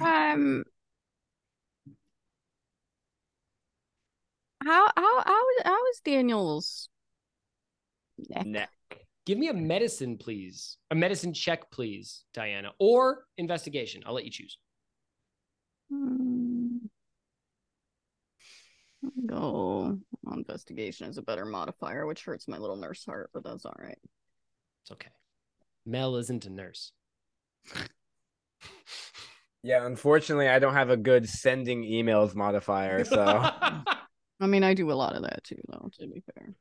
S1: [LAUGHS]
S8: do?
S1: Um. How how how how is Daniel's neck?
S8: Give me a medicine, please. A medicine check, please, Diana, or investigation. I'll let you choose.
S1: Hmm. I'll Go well, investigation is a better modifier, which hurts my little nurse heart, but that's all right.
S8: It's okay. Mel isn't a nurse.
S11: Yeah, unfortunately, I don't have a good sending emails modifier,
S8: [LAUGHS]
S11: so
S1: I mean, I do a lot of that too, though. To be fair,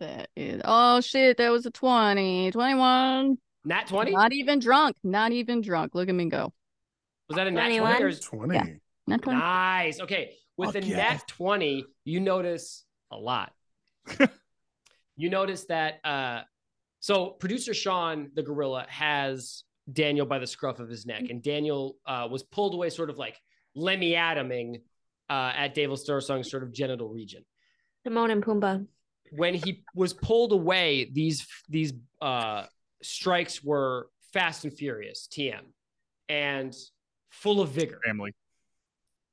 S1: that is oh shit, that was a 20, 21.
S8: Nat 20?
S1: Not even drunk. Not even drunk. Look at me go.
S8: Was that a nat 20? Or is-
S1: Yeah, not 20.
S8: Nice. Okay. With
S1: Fuck
S8: the
S1: yeah.
S8: nat 20, you notice
S1: [LAUGHS]
S8: a lot. you notice that uh so producer Sean the gorilla has Daniel by the scruff of his neck and Daniel uh was pulled away sort of like Lemmy Adaming uh at Dave Stursong's sort of genital region
S6: Timon and Pumbaa.
S8: when he was pulled away, these these uh, strikes were fast and furious, TM, and full of vigor.
S7: Family.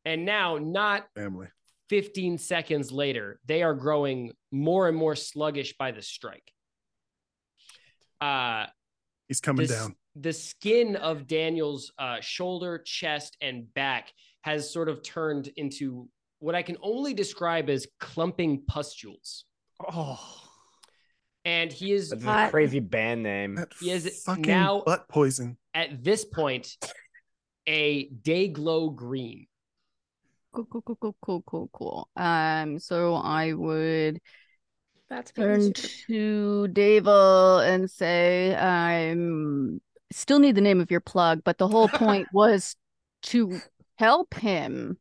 S8: And now, not
S4: Family.
S8: 15 seconds later, they are growing more and more sluggish by the strike. Uh,
S4: He's coming
S8: this-
S4: down.
S8: The skin of Daniel's uh, shoulder, chest, and back has sort of turned into what I can only describe as clumping pustules.
S7: Oh.
S8: And he is
S11: that's a crazy band name.
S8: He is
S4: Fucking
S8: now
S4: butt poison.
S8: at this point a day glow green.
S1: Cool, cool, cool, cool, cool, cool, cool. Um, so I would
S6: That's
S1: turn to Davil and say, I'm still need the name of your plug, but the whole point was to help him.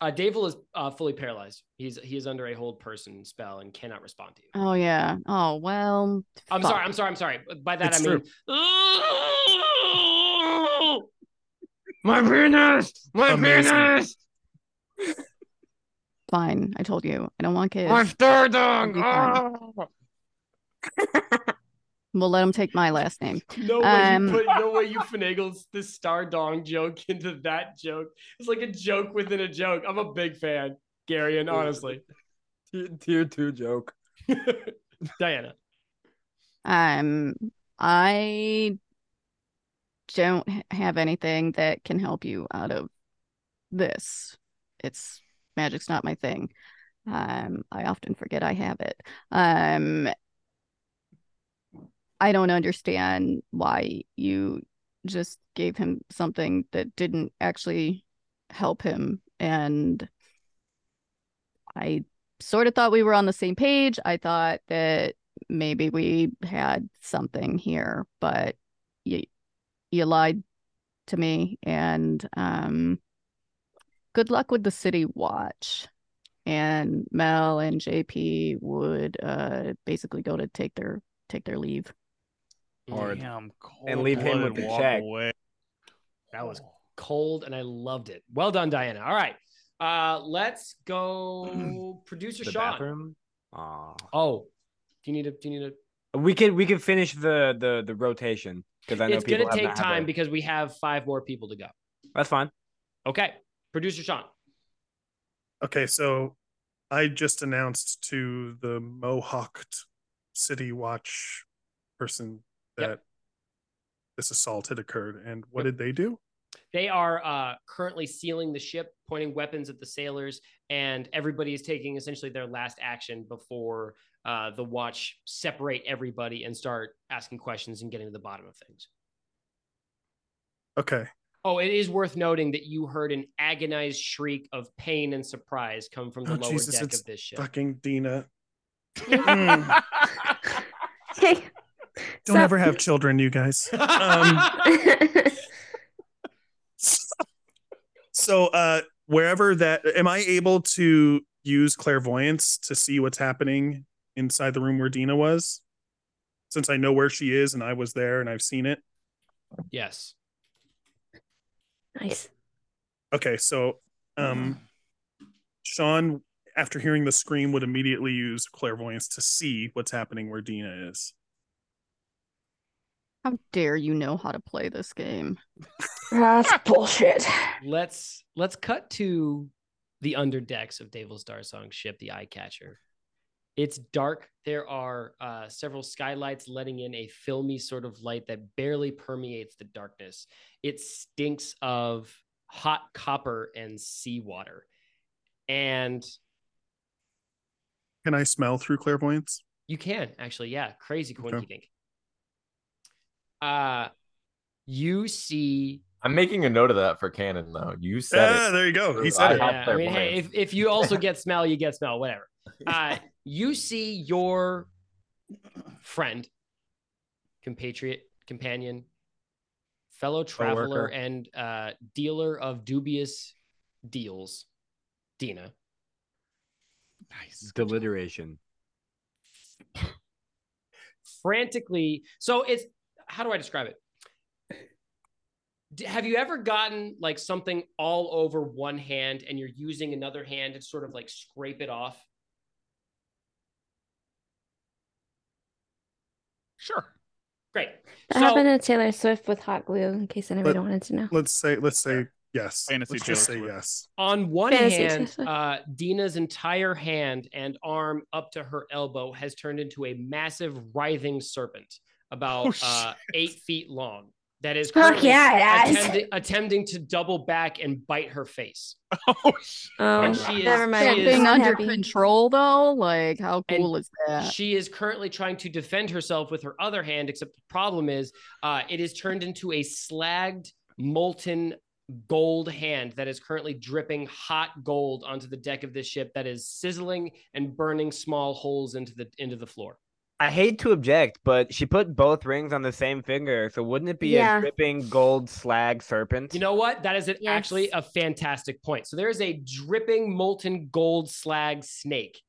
S8: Uh, Davil is uh, fully paralyzed. He's he is under a hold person spell and cannot respond to you.
S1: Oh yeah. Oh well.
S8: I'm
S1: fuck.
S8: sorry. I'm sorry. I'm sorry. By that
S1: It's
S8: I mean
S1: true.
S13: My penis! My
S1: Amazing.
S13: penis!
S1: Fine. I told you. I don't want kids.
S13: My star
S1: It'll
S13: dog!
S1: be fine.
S13: Ah!
S1: We'll let him take my last name.
S8: No way,
S1: Um,
S8: you put, no way you finagled this Star Dong joke [LAUGHS] into that joke. It's like a joke within a joke. I'm a big fan, Gary, and honestly.
S11: Tier, tier two joke.
S8: [LAUGHS] Diana.
S1: Um, I don't h- have anything that can help you out of this. It's magic's not my thing. Um, I often forget I have it. Um, I don't understand why you just gave him something that didn't actually help him. And I sort of thought we were on the same page. I thought that maybe we had something here, but you you lied to me and um good luck with the city watch. And Mel and JP would uh basically go to take their take their leave.
S11: Hard.
S7: Damn,
S11: and leave him with
S7: cold-blooded
S11: the
S7: walk
S11: check.
S7: away.
S8: That was cold and I loved it. Well done, Diana. All right. Uh, let's
S11: [CLEARS THROAT]
S8: go producer
S11: The
S8: Sean.
S11: bathroom. Aw.
S8: Oh. Do you need a do you need a
S11: We could we could finish the the the rotation because I know
S8: it's
S11: people
S8: gonna
S11: have
S8: take
S11: not had
S8: time
S11: those.
S8: because we have five more people to go.
S11: That's fine.
S8: Okay. Producer Sean.
S4: Okay, so I just announced to the Mohawked City Watch person that
S8: Yep.
S4: this assault had occurred. And what did they do?
S8: They are uh, currently sealing the ship, pointing weapons at the sailors, and everybody is taking essentially their last action before uh, the watch separate everybody and start asking questions and getting to the bottom of things.
S4: Okay.
S8: Oh, it is worth noting that you heard an agonized shriek of pain and surprise come from the
S4: Oh
S8: lower
S4: Jesus,
S8: deck
S4: it's
S8: of this ship.
S4: fucking Dina. [LAUGHS] Don't
S8: Stop.
S4: ever have children, you
S8: [LAUGHS]
S4: guys. Um, [LAUGHS] so uh wherever that am I able to use clairvoyance to see what's happening inside the room where Dina was? Since I know where she is and I was there and I've seen it.
S8: yes.
S6: Nice.
S4: Okay, so um Sean after hearing the scream would immediately use clairvoyance to see what's happening where Dina is.
S1: How dare you know how to play this game?
S6: That's bullshit.
S8: Let's let's cut to the underdecks of Davil's Star Song ship, the Eye Catcher. It's dark. There are uh, several skylights letting in a filmy sort of light that barely permeates the darkness. It stinks of hot copper and seawater. And
S4: Can I smell through clairvoyance?
S8: you can actually, yeah, crazy
S4: Okay.
S8: coinky dink. Uh, you see
S10: I'm making a note of that for canon though. You said
S4: Yeah,
S10: it.
S4: there you go. He
S10: I
S4: said it.
S10: have
S8: Yeah, I mean, hey,
S10: clairvoyance.
S8: if, if you also get smell, you get
S4: [LAUGHS]
S8: smell, whatever. Uh, you see your friend, compatriot, companion, fellow traveler,
S10: Coworker.
S8: and uh, dealer of dubious deals, Dina.
S7: Nice.
S11: Deliteration.
S8: frantically. So it's how do I describe it? D- Have you ever gotten like something all over one hand and you're using another hand to sort of like scrape it off?
S7: Sure.
S8: Great.
S6: That happened to Taylor Swift with hot glue, in case anybody
S4: Let-
S6: wanted to know.
S4: Let's say let's say yes.
S7: Fantasy
S4: let's just
S7: Taylor
S4: say
S7: Swift.
S4: yes.
S8: On one
S6: Fantasy
S8: hand,
S6: [LAUGHS] Taylor.
S8: uh, Dina's entire hand and arm up to her elbow has turned into a massive writhing serpent about
S7: Oh,
S8: uh, eight feet long that is
S6: Fuck
S8: currently
S6: yeah, it has.
S8: attempti- attempting to double back and bite her face.
S7: [LAUGHS] Oh, shit.
S6: Oh,
S8: And she is-
S6: never mind.
S8: she
S6: I'm
S8: is-
S1: Being
S6: not
S1: under
S6: happy.
S1: control though, like how
S8: And
S1: cool is
S12: [LAUGHS]
S1: that?
S8: She is currently trying to defend herself with her other hand, except the problem is uh, it is turned into a slagged, molten gold hand that is currently dripping hot gold onto the deck of this ship that is sizzling and burning small holes into the into the floor.
S12: I hate to object, but she put both rings on the same finger, so wouldn't it be
S8: Yeah.
S12: a dripping gold slag serpent?
S8: You know what? That is an, actually a fantastic point. So there is a dripping molten gold slag snake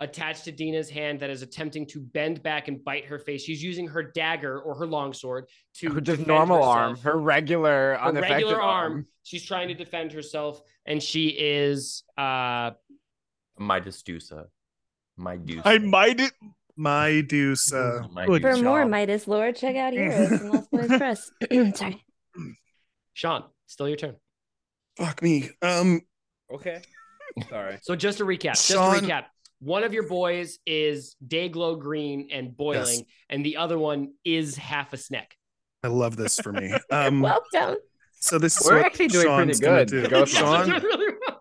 S8: attached to Dina's hand that is attempting to bend back and bite her face. She's using her dagger or her longsword
S13: [LAUGHS]
S8: to
S13: just
S8: defend
S13: normal
S8: herself.
S13: arm, her regular,
S8: Her
S13: unaffected
S8: regular arm.
S13: arm.
S8: She's trying to defend herself, and she is uh
S10: My Dusa. My Dusa.
S4: I might it. My deuce. Uh,
S10: My
S4: good
S6: For more
S4: job.
S6: Midas lore, check out Heroes and Lost Boys Press. [CLEARS THROAT] Sorry.
S8: Sean, still your turn.
S4: Fuck me. Um.
S11: Okay. Sorry.
S8: So just to recap, just
S4: Sean-
S8: to recap, one of your boys is Dayglow Green and boiling, and the other one is half a snack.
S4: I love this
S13: [LAUGHS]
S4: for me. Um,
S8: done.
S4: so this is
S8: We're
S4: what
S8: actually doing pretty
S4: Sean's gonna
S8: good.
S4: do.
S8: Go for it.
S4: Sean,
S8: Really
S4: [LAUGHS]
S8: well.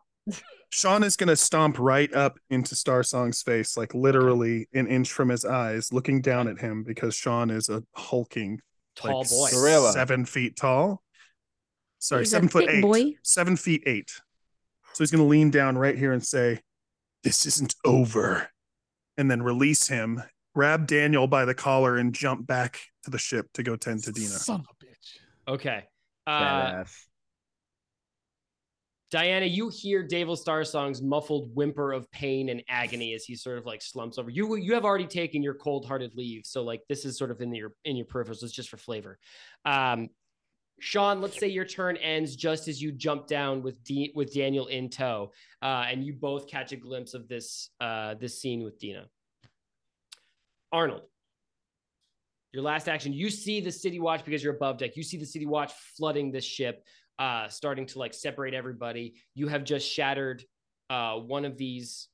S4: Sean is going to stomp right up into Star Song's face, like literally an inch from his eyes, looking down at him because Sean is a hulking,
S8: Tall
S4: like,
S8: boy.
S13: Gorilla.
S4: seven feet tall. Sorry,
S13: He's a
S4: seven foot
S13: thick
S4: eight.
S13: boy.
S4: Seven feet eight. So he's going to lean down right here and say, "This isn't over," and then release him, grab Daniel by the collar, and jump back to the ship to go tend to Dina.
S8: Okay. Uh, Diana, you hear Davil Star Song's muffled whimper of pain and agony as he sort of like slumps over. You you have already taken your cold-hearted leave, so like this is sort of in your in your peripherals. It's just for flavor. Um, Sean, let's say your turn ends just as you jump down with D- with Daniel in tow, uh, and you both catch a glimpse of this uh, this scene with Dina. Arnold, your last action. You see the city watch because you're above deck. You see the city watch flooding this ship, uh, starting to like separate everybody. You have just shattered uh, one of these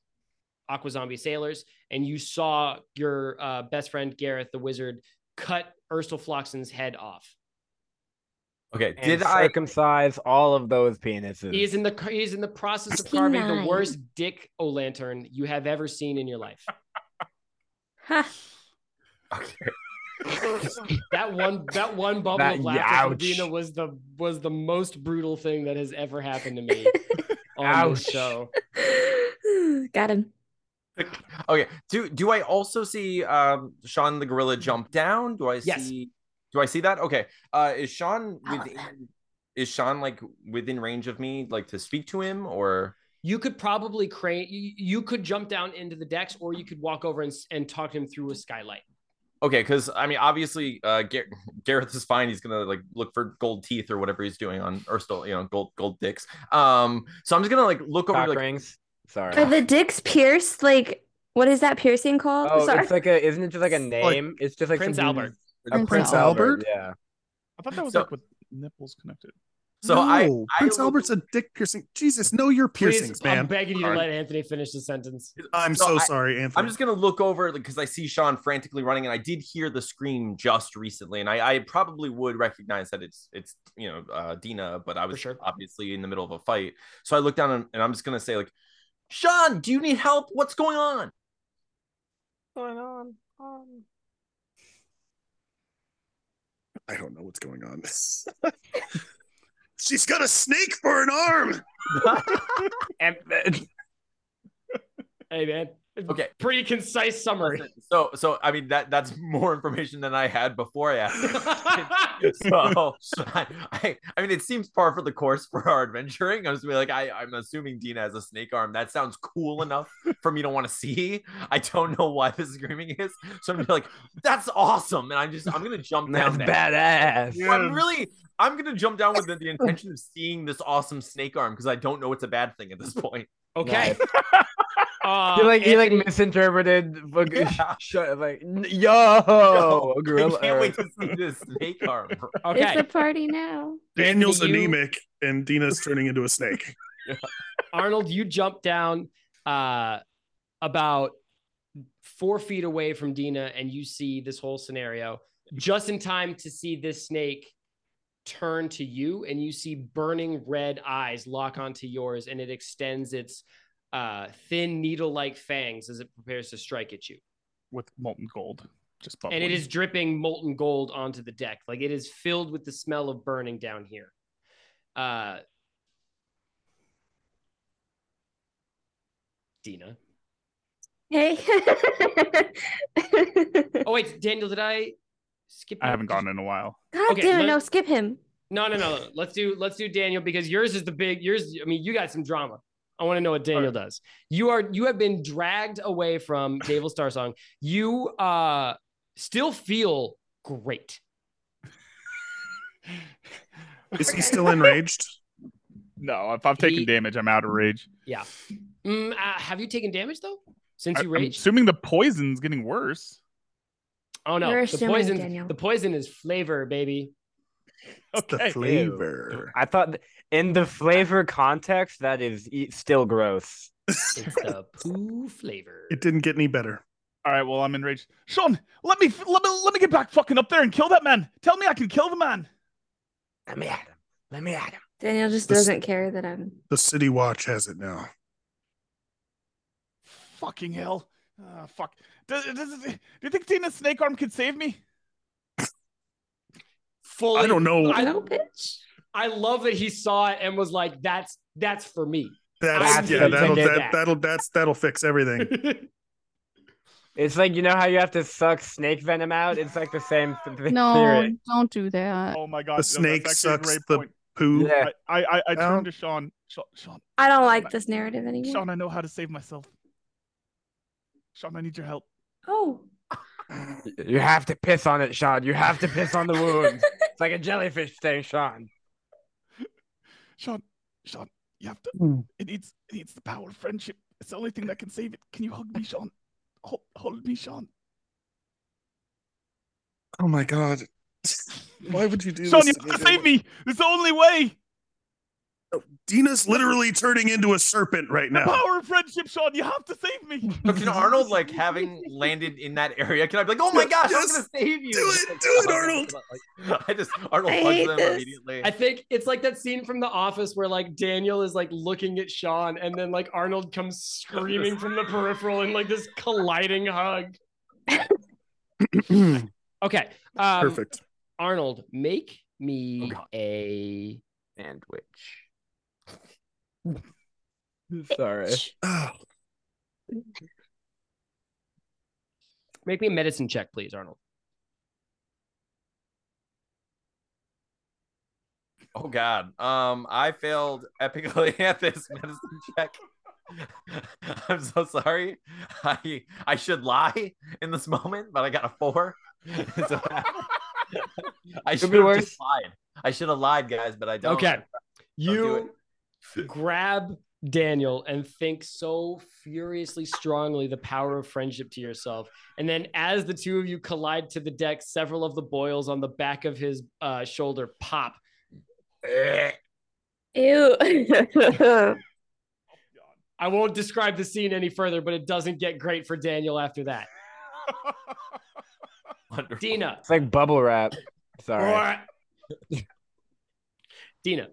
S8: aqua zombie sailors, and you saw your uh, best friend Gareth the wizard cut Ursel Floxon's head off.
S10: Okay.
S13: Did
S8: And
S13: I
S12: circumcise all of those penises?
S8: He is in the he is in the process of carving the
S12: P9.
S8: worst dick o lantern you have ever seen in your life. [LAUGHS] that one that one bubble
S13: That-
S8: of laughter from
S13: ouch.
S8: Dina was the was the most brutal thing that has ever happened
S13: [LAUGHS]
S8: to me on this
S10: Ouch.
S8: show.
S6: Got him.
S10: Okay. Do do I also see um Sean the gorilla jump down? Do I see
S8: Yes.
S10: do I see that? Okay. Uh is Sean within is Sean like within range of me like to speak to him or
S8: You could probably crane you, you could jump down into the decks or you could walk over and, s- and talk to him through a skylight.
S10: Okay, because I mean, obviously, uh, Gar- Gareth is fine. He's gonna like look for gold teeth or whatever he's doing on Urstel, you know, gold gold dicks. Um, so I'm just gonna like look over
S13: Cock
S10: like,
S13: rings. Sorry.
S6: Are the dicks pierced? Like, what is that piercing called?
S13: Oh,
S6: Sorry. [LAUGHS]
S13: it's like a isn't it just like a name? it's just like
S7: Prince
S13: some
S7: Albert.
S13: A
S7: Prince
S13: Prince,
S4: Albert?
S13: Albert. Yeah.
S7: I thought that was
S10: So-
S7: like with nipples connected.
S10: So I-
S4: No,
S10: I
S4: Prince
S10: will-
S4: Albert's a dick piercing. Jesus, know your piercings,
S8: Please,
S4: man.
S8: I'm begging you to
S10: Sorry.
S8: let Anthony finish the sentence.
S4: I'm so sorry, Anthony.
S10: I'm just gonna look over because I see Sean frantically running, and I did hear the scream just recently, and I, I probably would recognize that it's it's you know uh, Dina, but I was obviously in the middle of a fight, so I look down and, and I'm just gonna say like, Sean, do you need help? What's going on?
S13: Going on. Um, on.
S4: I don't know what's going on. [LAUGHS] She's got a snake for an arm.
S13: and
S8: [LAUGHS] Hey man.
S10: Okay.
S8: Pretty concise summary.
S10: So so I mean that that's more information than I had before I asked.
S8: [LAUGHS]
S10: it. so I, I I mean it seems par for the course for our adventuring. I was gonna be like I I'm assuming Dina has a snake arm. That sounds cool enough for me to want to see. I don't know why the screaming is. So I'm gonna be like that's awesome, and I'm just I'm gonna jump
S13: That's
S10: down. there.
S13: badass.
S10: I'm really I'm gonna jump down with
S13: [LAUGHS]
S10: the, the intention of seeing this awesome snake arm because I don't know it's a bad thing at this point.
S8: Okay. [LAUGHS] Uh,
S13: you like you like [LAUGHS]
S8: Anthony-
S13: misinterpreted. fuck-
S12: [LAUGHS]
S13: sh- like n- yo, a gorilla.
S10: I can't wait to see this snake arm.
S6: It's a party now.
S4: Daniel's
S8: Anthony, you-
S4: anemic, and Dina's turning into a snake.
S8: Arnold, you jump down uh, about four feet away from Dina, and you see this whole scenario just in time to see this snake turn to you, and you see burning red eyes lock onto yours, and it extends its uh, thin needle-like fangs as it prepares to strike at you.
S7: with molten gold. Just
S8: And it is dripping molten gold onto the deck. Like it is filled with the smell of burning down here. Uh, Dina.
S6: Hey. [LAUGHS]
S8: Oh wait, Daniel, did I skip?
S7: I haven't gone in a while.
S6: God
S8: Okay,
S6: damn it!
S8: let-
S6: No, skip him.
S8: No, no, no. Let's do let's do Daniel because yours is the big yours. I mean, you got some drama. I want to know what Daniel does. You are you have been dragged away from Naval Star Song. You uh still feel great.
S4: [LAUGHS] Is he still enraged?
S7: No, if I've taken damage, I'm out of rage.
S8: Yeah. Mm, uh, have you taken damage though? Since
S7: I-
S8: you
S7: I'm
S8: raged?
S7: assuming the poison's getting worse.
S8: Oh no,
S7: You're
S8: the
S7: assuming,
S8: poison.
S7: Daniel.
S8: The poison is flavor, baby.
S7: Okay.
S12: flavor. I thought th- in the flavor context, that is e- still gross.
S7: [LAUGHS]
S8: It's the poo flavor.
S4: It didn't get any better.
S7: All right, well, I'm enraged. Sean, let me let me let me get back fucking up there and kill that man. Tell me I can kill the man.
S12: Let me at him. Let me at him.
S6: Daniel just
S4: This-
S6: doesn't care that I'm.
S4: The city watch has it now.
S7: Fucking hell. Ah, fuck. Does, does, do you think Tina's snake arm could save me?
S8: Fully-
S4: I don't know.
S8: I, I love that he saw it and was like, "That's that's for me."
S4: That's,
S8: That's
S4: yeah,
S8: what
S4: that'll
S8: did
S4: that,
S8: that.
S4: that'll that's that'll fix everything.
S12: It's like you know how you have to suck snake venom out. It's like the same th- th-
S1: No,
S12: theory.
S1: don't do that.
S7: Oh my
S1: god,
S4: the snake sucks the poo.
S12: Yeah.
S7: I I, I
S4: Well-
S7: turned to Sean. Sean, Sean.
S6: I don't like this narrative anymore.
S7: Sean, I know how to save myself. Sean, I need your help.
S6: Oh,
S12: You have to piss on it, Sean. You have to piss on the wound. it's like a jellyfish thing, Sean.
S7: Sean, Sean, you have to. It needs it needs the power of friendship. It's the only thing that can save it. Can you hug me, Sean? Hold, hold me, Sean.
S4: Oh my god. Why would you do
S7: Sean, you
S4: this? to
S7: have to
S4: me?
S7: save me. It's the only way.
S4: Dina's literally turning into a serpent right
S7: The
S4: now.
S7: power of friendship, Sean. You have to save me.
S10: But can Arnold, like having landed in that area, can I be like, oh my gosh,
S7: Yes.
S10: I'm gonna save you?
S7: Do it, do it, Arnold.
S10: [LAUGHS] I just Arnold hugs them immediately.
S8: I think it's like that scene from The Office where like Daniel is like looking at Sean and then like Arnold comes screaming from the peripheral in like this colliding hug. Okay. Um,
S4: Perfect.
S8: Arnold, make me a [LAUGHS] sandwich.
S12: Sorry.
S8: Make me a medicine check, please, Arnold.
S10: Oh god. Um, I failed epically [LAUGHS] at this medicine check. [LAUGHS] I'm so sorry. I I should lie in this moment, but I got a four. [LAUGHS] so I
S8: Could
S10: should
S8: be
S10: have
S8: worse.
S10: just lied. I should have lied, guys, but I don't.
S8: Okay.
S10: do
S8: You grab Daniel and think so furiously strongly the power of friendship to yourself. And then, as the two of you collide to the deck, several of the boils on the back of his uh, shoulder pop.
S6: ew. [LAUGHS]
S8: I won't describe the scene any further, but it doesn't get great for Daniel
S10: [LAUGHS]
S8: after that. Dina.
S12: It's like bubble wrap. Sorry.
S8: Dina,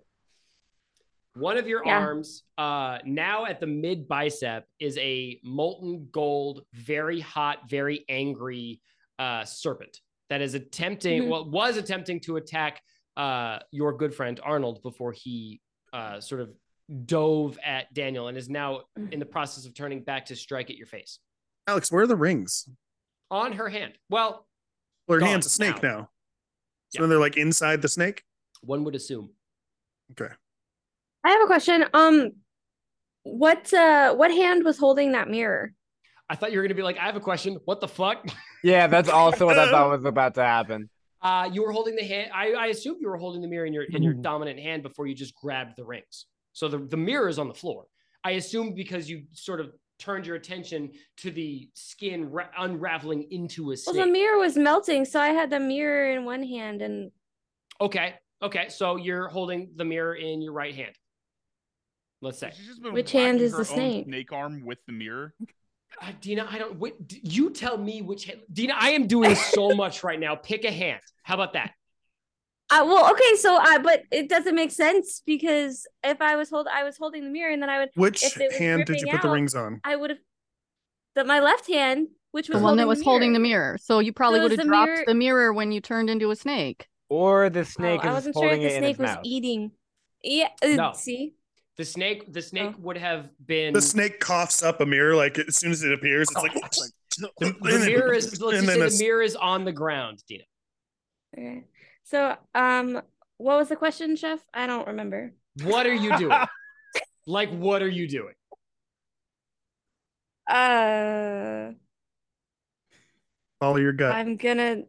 S8: one of your
S12: Yeah.
S8: arms, uh, now at the mid bicep, is a molten gold, very hot, very angry uh, serpent that is attempting,
S12: Mhm.
S8: well, was attempting to attack uh, your good friend Arnold before he uh, sort of dove at Daniel and is now in the process of turning back to strike at your face
S4: Alex, where are the rings?
S8: on her hand. Well,
S4: Well, her
S8: Gone
S4: hand's a snake now.
S8: now.
S4: So they're like inside the snake.
S8: one would assume.
S4: Okay.
S6: I have a question. Um, what uh, what hand was holding that mirror?
S8: I thought you were going to be like, I have a question. What the fuck? [LAUGHS]
S12: Yeah, that's also what I thought was about to happen.
S8: Uh, you were holding the hand. I, I assume you were holding the mirror in your in your dominant hand before you just grabbed the rings. So the, the mirror is on the floor. I assume because you sort of turned your attention to the skin ra- unraveling into a
S6: Well,
S8: snake.
S6: the mirror was melting, so I had the mirror in one hand, and
S8: okay, okay. So you're holding the mirror in your right hand. Let's say.
S7: She's just been
S6: Which hand
S7: whacking
S6: is
S7: her
S6: the
S7: own
S6: snake?
S7: Snake arm with the mirror.
S8: Uh, Dina, I don't. Wait, d- you tell me which hand. Dina, I am doing
S6: [LAUGHS]
S8: so much right now. Pick a hand. How about that?
S6: I well, okay, so I but it doesn't make sense because if I was hold, I was holding the mirror, and then I would.
S4: Which
S6: if it was
S4: hand did you
S6: dripping
S4: put the
S6: out,
S4: rings on?
S6: I would have. That my left hand, which was
S1: The one that
S6: holding
S1: was
S6: the
S1: holding the
S6: mirror.
S1: mirror. So you probably
S6: it
S1: would
S6: was
S1: have
S6: the
S1: dropped
S6: mirror-
S1: the mirror when you turned into a snake.
S12: Or the snake
S6: Oh, I
S12: is
S6: wasn't sure
S12: holding
S6: if the
S12: it in its
S6: snake was
S12: mouth.
S6: eating. Yeah. uh,
S8: No.
S6: See?
S8: The snake, the snake
S6: Oh.
S8: would have been
S4: The snake coughs up a mirror like as soon as it appears. It's like
S8: The, the mirror is. Let's
S4: and
S8: just
S4: then
S8: say
S4: a-
S8: the mirror is on the ground, Dina.
S6: Okay. So, um, what was the question, Chef? I don't remember.
S8: What are
S10: [LAUGHS]
S8: you doing? like, what are you doing?
S6: Uh,
S4: follow your gut.
S6: I'm gonna.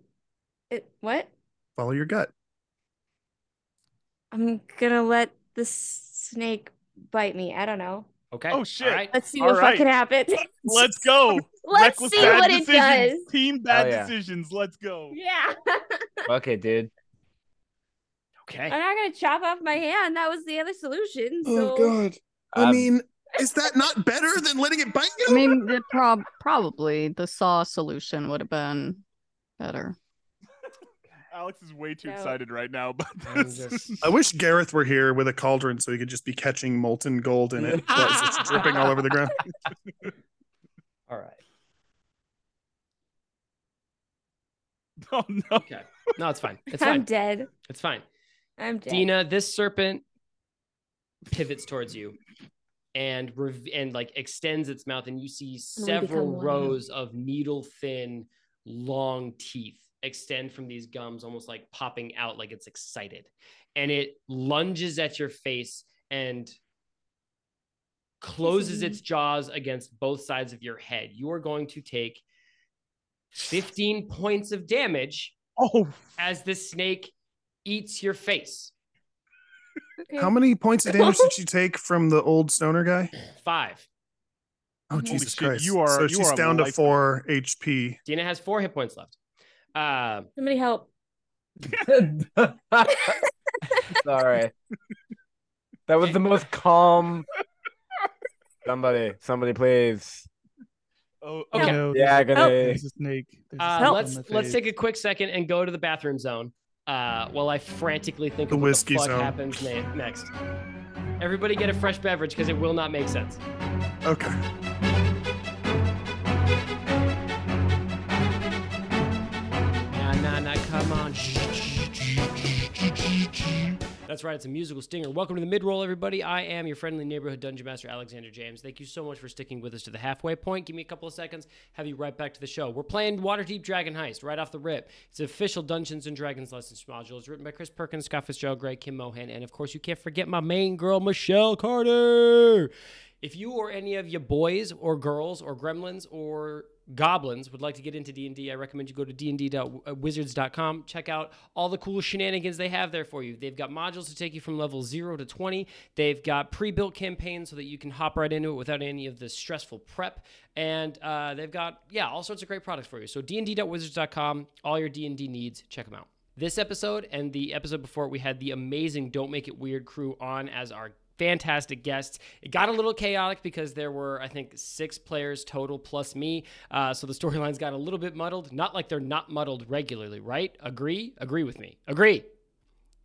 S6: It what?
S4: follow your gut.
S6: I'm gonna let the s- snake bite me. I don't know.
S8: Okay.
S7: Oh shit.
S6: Let's [LAUGHS] see
S7: All
S6: what
S7: right.
S6: fucking happens.
S7: [LAUGHS] Let's go.
S6: Let's
S7: Reckless
S6: see
S7: bad
S6: what it
S7: decisions.
S6: does.
S7: Team bad
S13: Oh, yeah.
S7: decisions. Let's go.
S6: [LAUGHS] Yeah.
S13: Fuck it, dude.
S8: Okay.
S6: I'm not gonna chop off my hand. That was the other solution. so-
S4: Oh god. I
S13: Um,
S4: mean, is that not better than letting it bite you?
S1: I mean, the prob- probably the saw solution would have been better.
S7: Alex is way too
S6: No.
S7: excited right now about this. [LAUGHS]
S4: I
S7: Oh,
S4: wish Gareth were here with a cauldron so he could just be catching molten gold in it, but it's just dripping [LAUGHS] all over the ground.
S8: [LAUGHS]
S4: [LAUGHS]
S8: All right.
S7: Oh no.
S8: Okay. No, it's fine. It's
S6: I'm
S8: fine.
S6: dead.
S8: It's fine.
S6: I'm dead.
S8: Dina, this serpent pivots towards you and rev- and like extends its mouth, and you see
S13: And we become
S8: several
S13: one.
S8: rows of needle thin, long teeth extend from these gums, almost like popping out, like it's excited, and it lunges at your face and closes its jaws against both sides of your head. You are going to take 15 points of damage as the snake eats your face.
S4: How many points of
S8: [LAUGHS]
S4: damage did she take from the old stoner guy?
S8: Five.
S4: Oh
S8: Holy
S4: Jesus
S8: shit,
S4: Christ!
S8: you are-
S4: so
S8: you
S4: she's
S8: are a
S4: down to
S8: lifer.
S4: four HP.
S8: Dina has four hit points left. Uh,
S6: Somebody help. [LAUGHS]
S13: Sorry.
S12: That was the most calm. Somebody, somebody, please.
S7: Oh,
S8: Okay.
S7: oh, no,
S12: The agony.
S7: There's a snake. There's a
S8: uh,
S7: snake on
S8: let's
S7: my
S8: let's
S7: face.
S8: take a quick second and go to the bathroom zone uh, while I frantically think
S4: The
S8: of what
S4: whiskey
S8: the fuck
S4: zone.
S8: happens na- next. Everybody get a fresh beverage because it will not make sense.
S4: Okay.
S8: Nah, nah, nah, come on. Shh, shh, shh, shh, shh, shh. That's right, it's a musical stinger. Welcome to the mid-roll, everybody. I am your friendly neighborhood dungeon master, Alexander James. Thank you so much for sticking with us to the halfway point. Give me a couple of seconds, have you right back to the show. We're playing Waterdeep Dragon Heist right off the rip. It's an official Dungeons and Dragons lessons module. It's written by Chris Perkins, Scott Fitzgerald, Greg Kim Mohan, and of course, you can't forget my main girl, Michelle Carter. If you or any of your boys or girls or gremlins or goblins would like to get into D&D, I recommend you go to dnd.wizards.com, check out all the cool shenanigans they have there for you. They've got modules to take you from level 0 to 20. They've got pre-built campaigns so that you can hop right into it without any of the stressful prep. And uh, they've got, yeah, all sorts of great products for you. So dnd.wizards.com, all your D&D needs, check them out. This episode and the episode before, we had the amazing Don't Make It Weird crew on as our fantastic guests. It got a little chaotic because there were, I think, six players total plus me. Uh, so the storylines got a little bit muddled. Not like they're not muddled regularly, right? Agree? Agree with me. Agree.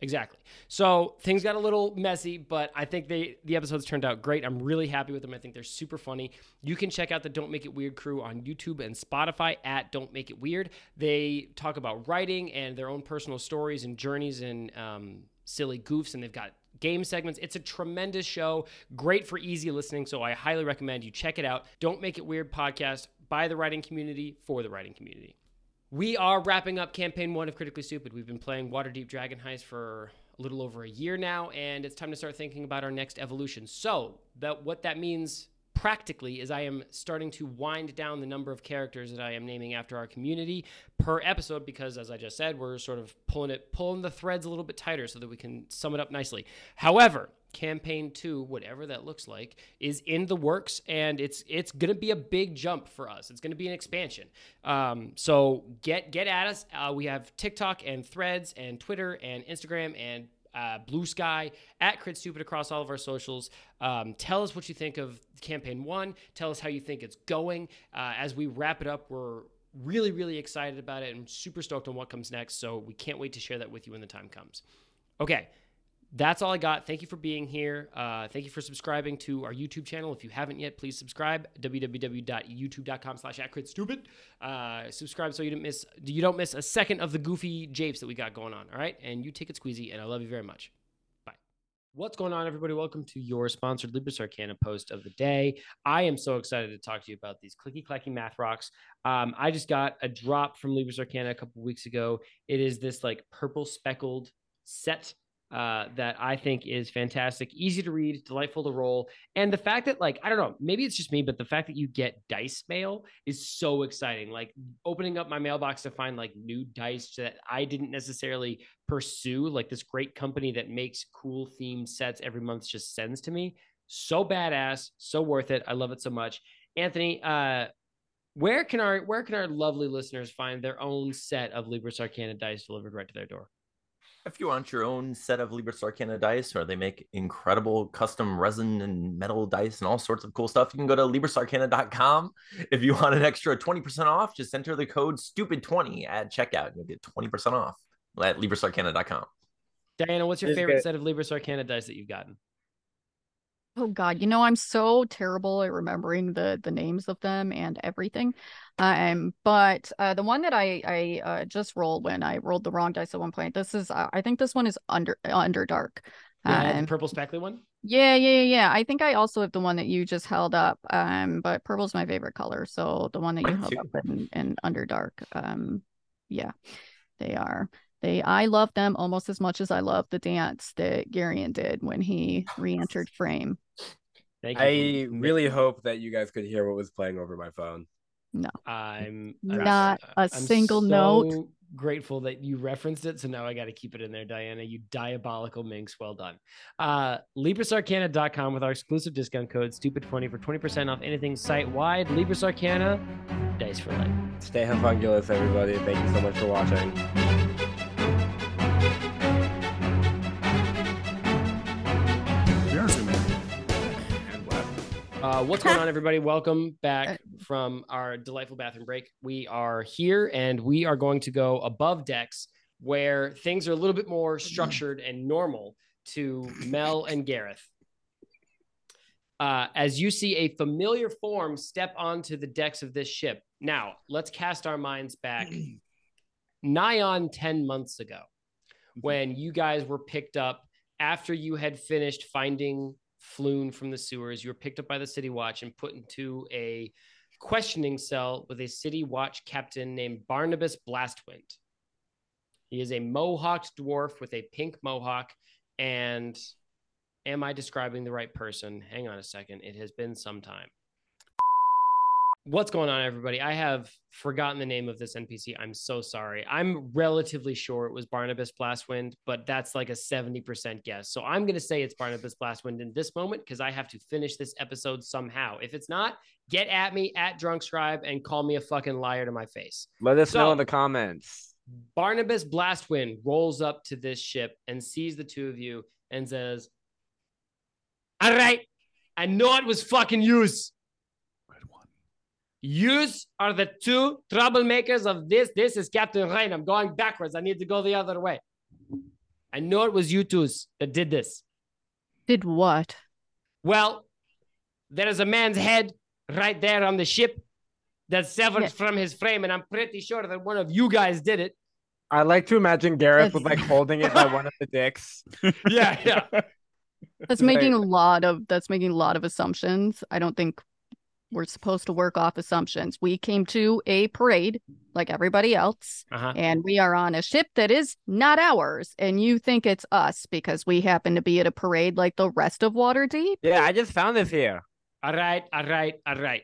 S8: Exactly. So things got a little messy, but I think they the episodes turned out great. I'm really happy with them. I think they're super funny. You can check out the Don't Make It Weird crew on YouTube and Spotify at Don't Make It Weird. They talk about writing and their own personal stories and journeys and um, silly goofs, and they've got game segments. It's a tremendous show, great for easy listening. So I highly recommend you check it out. Don't Make It Weird podcast by the writing community for the writing community. We are wrapping up campaign one of Critically Stupid. We've been playing Waterdeep Dragon Heist for a little over a year now, and it's time to start thinking about our next evolution. So, that what that means practically is I am starting to wind down the number of characters that I am naming after our community per episode because, as I just said, we're sort of pulling it, pulling the threads a little bit tighter so that we can sum it up nicely. However, campaign two, whatever that looks like, is in the works, and it's it's gonna be a big jump for us. It's gonna be an expansion. Um, so get get at us. Uh, we have TikTok and Threads and Twitter and Instagram and uh, Blue Sky at Crit Stupid across all of our socials. Um, tell us what you think of campaign one. Tell us how you think it's going. Uh, as we wrap it up, we're really really excited about it and super stoked on what comes next. So we can't wait to share that with you when the time comes. Okay that's all I got. Thank you for being here. Uh, thank you for subscribing to our YouTube channel. If you haven't yet, please subscribe. www.youtube.com slash stupid. Uh, subscribe so you don't miss you don't miss a second of the goofy japes that we got going on. All right, and you take it squeezy, and I love you very much. What's going on, everybody? Welcome to your sponsored Libris Arcana post of the day. I am so excited to talk to you about these clicky clacky math rocks. Um, I just got a drop from Libris Arcana a couple weeks ago. It is this like purple speckled set uh, that I think is fantastic, easy to read, delightful to roll. And the fact that, like, I don't know, maybe it's just me, but the fact that you get dice mail is so exciting. Like, opening up my mailbox to find like new dice that I didn't necessarily pursue, like this great company that makes cool themed sets every month just sends to me. So badass, so worth it. I love it so much. Anthony, uh, where can our where can our lovely listeners find their own set of Libris Arcana dice delivered right to their door?
S10: If you want your own set of Libris Arcana dice, or they make incredible custom resin and metal dice and all sorts of cool stuff, you can go to LibrisArcana.com. If you want an extra 20% off, just enter the code STUPID20 at checkout. You'll get 20% off at LibrisArcana.com.
S8: Diana, what's your
S10: Just
S8: favorite
S10: get-
S8: set of Libris Arcana dice that you've gotten?
S1: Oh God, you know I'm so terrible at remembering the the names of them and everything. Um, but uh, the one that I I uh, just rolled when I rolled the wrong dice at one point. This is uh, I think this one is under Underdark.
S8: Uh,
S1: Um,
S8: the purple speckly one?
S1: yeah, yeah, yeah, yeah. I think I also have the one that you just held up. Um, but purple's my favorite color, so the one that you
S10: Mine
S1: held
S10: too.
S1: up in, in Underdark. Um, yeah, they are. They I love them almost as much as I love the dance that Garion did when
S10: [LAUGHS]
S1: he re-entered frame.
S8: Thank
S11: you
S13: I really hope that you guys could hear what was playing over my phone.
S1: No.
S8: I'm
S1: Not
S8: I'm-
S1: a
S8: I'm
S1: single
S8: so
S1: note.
S8: Grateful that you referenced it, so now I got to keep it in there, Diana. You diabolical minx. Well done. Uh, LibrisArcana.com with our exclusive discount code Stupid20 for 20% off anything site wide. Libris Arcana, dice for life.
S13: Stay homunculus, everybody. Thank you so much for watching.
S4: We are zooming.
S8: Uh, what's going on, everybody? Welcome back from our delightful bathroom break. We are here and we are going to go above decks where things are a little bit more structured and normal to Mel and Gareth. Uh, as you see a familiar form step onto the decks of this ship. Now, let's cast our minds back nigh on 10 months ago when you guys were picked up after you had finished finding Floon from the sewers. You were picked up by the City Watch and put into a questioning cell with a City Watch captain named Barnabas Blastwind. He is a mohawked dwarf with a pink mohawk. And am I describing the right person? Hang on a second. It has been some time. What's going on, everybody? I have forgotten the name of this NPC. I'm so sorry. I'm relatively sure it was Barnabas Blastwind, but that's like a 70% guess. So I'm going to say it's Barnabas Blastwind in this moment because I have to finish this episode somehow. If it's not, get at me at Drunk Scribe and call me a fucking liar to my face.
S12: Let us know
S8: So-
S12: in the comments.
S8: Barnabas Blastwind rolls up to this ship and sees the two of you and says, All right, I know it was fucking yous. Good one. Yous are the two troublemakers of this. This is Captain Rain. I'm going backwards. I need to go the other way. I know it was you twos that did this.
S1: Did what?
S8: Well, there is a man's head right there on the ship that's severed
S1: Yeah.
S8: from his frame, and I'm pretty sure that one of you guys did it.
S12: I like to imagine Gareth with like holding it by one of the dicks.
S8: [LAUGHS] yeah, yeah.
S1: That's making a lot of that's making a lot of assumptions. I don't think we're supposed to work off assumptions. We came to a parade like everybody else,
S8: Uh-huh.
S1: and we are on a ship that is not ours, and you think it's us because we happen to be at a parade like the rest of
S8: [LAUGHS]
S1: Waterdeep.
S12: Yeah, I just found this here.
S8: All right, all right, all right.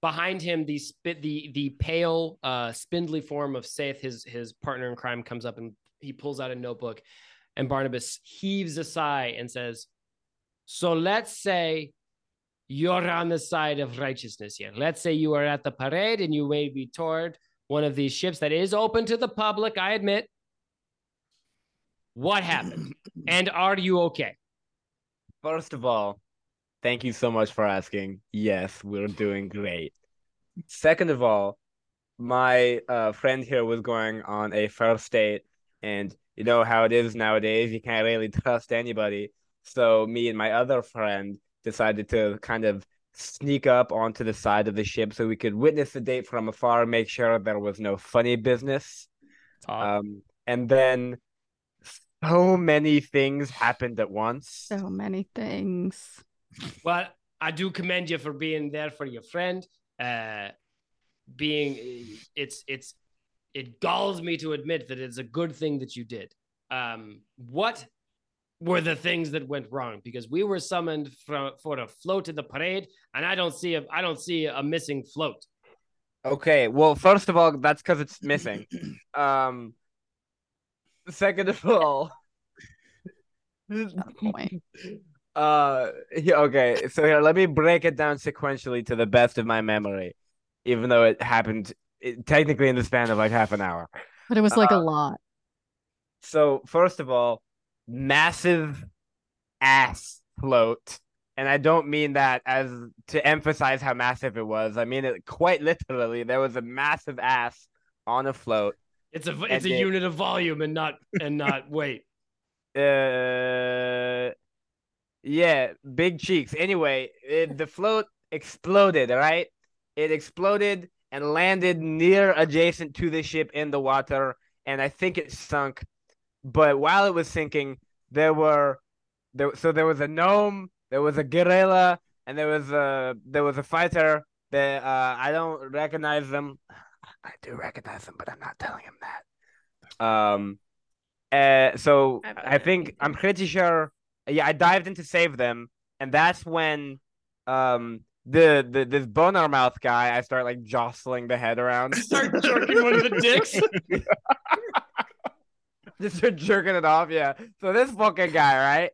S8: Behind him, the spit, the the pale, uh, spindly form of Saith, his his partner in crime, comes up and he pulls out a notebook, and Barnabas heaves a sigh and says, "So let's say you're on the side of righteousness here. Let's say you are at the parade and you may be toward one of these ships that is open to the public. I admit. What happened? And are you okay?
S12: First of all, thank you so much for asking. Yes, we're doing great. Second of all, my uh, friend here was going on a first date, and you know how it is nowadays. You can't really trust anybody. So, me and my other friend decided to kind of sneak up onto the side of the ship so we could witness the date from afar, and make sure there was no funny business. Um, and then
S11: so many things happened at once.
S1: So many things.
S8: Well, I do commend you for being there for your friend. Uh, being it's it's it galls me to admit that it's a good thing that you did. Um, what were the things that went wrong? Because we were summoned for, for a float in the parade, and I don't see a I don't see a missing float.
S11: Okay, well, first of all, that's because it's
S1: [CLEARS THROAT]
S11: missing. um, second of all,
S1: Oh
S11: uh, [LAUGHS] yeah, okay, so here, let me break it down sequentially to the best of my memory, even though it happened it, technically in the span of like half an hour.
S1: But it was
S11: Uh,
S1: like a lot.
S11: So first of all, massive ass float. And I don't mean that as to emphasize how massive it was. I mean it quite literally. There was a massive ass on a float.
S8: It's a it's
S11: And
S8: a
S11: it-
S8: unit of volume and not
S11: [LAUGHS]
S8: and not weight.
S11: Uh, yeah, big cheeks. Anyway, it, the float exploded. Right, it exploded and landed near adjacent to the ship in the water, and I think it sunk. But while it was sinking, there were there. So there was a gnome, there was a guerrilla, and there was a there was a fighter. That uh, I don't recognize them. [SIGHS] I do recognize them, but I'm not telling him that. Um, uh, so I think I'm pretty sure. Yeah, I dived in to save them, and that's when um the the this boner mouth guy I start like jostling the head
S8: [LAUGHS]
S11: around,
S8: start jerking one of the
S11: [LAUGHS]
S8: dicks.
S11: just start jerking it off. Yeah. So this fucking guy, right?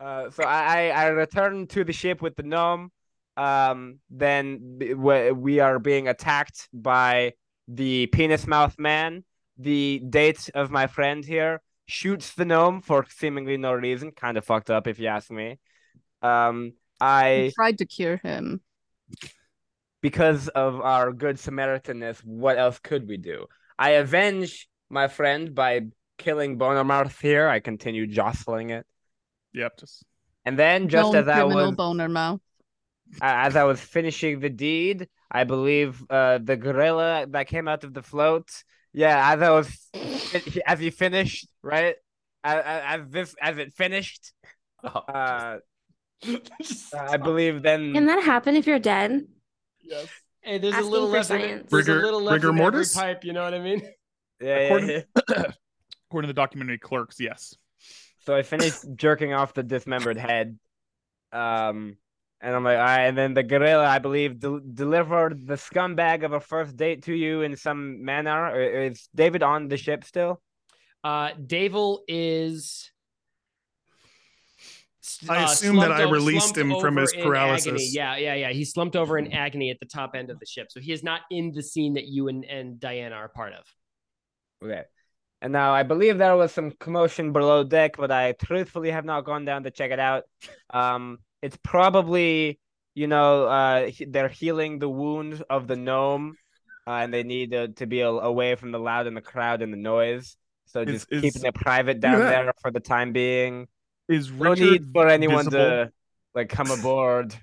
S11: Uh, so I I I return to the ship with the gnome. Um, then b- we we are being attacked by the penis mouth man. The date of my friend here shoots the gnome for seemingly no reason. Kind of fucked up, if you ask me. Um,
S1: I
S11: I
S1: tried to cure him.
S11: because of our good Samaritanness, what else could we do? I avenge my friend by killing Bonermouth here. I continue jostling it.
S12: Yep, just
S11: And then just
S1: Known
S11: as I
S1: criminal
S11: was
S1: boner mouth.
S11: a- as I was finishing the deed, I believe uh, the gorilla that came out of the float. Yeah, as I was [LAUGHS] as he finished, right? As, as this as it finished,
S12: Oh, [LAUGHS]
S11: uh, I believe then
S6: Can that happen if you're dead?
S8: Yes. Hey, there's
S6: Asking
S8: a little
S6: for
S8: less. in it-
S6: science.
S8: there's a
S12: Rigor-
S8: little less
S12: rigor
S8: in every
S12: mortis?
S8: pipe. You know what I mean?
S11: yeah,
S12: according,
S11: yeah.
S12: [COUGHS] according to the documentary clerks, yes.
S11: So I
S12: [COUGHS]
S11: finished jerking off the dismembered head. Um, and I'm like, all right. And then the gorilla, I believe, del- delivered the scumbag of a first date to you in some manner. I- Is David on the ship still?
S8: Uh, Davil is. s-
S4: I
S8: uh,
S4: assume that
S8: slumped
S4: I
S8: o-
S4: released
S8: slumped
S4: him from
S8: over
S4: his
S8: in agony.
S4: paralysis.
S8: Yeah, yeah, yeah. He slumped over in agony at the top end of the ship, so he is not in the scene that you and, and Diana are part of.
S11: Okay. And now I believe there was some commotion below deck, but I truthfully have not gone down to check it out. Um, it's probably, you know, uh, he- they're healing the wound of the gnome, uh, and they need uh, to be a- away from the loud and the crowd and the noise. So
S12: Is-
S11: just keeping
S12: is-
S11: it private
S12: Look at
S11: down
S12: that.
S11: there for the time being.
S12: Is
S11: no need
S12: Richard
S11: for anyone
S12: visible?
S11: to like come aboard.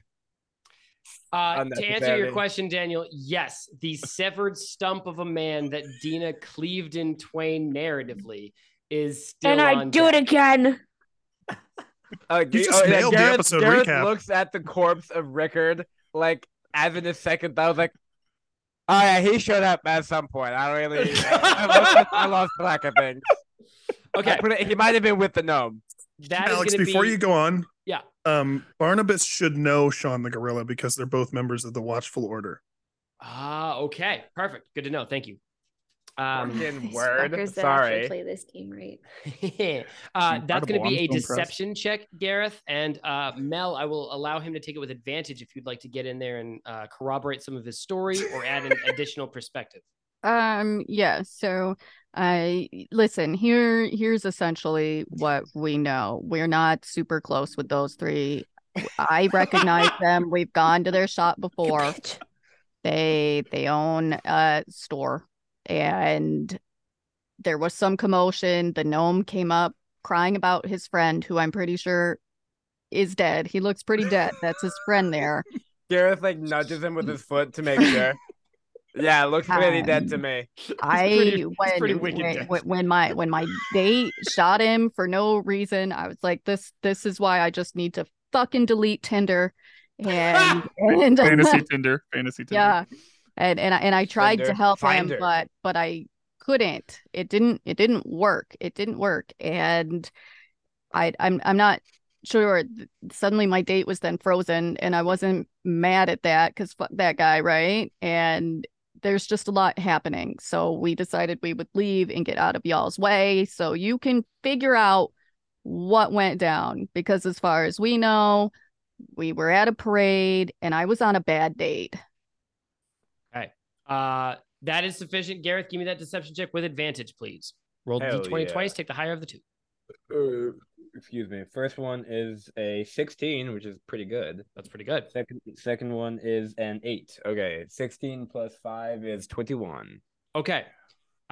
S8: Uh, to answer your
S11: Unnecessary.
S8: question, Daniel, yes, the severed stump of a man that Dina cleaved in twain narratively is still.
S6: and I
S8: on
S6: do it
S8: deck.
S6: again.
S11: Uh,
S8: You just
S11: yeah,
S8: nailed the
S11: Gareth-
S8: episode
S11: Gareth
S8: recap.
S11: looks at the corpse of Rickard like as in a second. I was like, oh yeah, he showed up at some point. I really, I, lost, I lost track of things.
S8: Okay,
S11: he might have been with the gnome.
S8: That is
S4: Alex,
S8: gonna
S4: before
S8: be-
S4: you go on,
S8: Yeah.
S4: um, Barnabas should know Sean the Gorilla because they're both members of the Watchful Order.
S8: Ah, okay, perfect. Good to know. Thank you. Um,
S11: Fucking
S6: Fuckers that actually play this game right.
S8: [LAUGHS] uh, that's going to
S6: incredible. I'm
S8: be a
S6: so impressed.
S8: deception check, Gareth. And uh, Mel, I will allow him to take it with advantage if you'd like to get in there and uh, corroborate some of his story or add an additional perspective.
S1: Um, yeah, so I listen, here here's essentially what we know. We're not super close with those three. I recognize them. We've gone to their shop before. They they own a store and there was some commotion. The gnome came up crying about his friend who I'm pretty sure is dead. He looks pretty dead. That's his friend there.
S11: Gareth like nudges him with his foot to make sure.
S12: Yeah, it looks pretty dead to
S1: Um,
S12: me.
S1: I
S12: pretty- [LAUGHS] it's
S1: when,
S12: pretty wicked
S1: when-
S12: death.
S1: when when my when my date shot him for no reason, I was like, this this is why I just need to fucking delete Tinder and
S12: [LAUGHS]
S1: [LAUGHS] and uh,
S7: fantasy Tinder, fantasy Tinder.
S1: yeah, and and I, and I tried to
S7: Tinder,
S1: help him,
S7: Finder.
S1: but but I couldn't. It didn't it didn't work. It didn't work, and I I'm I'm not sure. Suddenly, my date was then frozen, and I wasn't mad at that because fuck that guy, right? And there's just a lot happening. So we decided we would leave and get out of y'all's way so you can figure out what went down. Because as far as we know, we were at a parade and I was on a bad date.
S8: Okay. Uh, that is sufficient. Gareth, give me that deception check with advantage, please. Roll the
S11: Hell
S8: d20
S11: yeah.
S8: twice. Take the higher of the two.
S11: Uh, excuse me. First one is a 16, which is pretty good.
S8: That's pretty good.
S11: Second second one is an 8. Okay, 16 plus 5 is 21.
S8: Okay.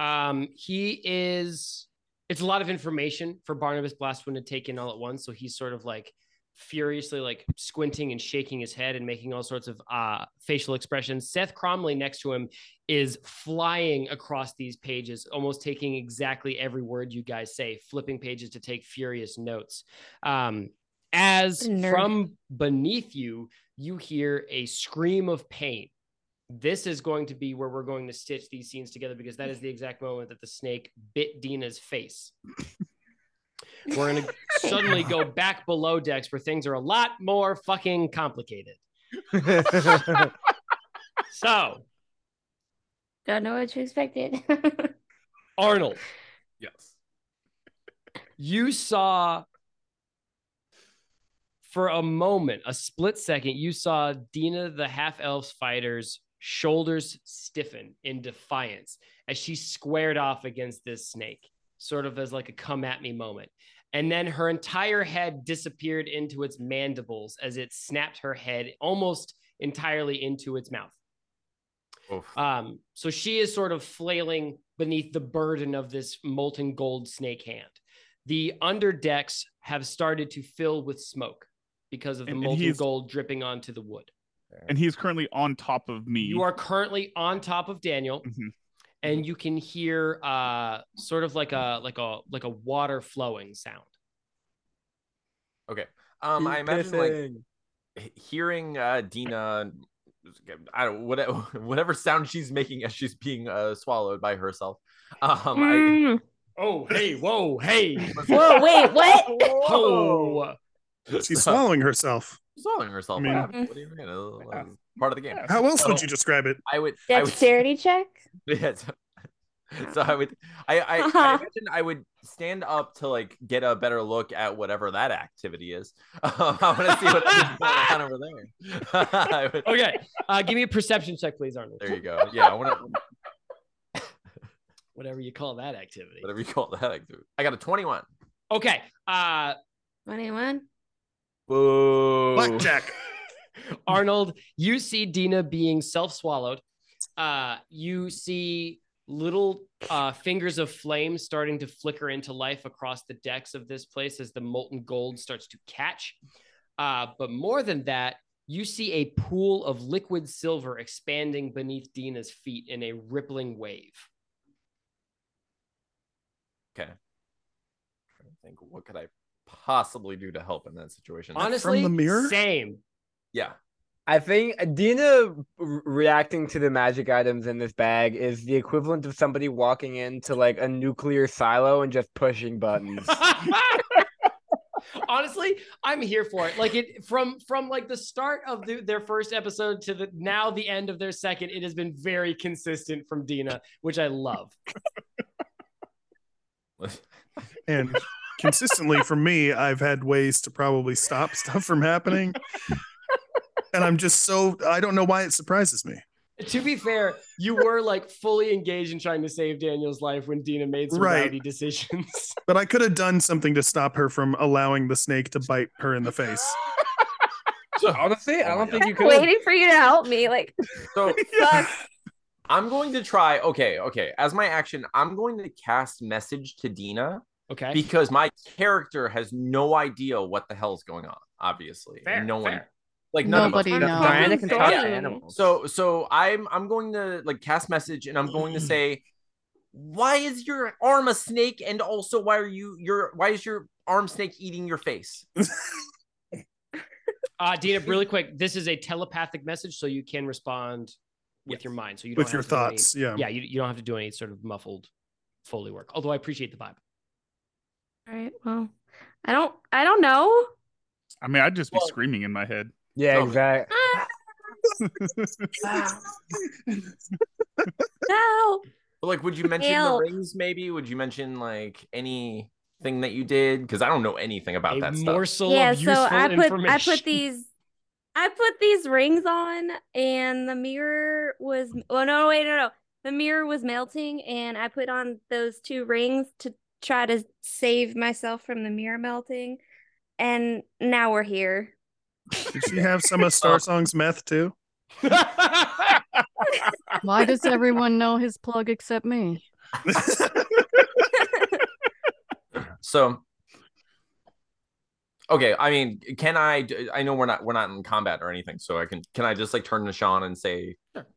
S8: Um, he is. It's a lot of information for Barnabas Blastwind to take in all at once. So he's sort of like furiously like squinting and shaking his head and making all sorts of uh, facial expressions. Seth Cromley next to him is flying across these pages, almost taking exactly every word you guys say, flipping pages to take furious notes. Um, as
S6: Nerd.
S8: from beneath you, you hear a scream of pain this is going to be where we're going to stitch these scenes together because that is the exact moment that the snake bit Dina's face. We're going to suddenly go [LAUGHS] back below decks where things are a lot more fucking complicated. so,
S6: Don't know what you expected. [LAUGHS]
S8: Arnold,
S2: Yes.
S8: you saw for a moment, a split second, you saw Dina the half elf's fighter's shoulders stiffen in defiance as she squared off against this snake, sort of as like a come at me moment. And then her entire head disappeared into its mandibles as it snapped her head almost entirely into its mouth. Um, so she is sort of flailing beneath the burden of this molten gold snake hand. The underdecks have started to fill with smoke because of the
S7: And- and
S8: molten
S7: he's-
S8: gold dripping onto the wood.
S7: And he's currently on top of me.
S8: You are currently on top of Daniel, and you can hear uh, sort of like a like a like a water flowing sound.
S10: Okay. Um, I imagine like h- hearing uh, Dina, I don't whatever [LAUGHS] whatever sound she's making as she's being uh, swallowed by herself. Um, I,
S8: Oh, hey, whoa, hey.
S6: Mm. Whoa, wait, what?
S8: Whoa.
S10: [LAUGHS]
S4: She's swallowing herself.
S10: swallowing herself.
S4: I mean-
S10: what happened? What do you mean? Uh, uh, Part of the game.
S4: How else would
S10: So
S4: you describe it?
S10: I would. I would
S6: Dexterity check?
S10: [LAUGHS] Yeah, so, so I would, I, I, I imagine I would stand up to like get a better look at whatever that activity is. [LAUGHS] Um, I want to see what's going on over there. [LAUGHS] I would-
S8: Okay, uh, give me a perception check, please, Arnold.
S10: There you go. Yeah, I want to
S8: Whatever you call that activity.
S10: whatever you call that activity. I got a twenty-one.
S8: Okay. Uh,
S6: 21?
S10: Boo.
S4: Blackjack.
S8: Arnold, you see Dina being self swallowed. Uh, you see little uh, fingers of flame starting to flicker into life across the decks of this place as the molten gold starts to catch. Uh, but more than that, you see a pool of liquid silver expanding beneath Dina's feet in a rippling wave.
S10: Okay. trying to think, what could I possibly do to help in that situation?
S8: Honestly, same.
S10: yeah.
S12: I think Dina r- reacting to the magic items in this bag is the equivalent of somebody walking into like a nuclear silo and just pushing
S8: [LAUGHS]
S12: buttons.
S8: honestly i'm here for it like it from from like the start of the, their first episode to the now the end of their second it has been very consistent from dina which i love
S4: And consistently for me, I've had ways to probably stop stuff from happening. And I'm just so I don't know why it surprises me.
S8: to be fair you were like fully engaged in trying to save daniel's life when dina made some
S4: Right.
S8: rowdy decisions
S4: But I could have done something to stop her from allowing the snake to bite her in the face.
S12: Honestly,
S10: Oh
S12: I don't think
S6: I'm waiting for you to help me. Like,
S8: [LAUGHS]
S10: So I'm going to try. Okay, okay. As my action, I'm going to cast message to Dina.
S8: Okay.
S10: Because my character has no idea what the hell's going on. Obviously,
S8: Fair,
S10: no one
S8: fair.
S10: like none of us.
S1: Nobody knows. Diana can talk to
S10: Yeah.
S1: animals.
S10: So so I'm I'm going to like cast message and I'm going
S8: Mm-hmm.
S10: to say, why is your arm a snake? And also why are you your why is your arm snake eating your
S8: [LAUGHS]
S10: face?
S8: Uh, Dina, really quick, this is a telepathic message, so you can respond with your mind. So you don't
S4: With
S8: have
S4: your
S8: to do any-
S4: thoughts, yeah.
S8: yeah, you, you don't have to do any sort of muffled Foley work. Although I appreciate the vibe.
S6: All right. Well, I don't. I don't know. [LAUGHS]
S7: I mean, I'd just be screaming in my head.
S12: Yeah, exactly.
S6: [LAUGHS] no.
S10: But like, would you mention
S6: Ew.
S10: the rings? Maybe would you mention like anything that you did? Because I don't know anything about that
S8: morsel
S10: stuff.
S6: yeah. So I put I
S7: [LAUGHS]
S6: put these I put these rings on, and the mirror was. Oh no! Wait, no, no. The mirror was melting, and I put on those two rings to try to save myself from the mirror melting. And now we're here.
S4: Did she have some of
S10: Oh.
S4: Star Song's meth too?
S1: Why does everyone know his plug except
S10: [LAUGHS]
S1: me?
S10: So okay, I mean, can I? d- I know we're not we're not in combat or anything, so I can can I just like turn to Sean and say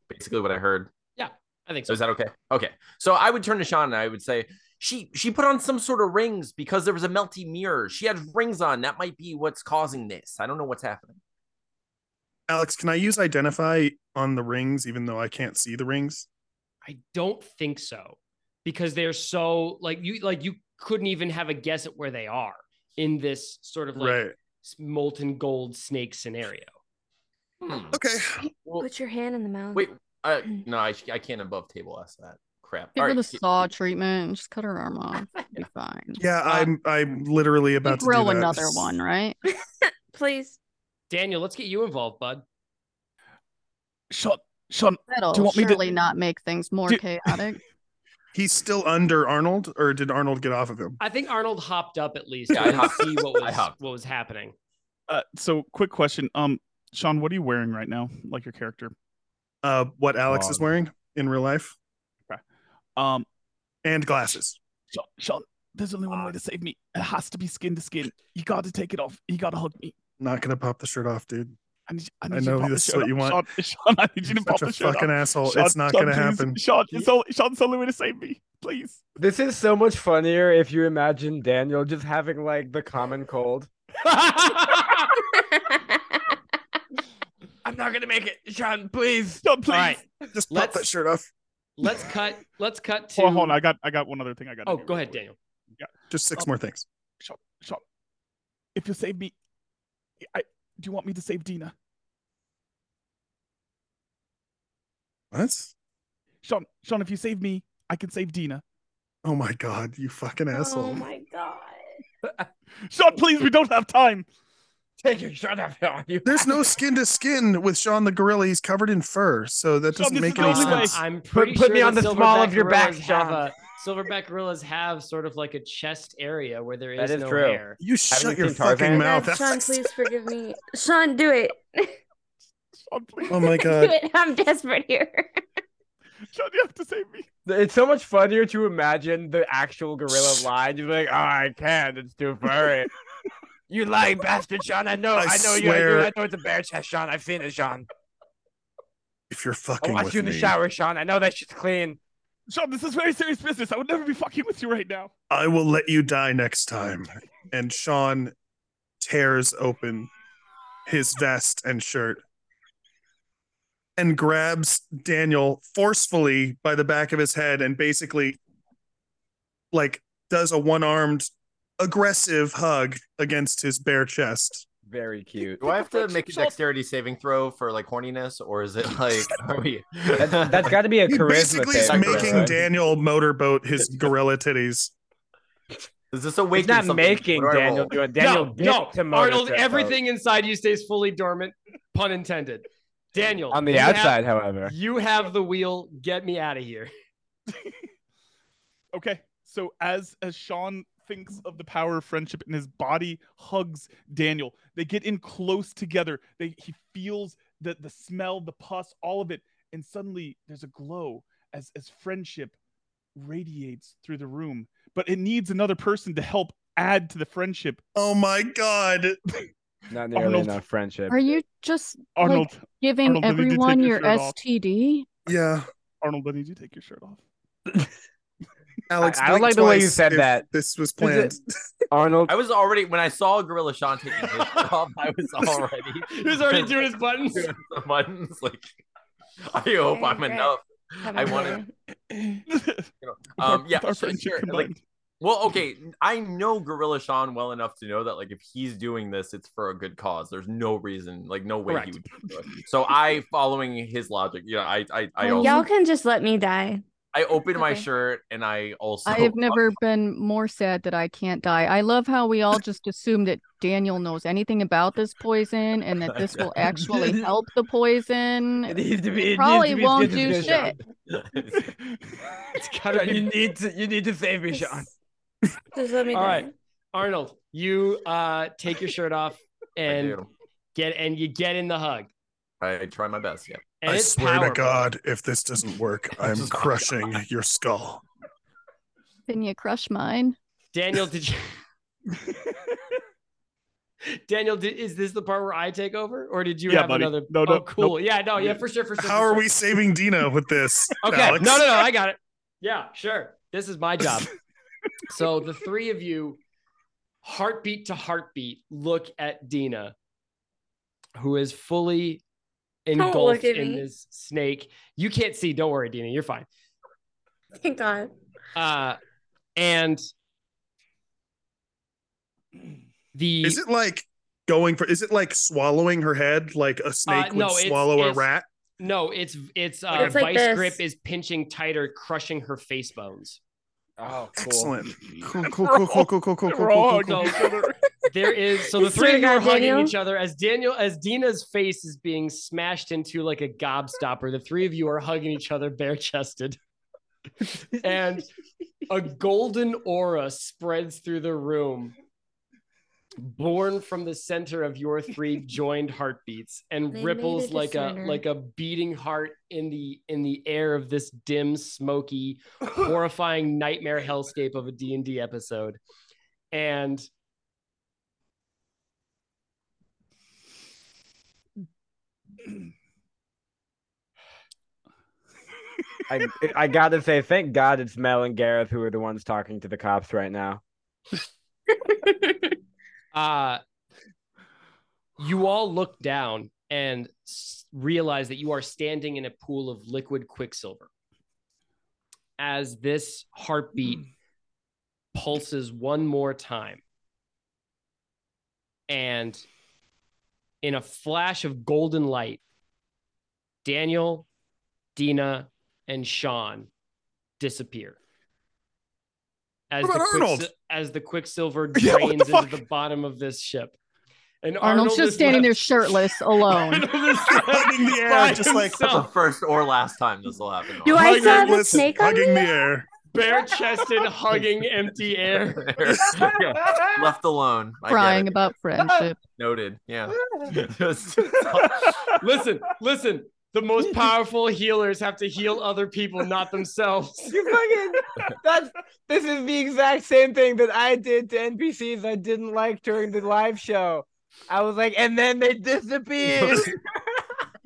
S10: basically what I heard?
S8: Yeah, I think
S10: so. Is that okay? Okay, so I would turn to Sean and I would say. She she put on some sort of rings because there was a melty mirror. She had rings on. That might be what's causing this. I don't know what's happening.
S4: Alex, can I use identify on the rings even though I can't see the rings?
S8: I don't think so because they're so like you like you couldn't even have a guess at where they are in this sort of like
S4: Right.
S8: s- molten gold snake scenario.
S4: Okay.
S6: Put your hand in the mouth.
S10: Wait, uh, no, I, sh- I can't above table ask that crap.
S1: Give
S10: All
S1: her the
S10: right,
S1: saw treatment and just cut her arm
S10: [LAUGHS]
S1: off. Be fine.
S4: Yeah, I'm I'm literally about to
S1: grow
S4: do that.
S1: um, another
S4: [LAUGHS]
S1: one, right?
S6: Please.
S8: Daniel, let's get you involved, bud.
S7: Sean, Sean,
S1: That'll
S4: Do you want me to-
S1: surely not make things more chaotic.
S4: [LAUGHS] He's still under Arnold, or did Arnold get off of him?
S8: I think Arnold hopped up at least
S7: Yeah, I
S8: to
S7: hopped.
S8: see what
S7: I
S8: was
S7: hopped.
S8: what was happening.
S7: Uh, so quick question. Um, Sean, what are you wearing right now? Like your character?
S4: Uh, what Alex is
S7: Um,
S4: wearing in real life?
S7: Okay. Um,
S4: and glasses. Ah.
S7: Sean, Sean, there's only one way to save me. It has to be skin to skin. You got to take it off. You got to hug me.
S4: Not gonna pop the shirt off, dude.
S7: I, need,
S4: I know this is what you want.
S7: Sean, [LAUGHS] Sean, I need you to
S4: Such
S7: pop
S4: a
S7: the shirt
S4: fucking
S7: off.
S4: asshole.
S7: Sean,
S4: It's not
S7: Sean,
S4: gonna
S7: please.
S4: happen.
S7: Sean, it's all, Sean's the only way to save me. Please.
S12: This is so much funnier if you imagine Daniel just having like the common cold.
S8: I'm not gonna make it, Sean. Please,
S7: Sean,
S10: Uh,
S7: please.
S4: [LAUGHS] Just
S8: pop let's,
S4: that shirt off.
S8: Let's cut. Let's cut
S7: [LAUGHS]
S8: to.
S7: Hold on, hold on. I got, I got one other thing. I got.
S8: Oh, go ahead, Daniel.
S7: Yeah.
S4: Just
S1: Oh.
S4: six more things.
S7: Sean, Sean, if you save me, I do you want me to save Dina?
S4: What?
S7: Sean, Sean, if you save me, I can save Dina.
S4: Oh my god, you fucking
S1: Oh
S4: asshole.
S6: god.
S7: [LAUGHS] Sean, please, we don't have time.
S12: Take your shirt off. You
S4: [LAUGHS] There's no skin to skin with Sean the gorilla. He's covered in fur, so that
S8: Sean,
S4: doesn't
S8: this
S4: make
S8: is the
S4: any
S8: only way.
S4: sense.
S8: I'm pretty
S12: put me
S8: sure
S12: on the
S8: silverback
S12: small of your back,
S8: gorillas have
S12: Sean.
S8: a- silverback gorillas have sort of like a chest area where there is,
S12: That is
S8: no
S12: true.
S8: hair.
S4: You shut your
S12: seen Tarzan?
S4: fucking mouth.
S6: God, Sean, please forgive me. Sean, do it.
S4: Oh
S6: [LAUGHS]
S4: my
S6: do
S4: god.
S6: it. I'm desperate here.
S7: Sean, you have to save me.
S12: It's so much funnier to imagine the actual gorilla line. You're like, oh, I can't. It's too furry. [LAUGHS] you lying bastard, Sean. I know.
S4: I
S12: I, know you.
S4: swear-
S12: I know it's a bear chest, Sean. I've seen it, Sean.
S4: If you're
S12: I
S4: fucking
S12: watched
S4: with
S12: you in the
S4: me,
S12: shower, Sean. I know that shit's clean.
S7: Sean, this is very serious business. I would never be fucking with you right now.
S4: I will let you die next time. And Sean tears open his vest and shirt and grabs Daniel forcefully by the back of his head and basically like does a one-armed aggressive hug against his bare chest.
S12: Very cute.
S10: Do I have to make a dexterity saving throw for like horniness, or is it like are we?
S12: That, has got to
S10: [LAUGHS]
S12: be a
S4: He
S12: charisma
S4: basically is
S12: save,
S4: making
S12: right?
S4: Daniel motorboat his gorilla titties.
S10: Is this awakening?
S12: He's not
S10: something?
S12: making
S10: What do I
S12: Daniel
S10: roll?
S12: do it. Daniel
S8: no,
S12: did
S8: no,
S12: to motor
S8: Arnold.
S12: test out.
S8: Everything inside you stays fully dormant. Pun intended. Daniel.
S12: On the
S8: you have-
S12: outside, however.
S8: you have the wheel. Get me out of here. [LAUGHS]
S7: Okay. So as as Sean thinks of the power of friendship and his body hugs Daniel, they get in close together. They he feels the the smell, the pus, all of it, and suddenly there's a glow as as friendship radiates through the room.
S10: [LAUGHS]
S7: But it needs another person to help add to the friendship.
S4: Oh my god.
S11: Not nearly
S7: Arnold.
S11: enough friendship.
S12: [LAUGHS]
S1: Are you just
S7: Arnold,
S1: like, giving
S7: Arnold, I need to take
S1: everyone
S7: your
S1: your,
S7: shirt off.
S1: STD?
S4: Yeah.
S7: Arnold, I need you to take your shirt off.
S4: [LAUGHS] Alex,
S10: I- I don't
S4: blink
S10: like the way you
S4: twice
S10: said
S4: if
S10: that.
S4: This was
S10: Is
S4: planned. [LAUGHS]
S11: Arnold.
S10: I was already when I saw Gorilla Sean taking his shirt off. I was already.
S8: He was already
S10: [LAUGHS]
S8: doing his buttons.
S10: doing the buttons. Like, I hope
S6: Okay,
S10: I'm
S6: great.
S10: enough.
S6: Come
S10: I
S6: on,
S10: wanted.
S6: Taylor.
S10: Um, yeah,
S7: [LAUGHS] Our
S10: so
S7: friendship
S10: sure, like,
S7: combined.
S10: well, okay. I know Gorilla Sean well enough to know that, like, if he's doing this, it's for a good cause. There's no reason, like, no way he
S7: Correct.
S10: would. do it. So I, following his logic, yeah, I, I, I
S6: Well,
S10: also,
S6: y'all can just let me die.
S10: I opened my
S6: okay.
S10: shirt and I also,
S1: I have
S10: [LAUGHS]
S1: never been more sad that I can't die. I love how we all just assume that Daniel knows anything about this poison and that this
S4: [LAUGHS]
S1: will actually help the poison.
S13: It needs to be. it needs
S1: probably
S13: to be
S1: won't
S13: Disney
S1: do
S13: Vision.
S1: shit.
S12: [LAUGHS]
S8: It's gotta
S13: You
S8: be.
S13: need to. You need to save me, Sean.
S6: Just let me
S8: All
S6: die.
S8: right, Arnold, you uh, take your shirt off and
S10: do.
S8: get and you get in the hug.
S10: I try my best. Yeah.
S8: And
S4: I
S8: it's
S4: swear
S8: power,
S4: to God, if this doesn't
S8: [LAUGHS]
S4: work, I'm crushing your skull.
S1: Can you crush mine?
S8: Daniel, did you? Daniel, did, is this the part where I take over, or did you
S7: Yeah,
S8: have
S7: buddy.
S8: another?
S7: No,
S8: oh,
S7: no,
S8: cool. Yeah, no, yeah, for sure, for sure.
S4: How
S8: for
S4: are
S8: sure.
S4: we saving Dina with this?
S8: [LAUGHS] Okay.
S4: Alex?
S8: No, no, no. I got it. Yeah, sure. This is my job. so the three of you, heartbeat to heartbeat, look at Dina, who is fully
S6: look
S8: engulfed
S6: at
S8: in
S6: me.
S8: this snake. You can't see. Don't worry, Dina. You're fine.
S6: Thank God.
S8: Uh, and the
S4: Is it like going for? Is it like swallowing her head like a snake would
S8: Uh, no, it's-
S4: swallow a
S8: it's-
S4: rat?
S8: no, it's it's uh,
S6: Like it's like
S8: vice
S6: this.
S8: grip is pinching tighter, crushing her face bones.
S13: Oh, cool.
S4: Excellent. Cool, cool, cool, cool, cool, cool, cool, cool,
S7: [LAUGHS] We're all
S4: cool, cool.
S7: hugging
S8: cool.
S7: each other.
S8: [LAUGHS] There is so
S6: You
S8: the
S6: swear
S8: three of you
S6: to
S8: are
S6: God,
S8: hugging
S6: Daniel?
S8: each other as Daniel as Dina's face is being smashed into like a gobstopper. The three of you are hugging each other
S6: [LAUGHS]
S8: bare chested, and a golden aura spreads through the room, born from the center of your
S6: [LAUGHS]
S8: three joined heartbeats, and
S6: They made
S8: ripples
S6: a
S8: like a
S6: disorder.
S8: like a beating heart in the in the air of this
S7: [LAUGHS]
S8: dim, smoky, horrifying nightmare hellscape of a D&D episode. And
S11: I I gotta say, thank God it's Mel and Gareth who are the ones talking to the cops right now.
S8: uh you all look down and s- realize that you are standing in a pool of liquid quicksilver as this heartbeat
S7: Hmm.
S8: pulses one more time and in a flash of golden light daniel dina and sean disappear as,
S4: What
S8: the,
S4: about Arnold?
S8: Quicksil- as the quicksilver
S7: [LAUGHS] Yeah, what the
S8: drains
S7: fuck?
S8: into the bottom of this ship and
S1: Arnold's
S8: is
S1: just standing there
S8: left-
S1: shirtless
S12: [LAUGHS]
S1: alone.
S8: Arnold is left
S4: Hugging the [LAUGHS]
S8: by
S4: air, just
S10: [LAUGHS]
S4: like [LAUGHS]
S10: That's the
S8: himself.
S10: first or last time this will happen.
S6: Do I
S4: hugging,
S6: saw the
S4: listen,
S6: snake on
S4: hugging
S6: me?
S4: the
S8: [LAUGHS]
S4: air.
S6: [LAUGHS]
S8: bare chested, hugging empty air.
S10: Yeah, [LAUGHS] Left alone. I get
S1: Crying
S10: it.
S8: [LAUGHS]
S1: about
S8: uh,
S13: [LAUGHS]
S1: friendship.
S10: Noted.
S6: [LAUGHS]
S10: Yeah. Just-
S8: Listen, listen. The most powerful healers have to heal other people, not themselves.
S13: You fucking. That's. This is the exact same thing that I did to NPCs I didn't like during the live show. I was like, and then they
S4: [LAUGHS]
S13: disappeared.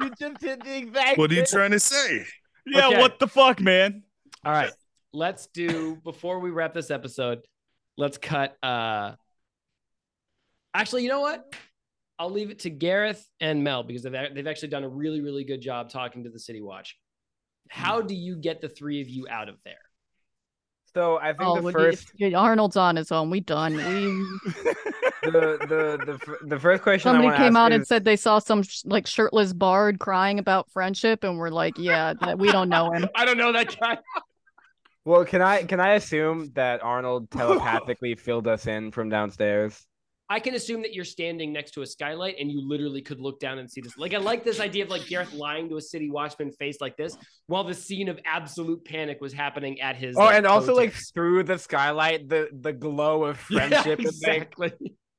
S13: you just did the exact.
S4: What are you
S13: same-
S4: trying to say?
S7: Yeah,
S8: Okay.
S7: what the fuck, man?
S8: All right. Let's do before we wrap this episode, let's cut uh Actually, you know what? I'll leave it to Gareth and Mel because they've they've actually done a really really good job talking to the City Watch. How do you get the three of you out of there?
S12: So I think
S1: Oh,
S12: the
S1: would
S12: first
S1: you, Arnold's on his own. We
S12: [LAUGHS]
S1: done. We
S12: the, the the fir- the first question I
S1: somebody
S12: wanna
S1: came
S12: ask
S1: out
S12: is,
S1: and said they saw some sh- like shirtless bard crying about friendship, and we're like, yeah, that, we don't know
S12: [LAUGHS]
S1: him.
S8: I don't know that guy.
S12: Well, can I can I assume that
S13: [LAUGHS]
S12: Arnold telepathically filled us in from downstairs?
S8: I can assume that you're standing next to a skylight and you literally could look down and see this. Like I like this idea of like Gareth lying to a city watchman face like this while the scene of absolute panic was happening at his.
S12: Oh,
S8: like,
S12: and also like
S8: coattails.
S12: through the skylight, the the glow of
S8: [LAUGHS] Yeah,
S12: friendship is like
S8: exactly.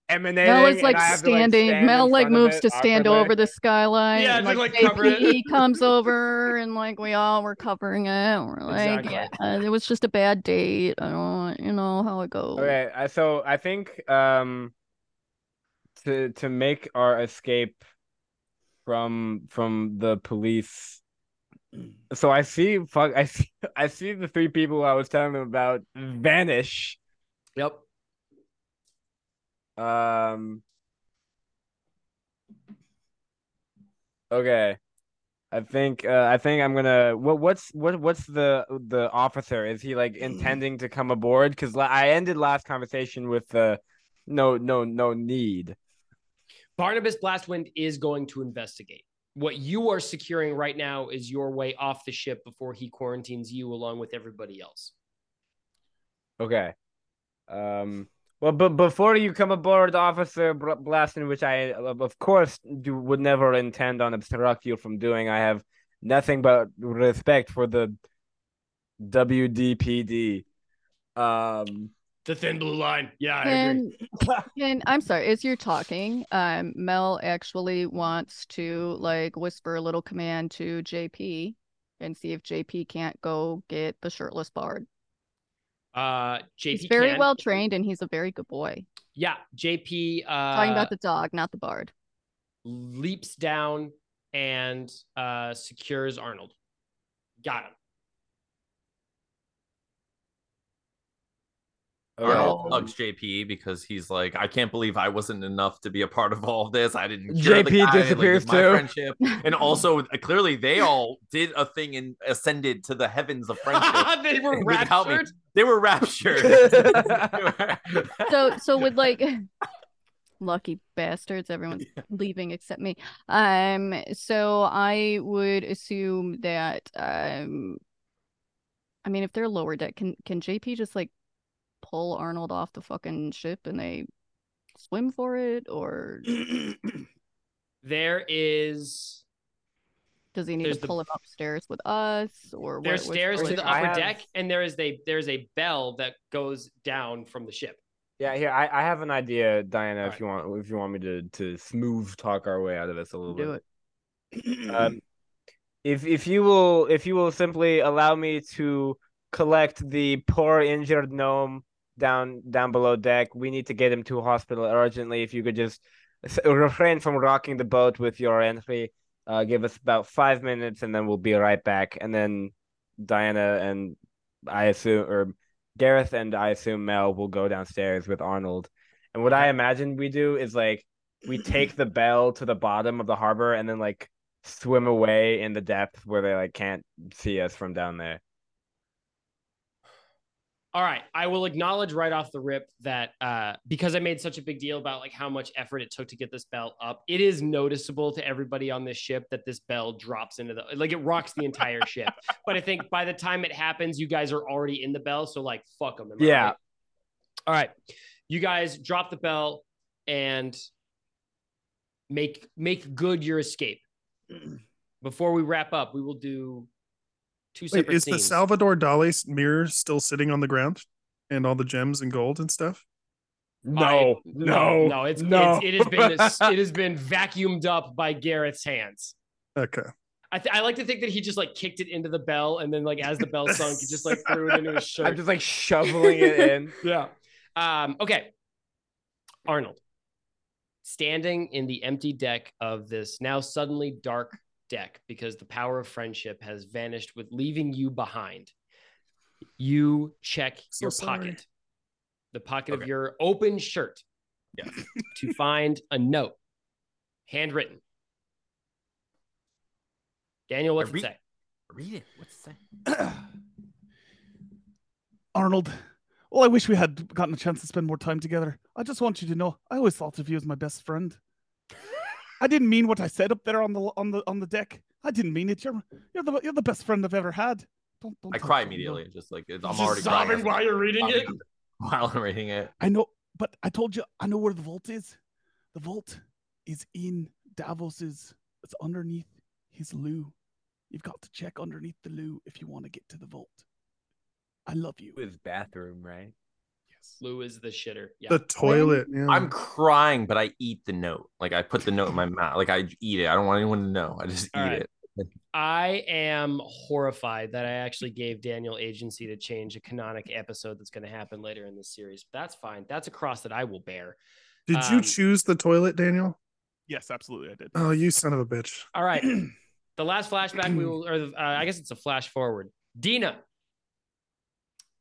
S12: emanating.
S1: Mel is
S12: and
S1: like
S12: I have to, like,
S1: standing.
S12: stand
S1: Mel
S12: in
S1: like
S12: front of
S1: moves
S12: it
S1: to stand
S12: awkwardly.
S1: over the skylight.
S8: Yeah,
S1: and,
S8: just,
S1: like,
S8: like, cover
S12: [LAUGHS]
S8: it.
S1: JP comes over, and like we all were covering it. and We're like,
S8: Exactly.
S1: yeah, it was just a bad date. I don't, you know how it goes.
S12: Okay, I, so I think um
S11: to to make our escape from from the police. So I see fuck I see [LAUGHS] I see the three people I was telling them about vanish.
S8: Yep.
S11: Um Okay. I think uh, I think I'm gonna. What what's what what's the the officer? Is he like intending to come aboard? Because la- I ended last conversation with uh, no no no need.
S8: Barnabas Blastwind is going to investigate. What you are securing right now is your way off the ship before he quarantines you along with everybody else.
S11: Okay. Um. Well, but before you come aboard, Officer Br- Blaston, which I of of course do, would never intend on obstruct you from doing, I have nothing but respect for the WDPD. Um.
S8: The thin blue line. Yeah, I
S1: Can,
S8: [LAUGHS]
S1: can I'm sorry, as you're talking, um, Mel actually wants to like whisper a little command to JP and see if JP can't go get the shirtless bard.
S8: Uh, JP
S1: He's very
S8: can-
S1: well trained and he's a very good boy.
S8: Yeah, JP uh,
S1: Talking about the dog, not the bard.
S8: leaps down and uh, secures Arnold. Got him.
S10: Arnold
S7: Um,
S10: hugs JP because he's like, I can't believe I wasn't enough to be a part of all of this. I didn't. cure the
S11: JP
S10: guy, like,
S11: disappears
S10: it's my
S11: too.
S8: [LAUGHS]
S10: friendship." And also, uh, clearly, they all did a thing and ascended to the heavens of friendship.
S8: they [LAUGHS] were
S10: without me.
S8: raptured?
S10: They were
S8: [LAUGHS]
S10: raptured.
S1: so so with like [LAUGHS] lucky bastards everyone's leaving except me um so i would assume that um i mean if they're lower deck can can jp just like pull arnold off the fucking ship and they swim for it
S8: [CLEARS THROAT]
S1: or
S8: There is
S1: does he need
S8: There's
S1: to
S8: the-
S1: pull him upstairs with us or
S8: there's
S1: what- what's-
S8: stairs to
S1: what's-
S8: the upper deck, and there is a there's a bell that goes down from the ship.
S11: Yeah, here I, I have an idea, Diana. if you want, if you want me to to smooth talk our way out of this a little bit,
S1: Do
S11: Um, if if you will, if you will simply allow me to collect the poor injured gnome down down below deck, we need to get him to hospital urgently. If you could just s- refrain from rocking the boat with your entry, uh, give us about five minutes, and then we'll be right back. And then Diana and I assume, or Gareth and I assume Mel will go downstairs with Arnold. And what I imagine we do is like we take the bell to the bottom of the harbor and then like swim away in the depth where they like can't see us from down there.
S8: All right, I will acknowledge right off the rip that uh, because I made such a big deal about like how much effort it took to get this bell up, it is noticeable to everybody on this ship that this bell drops into the like it rocks the entire
S1: [LAUGHS]
S8: ship. But I think by the time it happens, you guys are already in the bell, so like fuck them.
S11: Yeah.
S8: All right, you guys drop the bell and make make good your escape. Before we wrap up, we will do two
S4: Wait,
S8: separate
S4: is the
S8: scenes.
S4: Salvador Dali's mirror still sitting on the ground and all the gems and gold and stuff?
S8: I- no, no, it's, it's it has been it has been vacuumed up by Gareth's hands.
S4: [LAUGHS] okay.
S8: I, th- I like to think that he just like kicked it into the bell, and then like as the bell sunk, he just like threw it into
S12: [LAUGHS]
S8: his
S11: [LAUGHS]
S8: shirt.
S11: I'm just like shoveling it
S10: [LAUGHS]
S8: [LAUGHS]
S11: in.
S8: yeah. Um, okay. Arnold, standing in the empty deck of this now suddenly dark deck because the power of friendship has vanished with leaving you behind. You check your
S9: sorry.
S8: pocket, the pocket of your open shirt, to [LAUGHS] find a note, handwritten. Daniel, what's it say?
S10: Read it. What's it say?
S7: [CLEARS THROAT] Arnold, well, I wish we had gotten a chance to spend more time together. I just want you to know, I always thought of you as my best friend. I didn't mean what I said up there on the on the on the deck. I didn't mean it. You're you're the you're the best friend I've ever had. Don't don't.
S10: I
S7: talk
S10: cry
S7: to me, no.
S10: immediately. Just like it's, I'm
S7: Just
S10: already
S7: sobbing
S10: crying
S7: while you're reading it?
S10: [LAUGHS] While I'm reading it.
S7: I know, but I told you I know where the vault is. The vault is in Davos's. It's underneath his loo. You've got to check underneath the loo if you want to get to the vault. I love you.
S11: His bathroom, right?
S8: Lou is the shitter. Yeah.
S10: I'm crying, but I eat the note. Like I put the note in my mouth. Like I eat it. I don't want anyone to know. I just eat
S8: All right.
S10: it.
S8: I am horrified that I actually gave Daniel agency to change a canonic episode that's going to happen later in this series. But that's fine. That's a cross that I will bear.
S4: Did you choose the toilet, Daniel?
S7: Yes, absolutely, I did.
S4: Oh, you son of a bitch.
S8: All right. the last flashback we will, or uh, I guess it's a flash forward. Dina,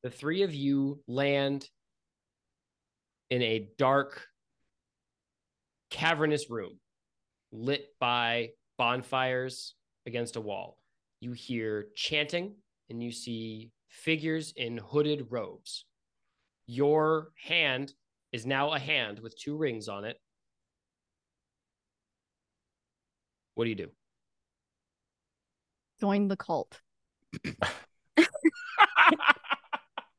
S8: the three of you land in a dark, cavernous room lit by bonfires against a wall. You hear chanting and you see figures in hooded robes. Your hand is now a hand with two rings on it. What do you do?
S1: Join the cult.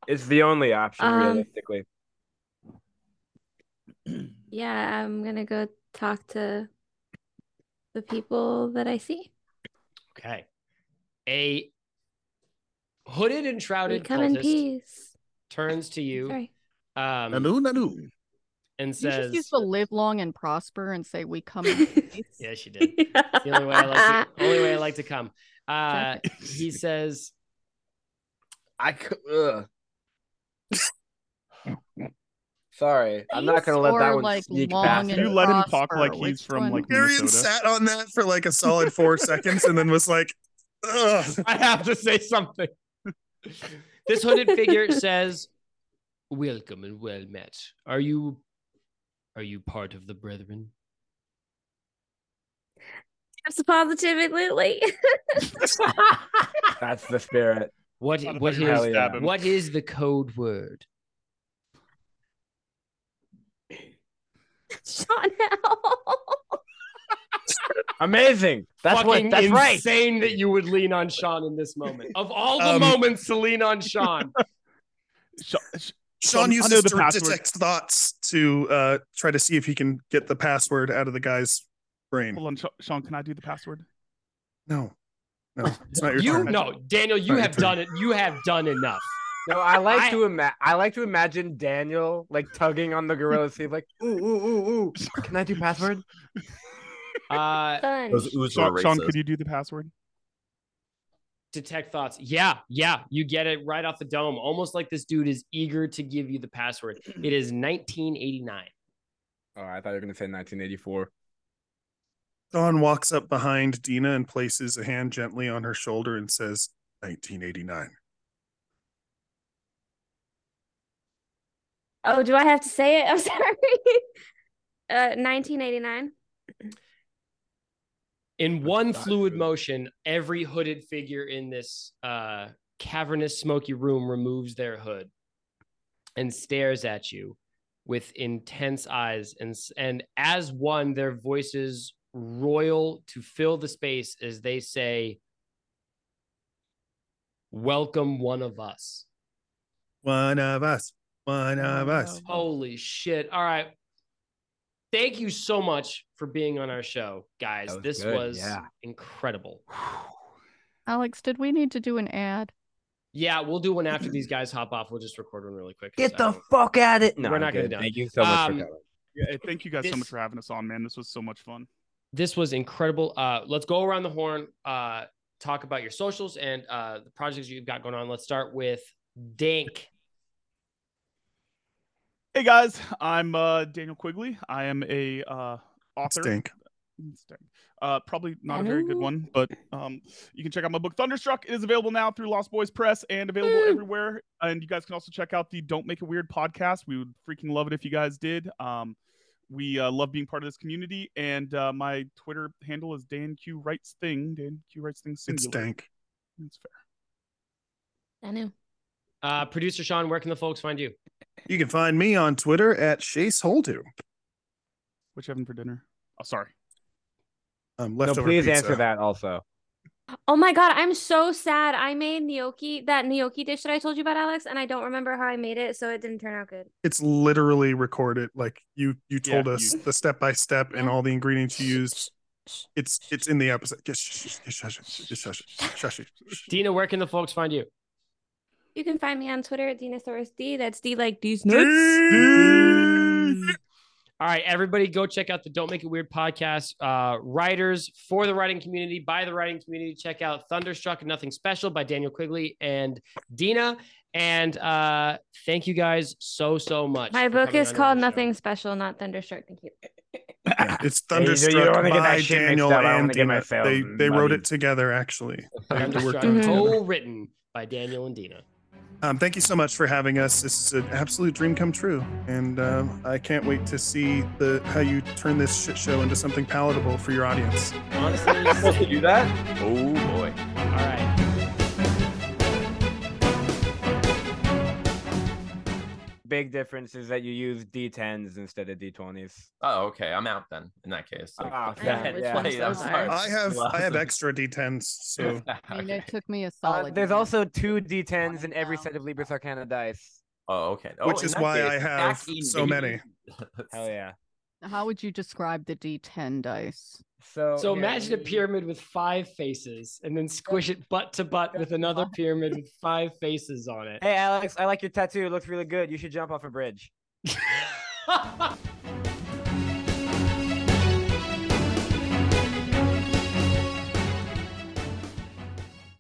S11: It's the only option
S6: Um,
S11: realistically.
S6: Yeah, I'm gonna go talk to the people that I see.
S8: Okay. A hooded and shrouded
S6: we come in
S8: cultist
S6: peace.
S8: turns to you
S6: Sorry.
S8: um,
S1: Nanu,
S8: nanu.
S1: You
S8: and
S1: just
S8: says,
S1: used to live long and prosper and say we come.
S8: [LAUGHS]
S1: in peace."
S8: Yeah, she did. It's the only way I
S6: [LAUGHS]
S8: like to, only way I like to come. Uh, he says,
S12: I c- ugh. Sorry, I'm not gonna let
S1: Or,
S12: that one
S1: like,
S12: sneak
S1: long
S12: past.
S1: and You let him talk prosper, like he's which from, one? like,
S4: Arian
S1: Minnesota.
S4: sat on that for like a solid [LAUGHS] four seconds and then was like, Ugh.
S8: I have to say something. This hooded
S4: [LAUGHS]
S12: [LAUGHS]
S8: figure says, "Welcome and well met. Are you, are you part of the brethren?"
S6: That's positively.
S11: That's the spirit.
S8: What
S11: Thought
S8: what
S11: about your
S8: is
S11: Hell yeah.
S8: what is the code word?
S6: Sean
S11: Amazing. That's
S8: Fucking
S11: what. That's right.
S8: insane that you would lean on Sean in this moment. Of all the
S11: Um,
S8: moments to lean
S11: [LAUGHS]
S8: on Sean,
S4: Sean
S7: Some- I know
S4: uses
S7: the
S4: to
S7: password.
S4: detect thoughts to uh, try to see if he can get the password out of the guy's brain.
S7: Hold on, Sha- Sean. Can I do the password?
S4: No, no, it's not your
S8: you
S4: turn.
S8: no Daniel, you
S4: Not your
S8: have
S4: turn.
S8: done it. You have
S6: [LAUGHS]
S8: done enough.
S12: No, I like to ima- I like to imagine Daniel like tugging on the gorilla sleeve, like ooh ooh ooh ooh. Can I do password?
S8: Uh,
S6: Fun.
S7: Sean, Sean, could you do the password?
S8: detect thoughts. Yeah, yeah, you get it right off the dome. Almost like this dude is eager to give you the password. It is 1989.
S11: Oh, I thought you were gonna say 1984.
S4: Sean walks up behind Dina and places a hand gently on her shoulder and says, 1989.
S6: [LAUGHS] Oh, do I have to say it? I'm [LAUGHS] sorry. Uh, 1989.
S8: In one fluid motion, every hooded figure in this uh, cavernous, smoky room removes their hood and stares at you with intense eyes. And, s- and as one, their voices royal to fill the space as they say, Welcome, one of us.
S4: One of us. One
S7: Oh,
S4: of us.
S8: Holy shit. All right. Thank you so much for being on our show, guys.
S12: That was
S8: this
S12: good,
S8: was
S12: yeah.
S8: incredible.
S1: Alex, did we need to do an ad?
S8: Yeah, we'll do one after these guys hop off. We'll just record one really quick. 'cause
S12: Get
S8: I
S12: the
S8: don't-
S12: fuck at it. No,
S8: we're
S12: I'm
S8: not gonna
S12: good.
S8: do it.
S12: Thank you so much
S8: Um,
S12: for coming.
S7: Yeah, and thank you guys so
S8: This-
S7: much for having us on, man. This was so much fun.
S8: This was incredible. Uh, let's go around the horn. Uh, talk about your socials and uh, the projects you've got going on. Let's start with Dank.
S7: Hey guys, I'm uh, Daniel Quigley. I am a uh, author.
S4: Stink.
S7: Stink. Uh, probably not a very good
S6: Hello.
S7: one, but um, you can check out my book Thunderstruck. It is available now through Lost Boys Press and available everywhere. And you guys can also check out the Don't Make a Weird podcast. We would freaking love it if you guys did. Um, we uh, love being part of this community. And uh, my Twitter handle is Dan Q Writes Thing. Dan Q Writes Thing
S4: It's
S7: singular.
S4: stank.
S7: That's fair.
S6: I know.
S8: Uh, Producer Sean, where can the folks find you?
S4: You can find me on Twitter at Chase Holdu.
S7: What you having for dinner? Oh, sorry.
S4: Um,
S11: No,
S4: leftover
S11: please
S4: pizza.
S11: answer that also.
S6: Oh my god, I'm so sad. I made gnocchi, that gnocchi dish that I told you about, Alex, and I don't remember how I made it, so it didn't turn out good.
S4: It's literally recorded. Like you, you
S7: Yeah,
S4: told us
S7: you-
S4: the step by step and all the ingredients you used. It's it's in the episode. Just shush, just shush, it, just shush, it, shush. it.
S8: Dina, where can the folks find you?
S6: You can find me on Twitter at Dinosaurus D. That's D like these
S8: All right, everybody, go check out the Don't Make It Weird podcast. Uh, writers for the writing community, by the writing community, check out Thunderstruck and Nothing Special by Daniel Quigley and Dina. And uh, thank you guys so so much.
S6: My
S8: for
S6: book
S8: coming
S6: is
S8: on the
S6: called Nothing Special, Not Thunderstruck. Thank you.
S8: [LAUGHS]
S4: It's
S8: Yeah, you don't- you
S4: thunderstruck
S8: don't wanna get
S4: by
S8: that shit mixed
S4: Daniel
S8: up. I don't
S4: and
S8: wanna get
S4: Dina.
S8: myself
S4: They they wrote
S8: muddied.
S4: it together actually. They had to work
S8: Thunderstruck,
S4: on it together.
S8: co-written by Daniel and Dina.
S4: Um, thank you so much for having us. This is an absolute dream come true, and um, I can't wait to see the how you turn this shit show into something palatable for your audience.
S8: Honestly,
S10: [LAUGHS]
S8: you're
S10: supposed to do that? Oh boy.
S8: All right.
S11: Big difference is that you use D10s instead of D20s.
S10: Oh, okay. I'm out then. In that case. Like, [LAUGHS]
S11: Ah,
S10: go ahead,
S11: yeah.
S10: play, I'm sorry.
S4: I have I
S10: [LAUGHS]
S8: [LAUGHS]
S4: have extra d10s, so
S1: I mean, it took me a
S11: Uh,
S1: solid.
S11: there's also two D10s in every set of Libris Arcana dice.
S10: Oh, okay. Oh,
S4: which
S10: in
S4: is
S10: that
S4: why
S10: case,
S4: I have
S10: back in
S4: so
S10: the-
S4: many.
S11: Hell yeah.
S1: How would you describe the D10 dice?
S11: So
S8: So imagine a pyramid with five faces, and then squish it butt to butt with another pyramid with five faces on it.
S13: Hey Alex, I like your tattoo. It looks really good. You should jump off a bridge.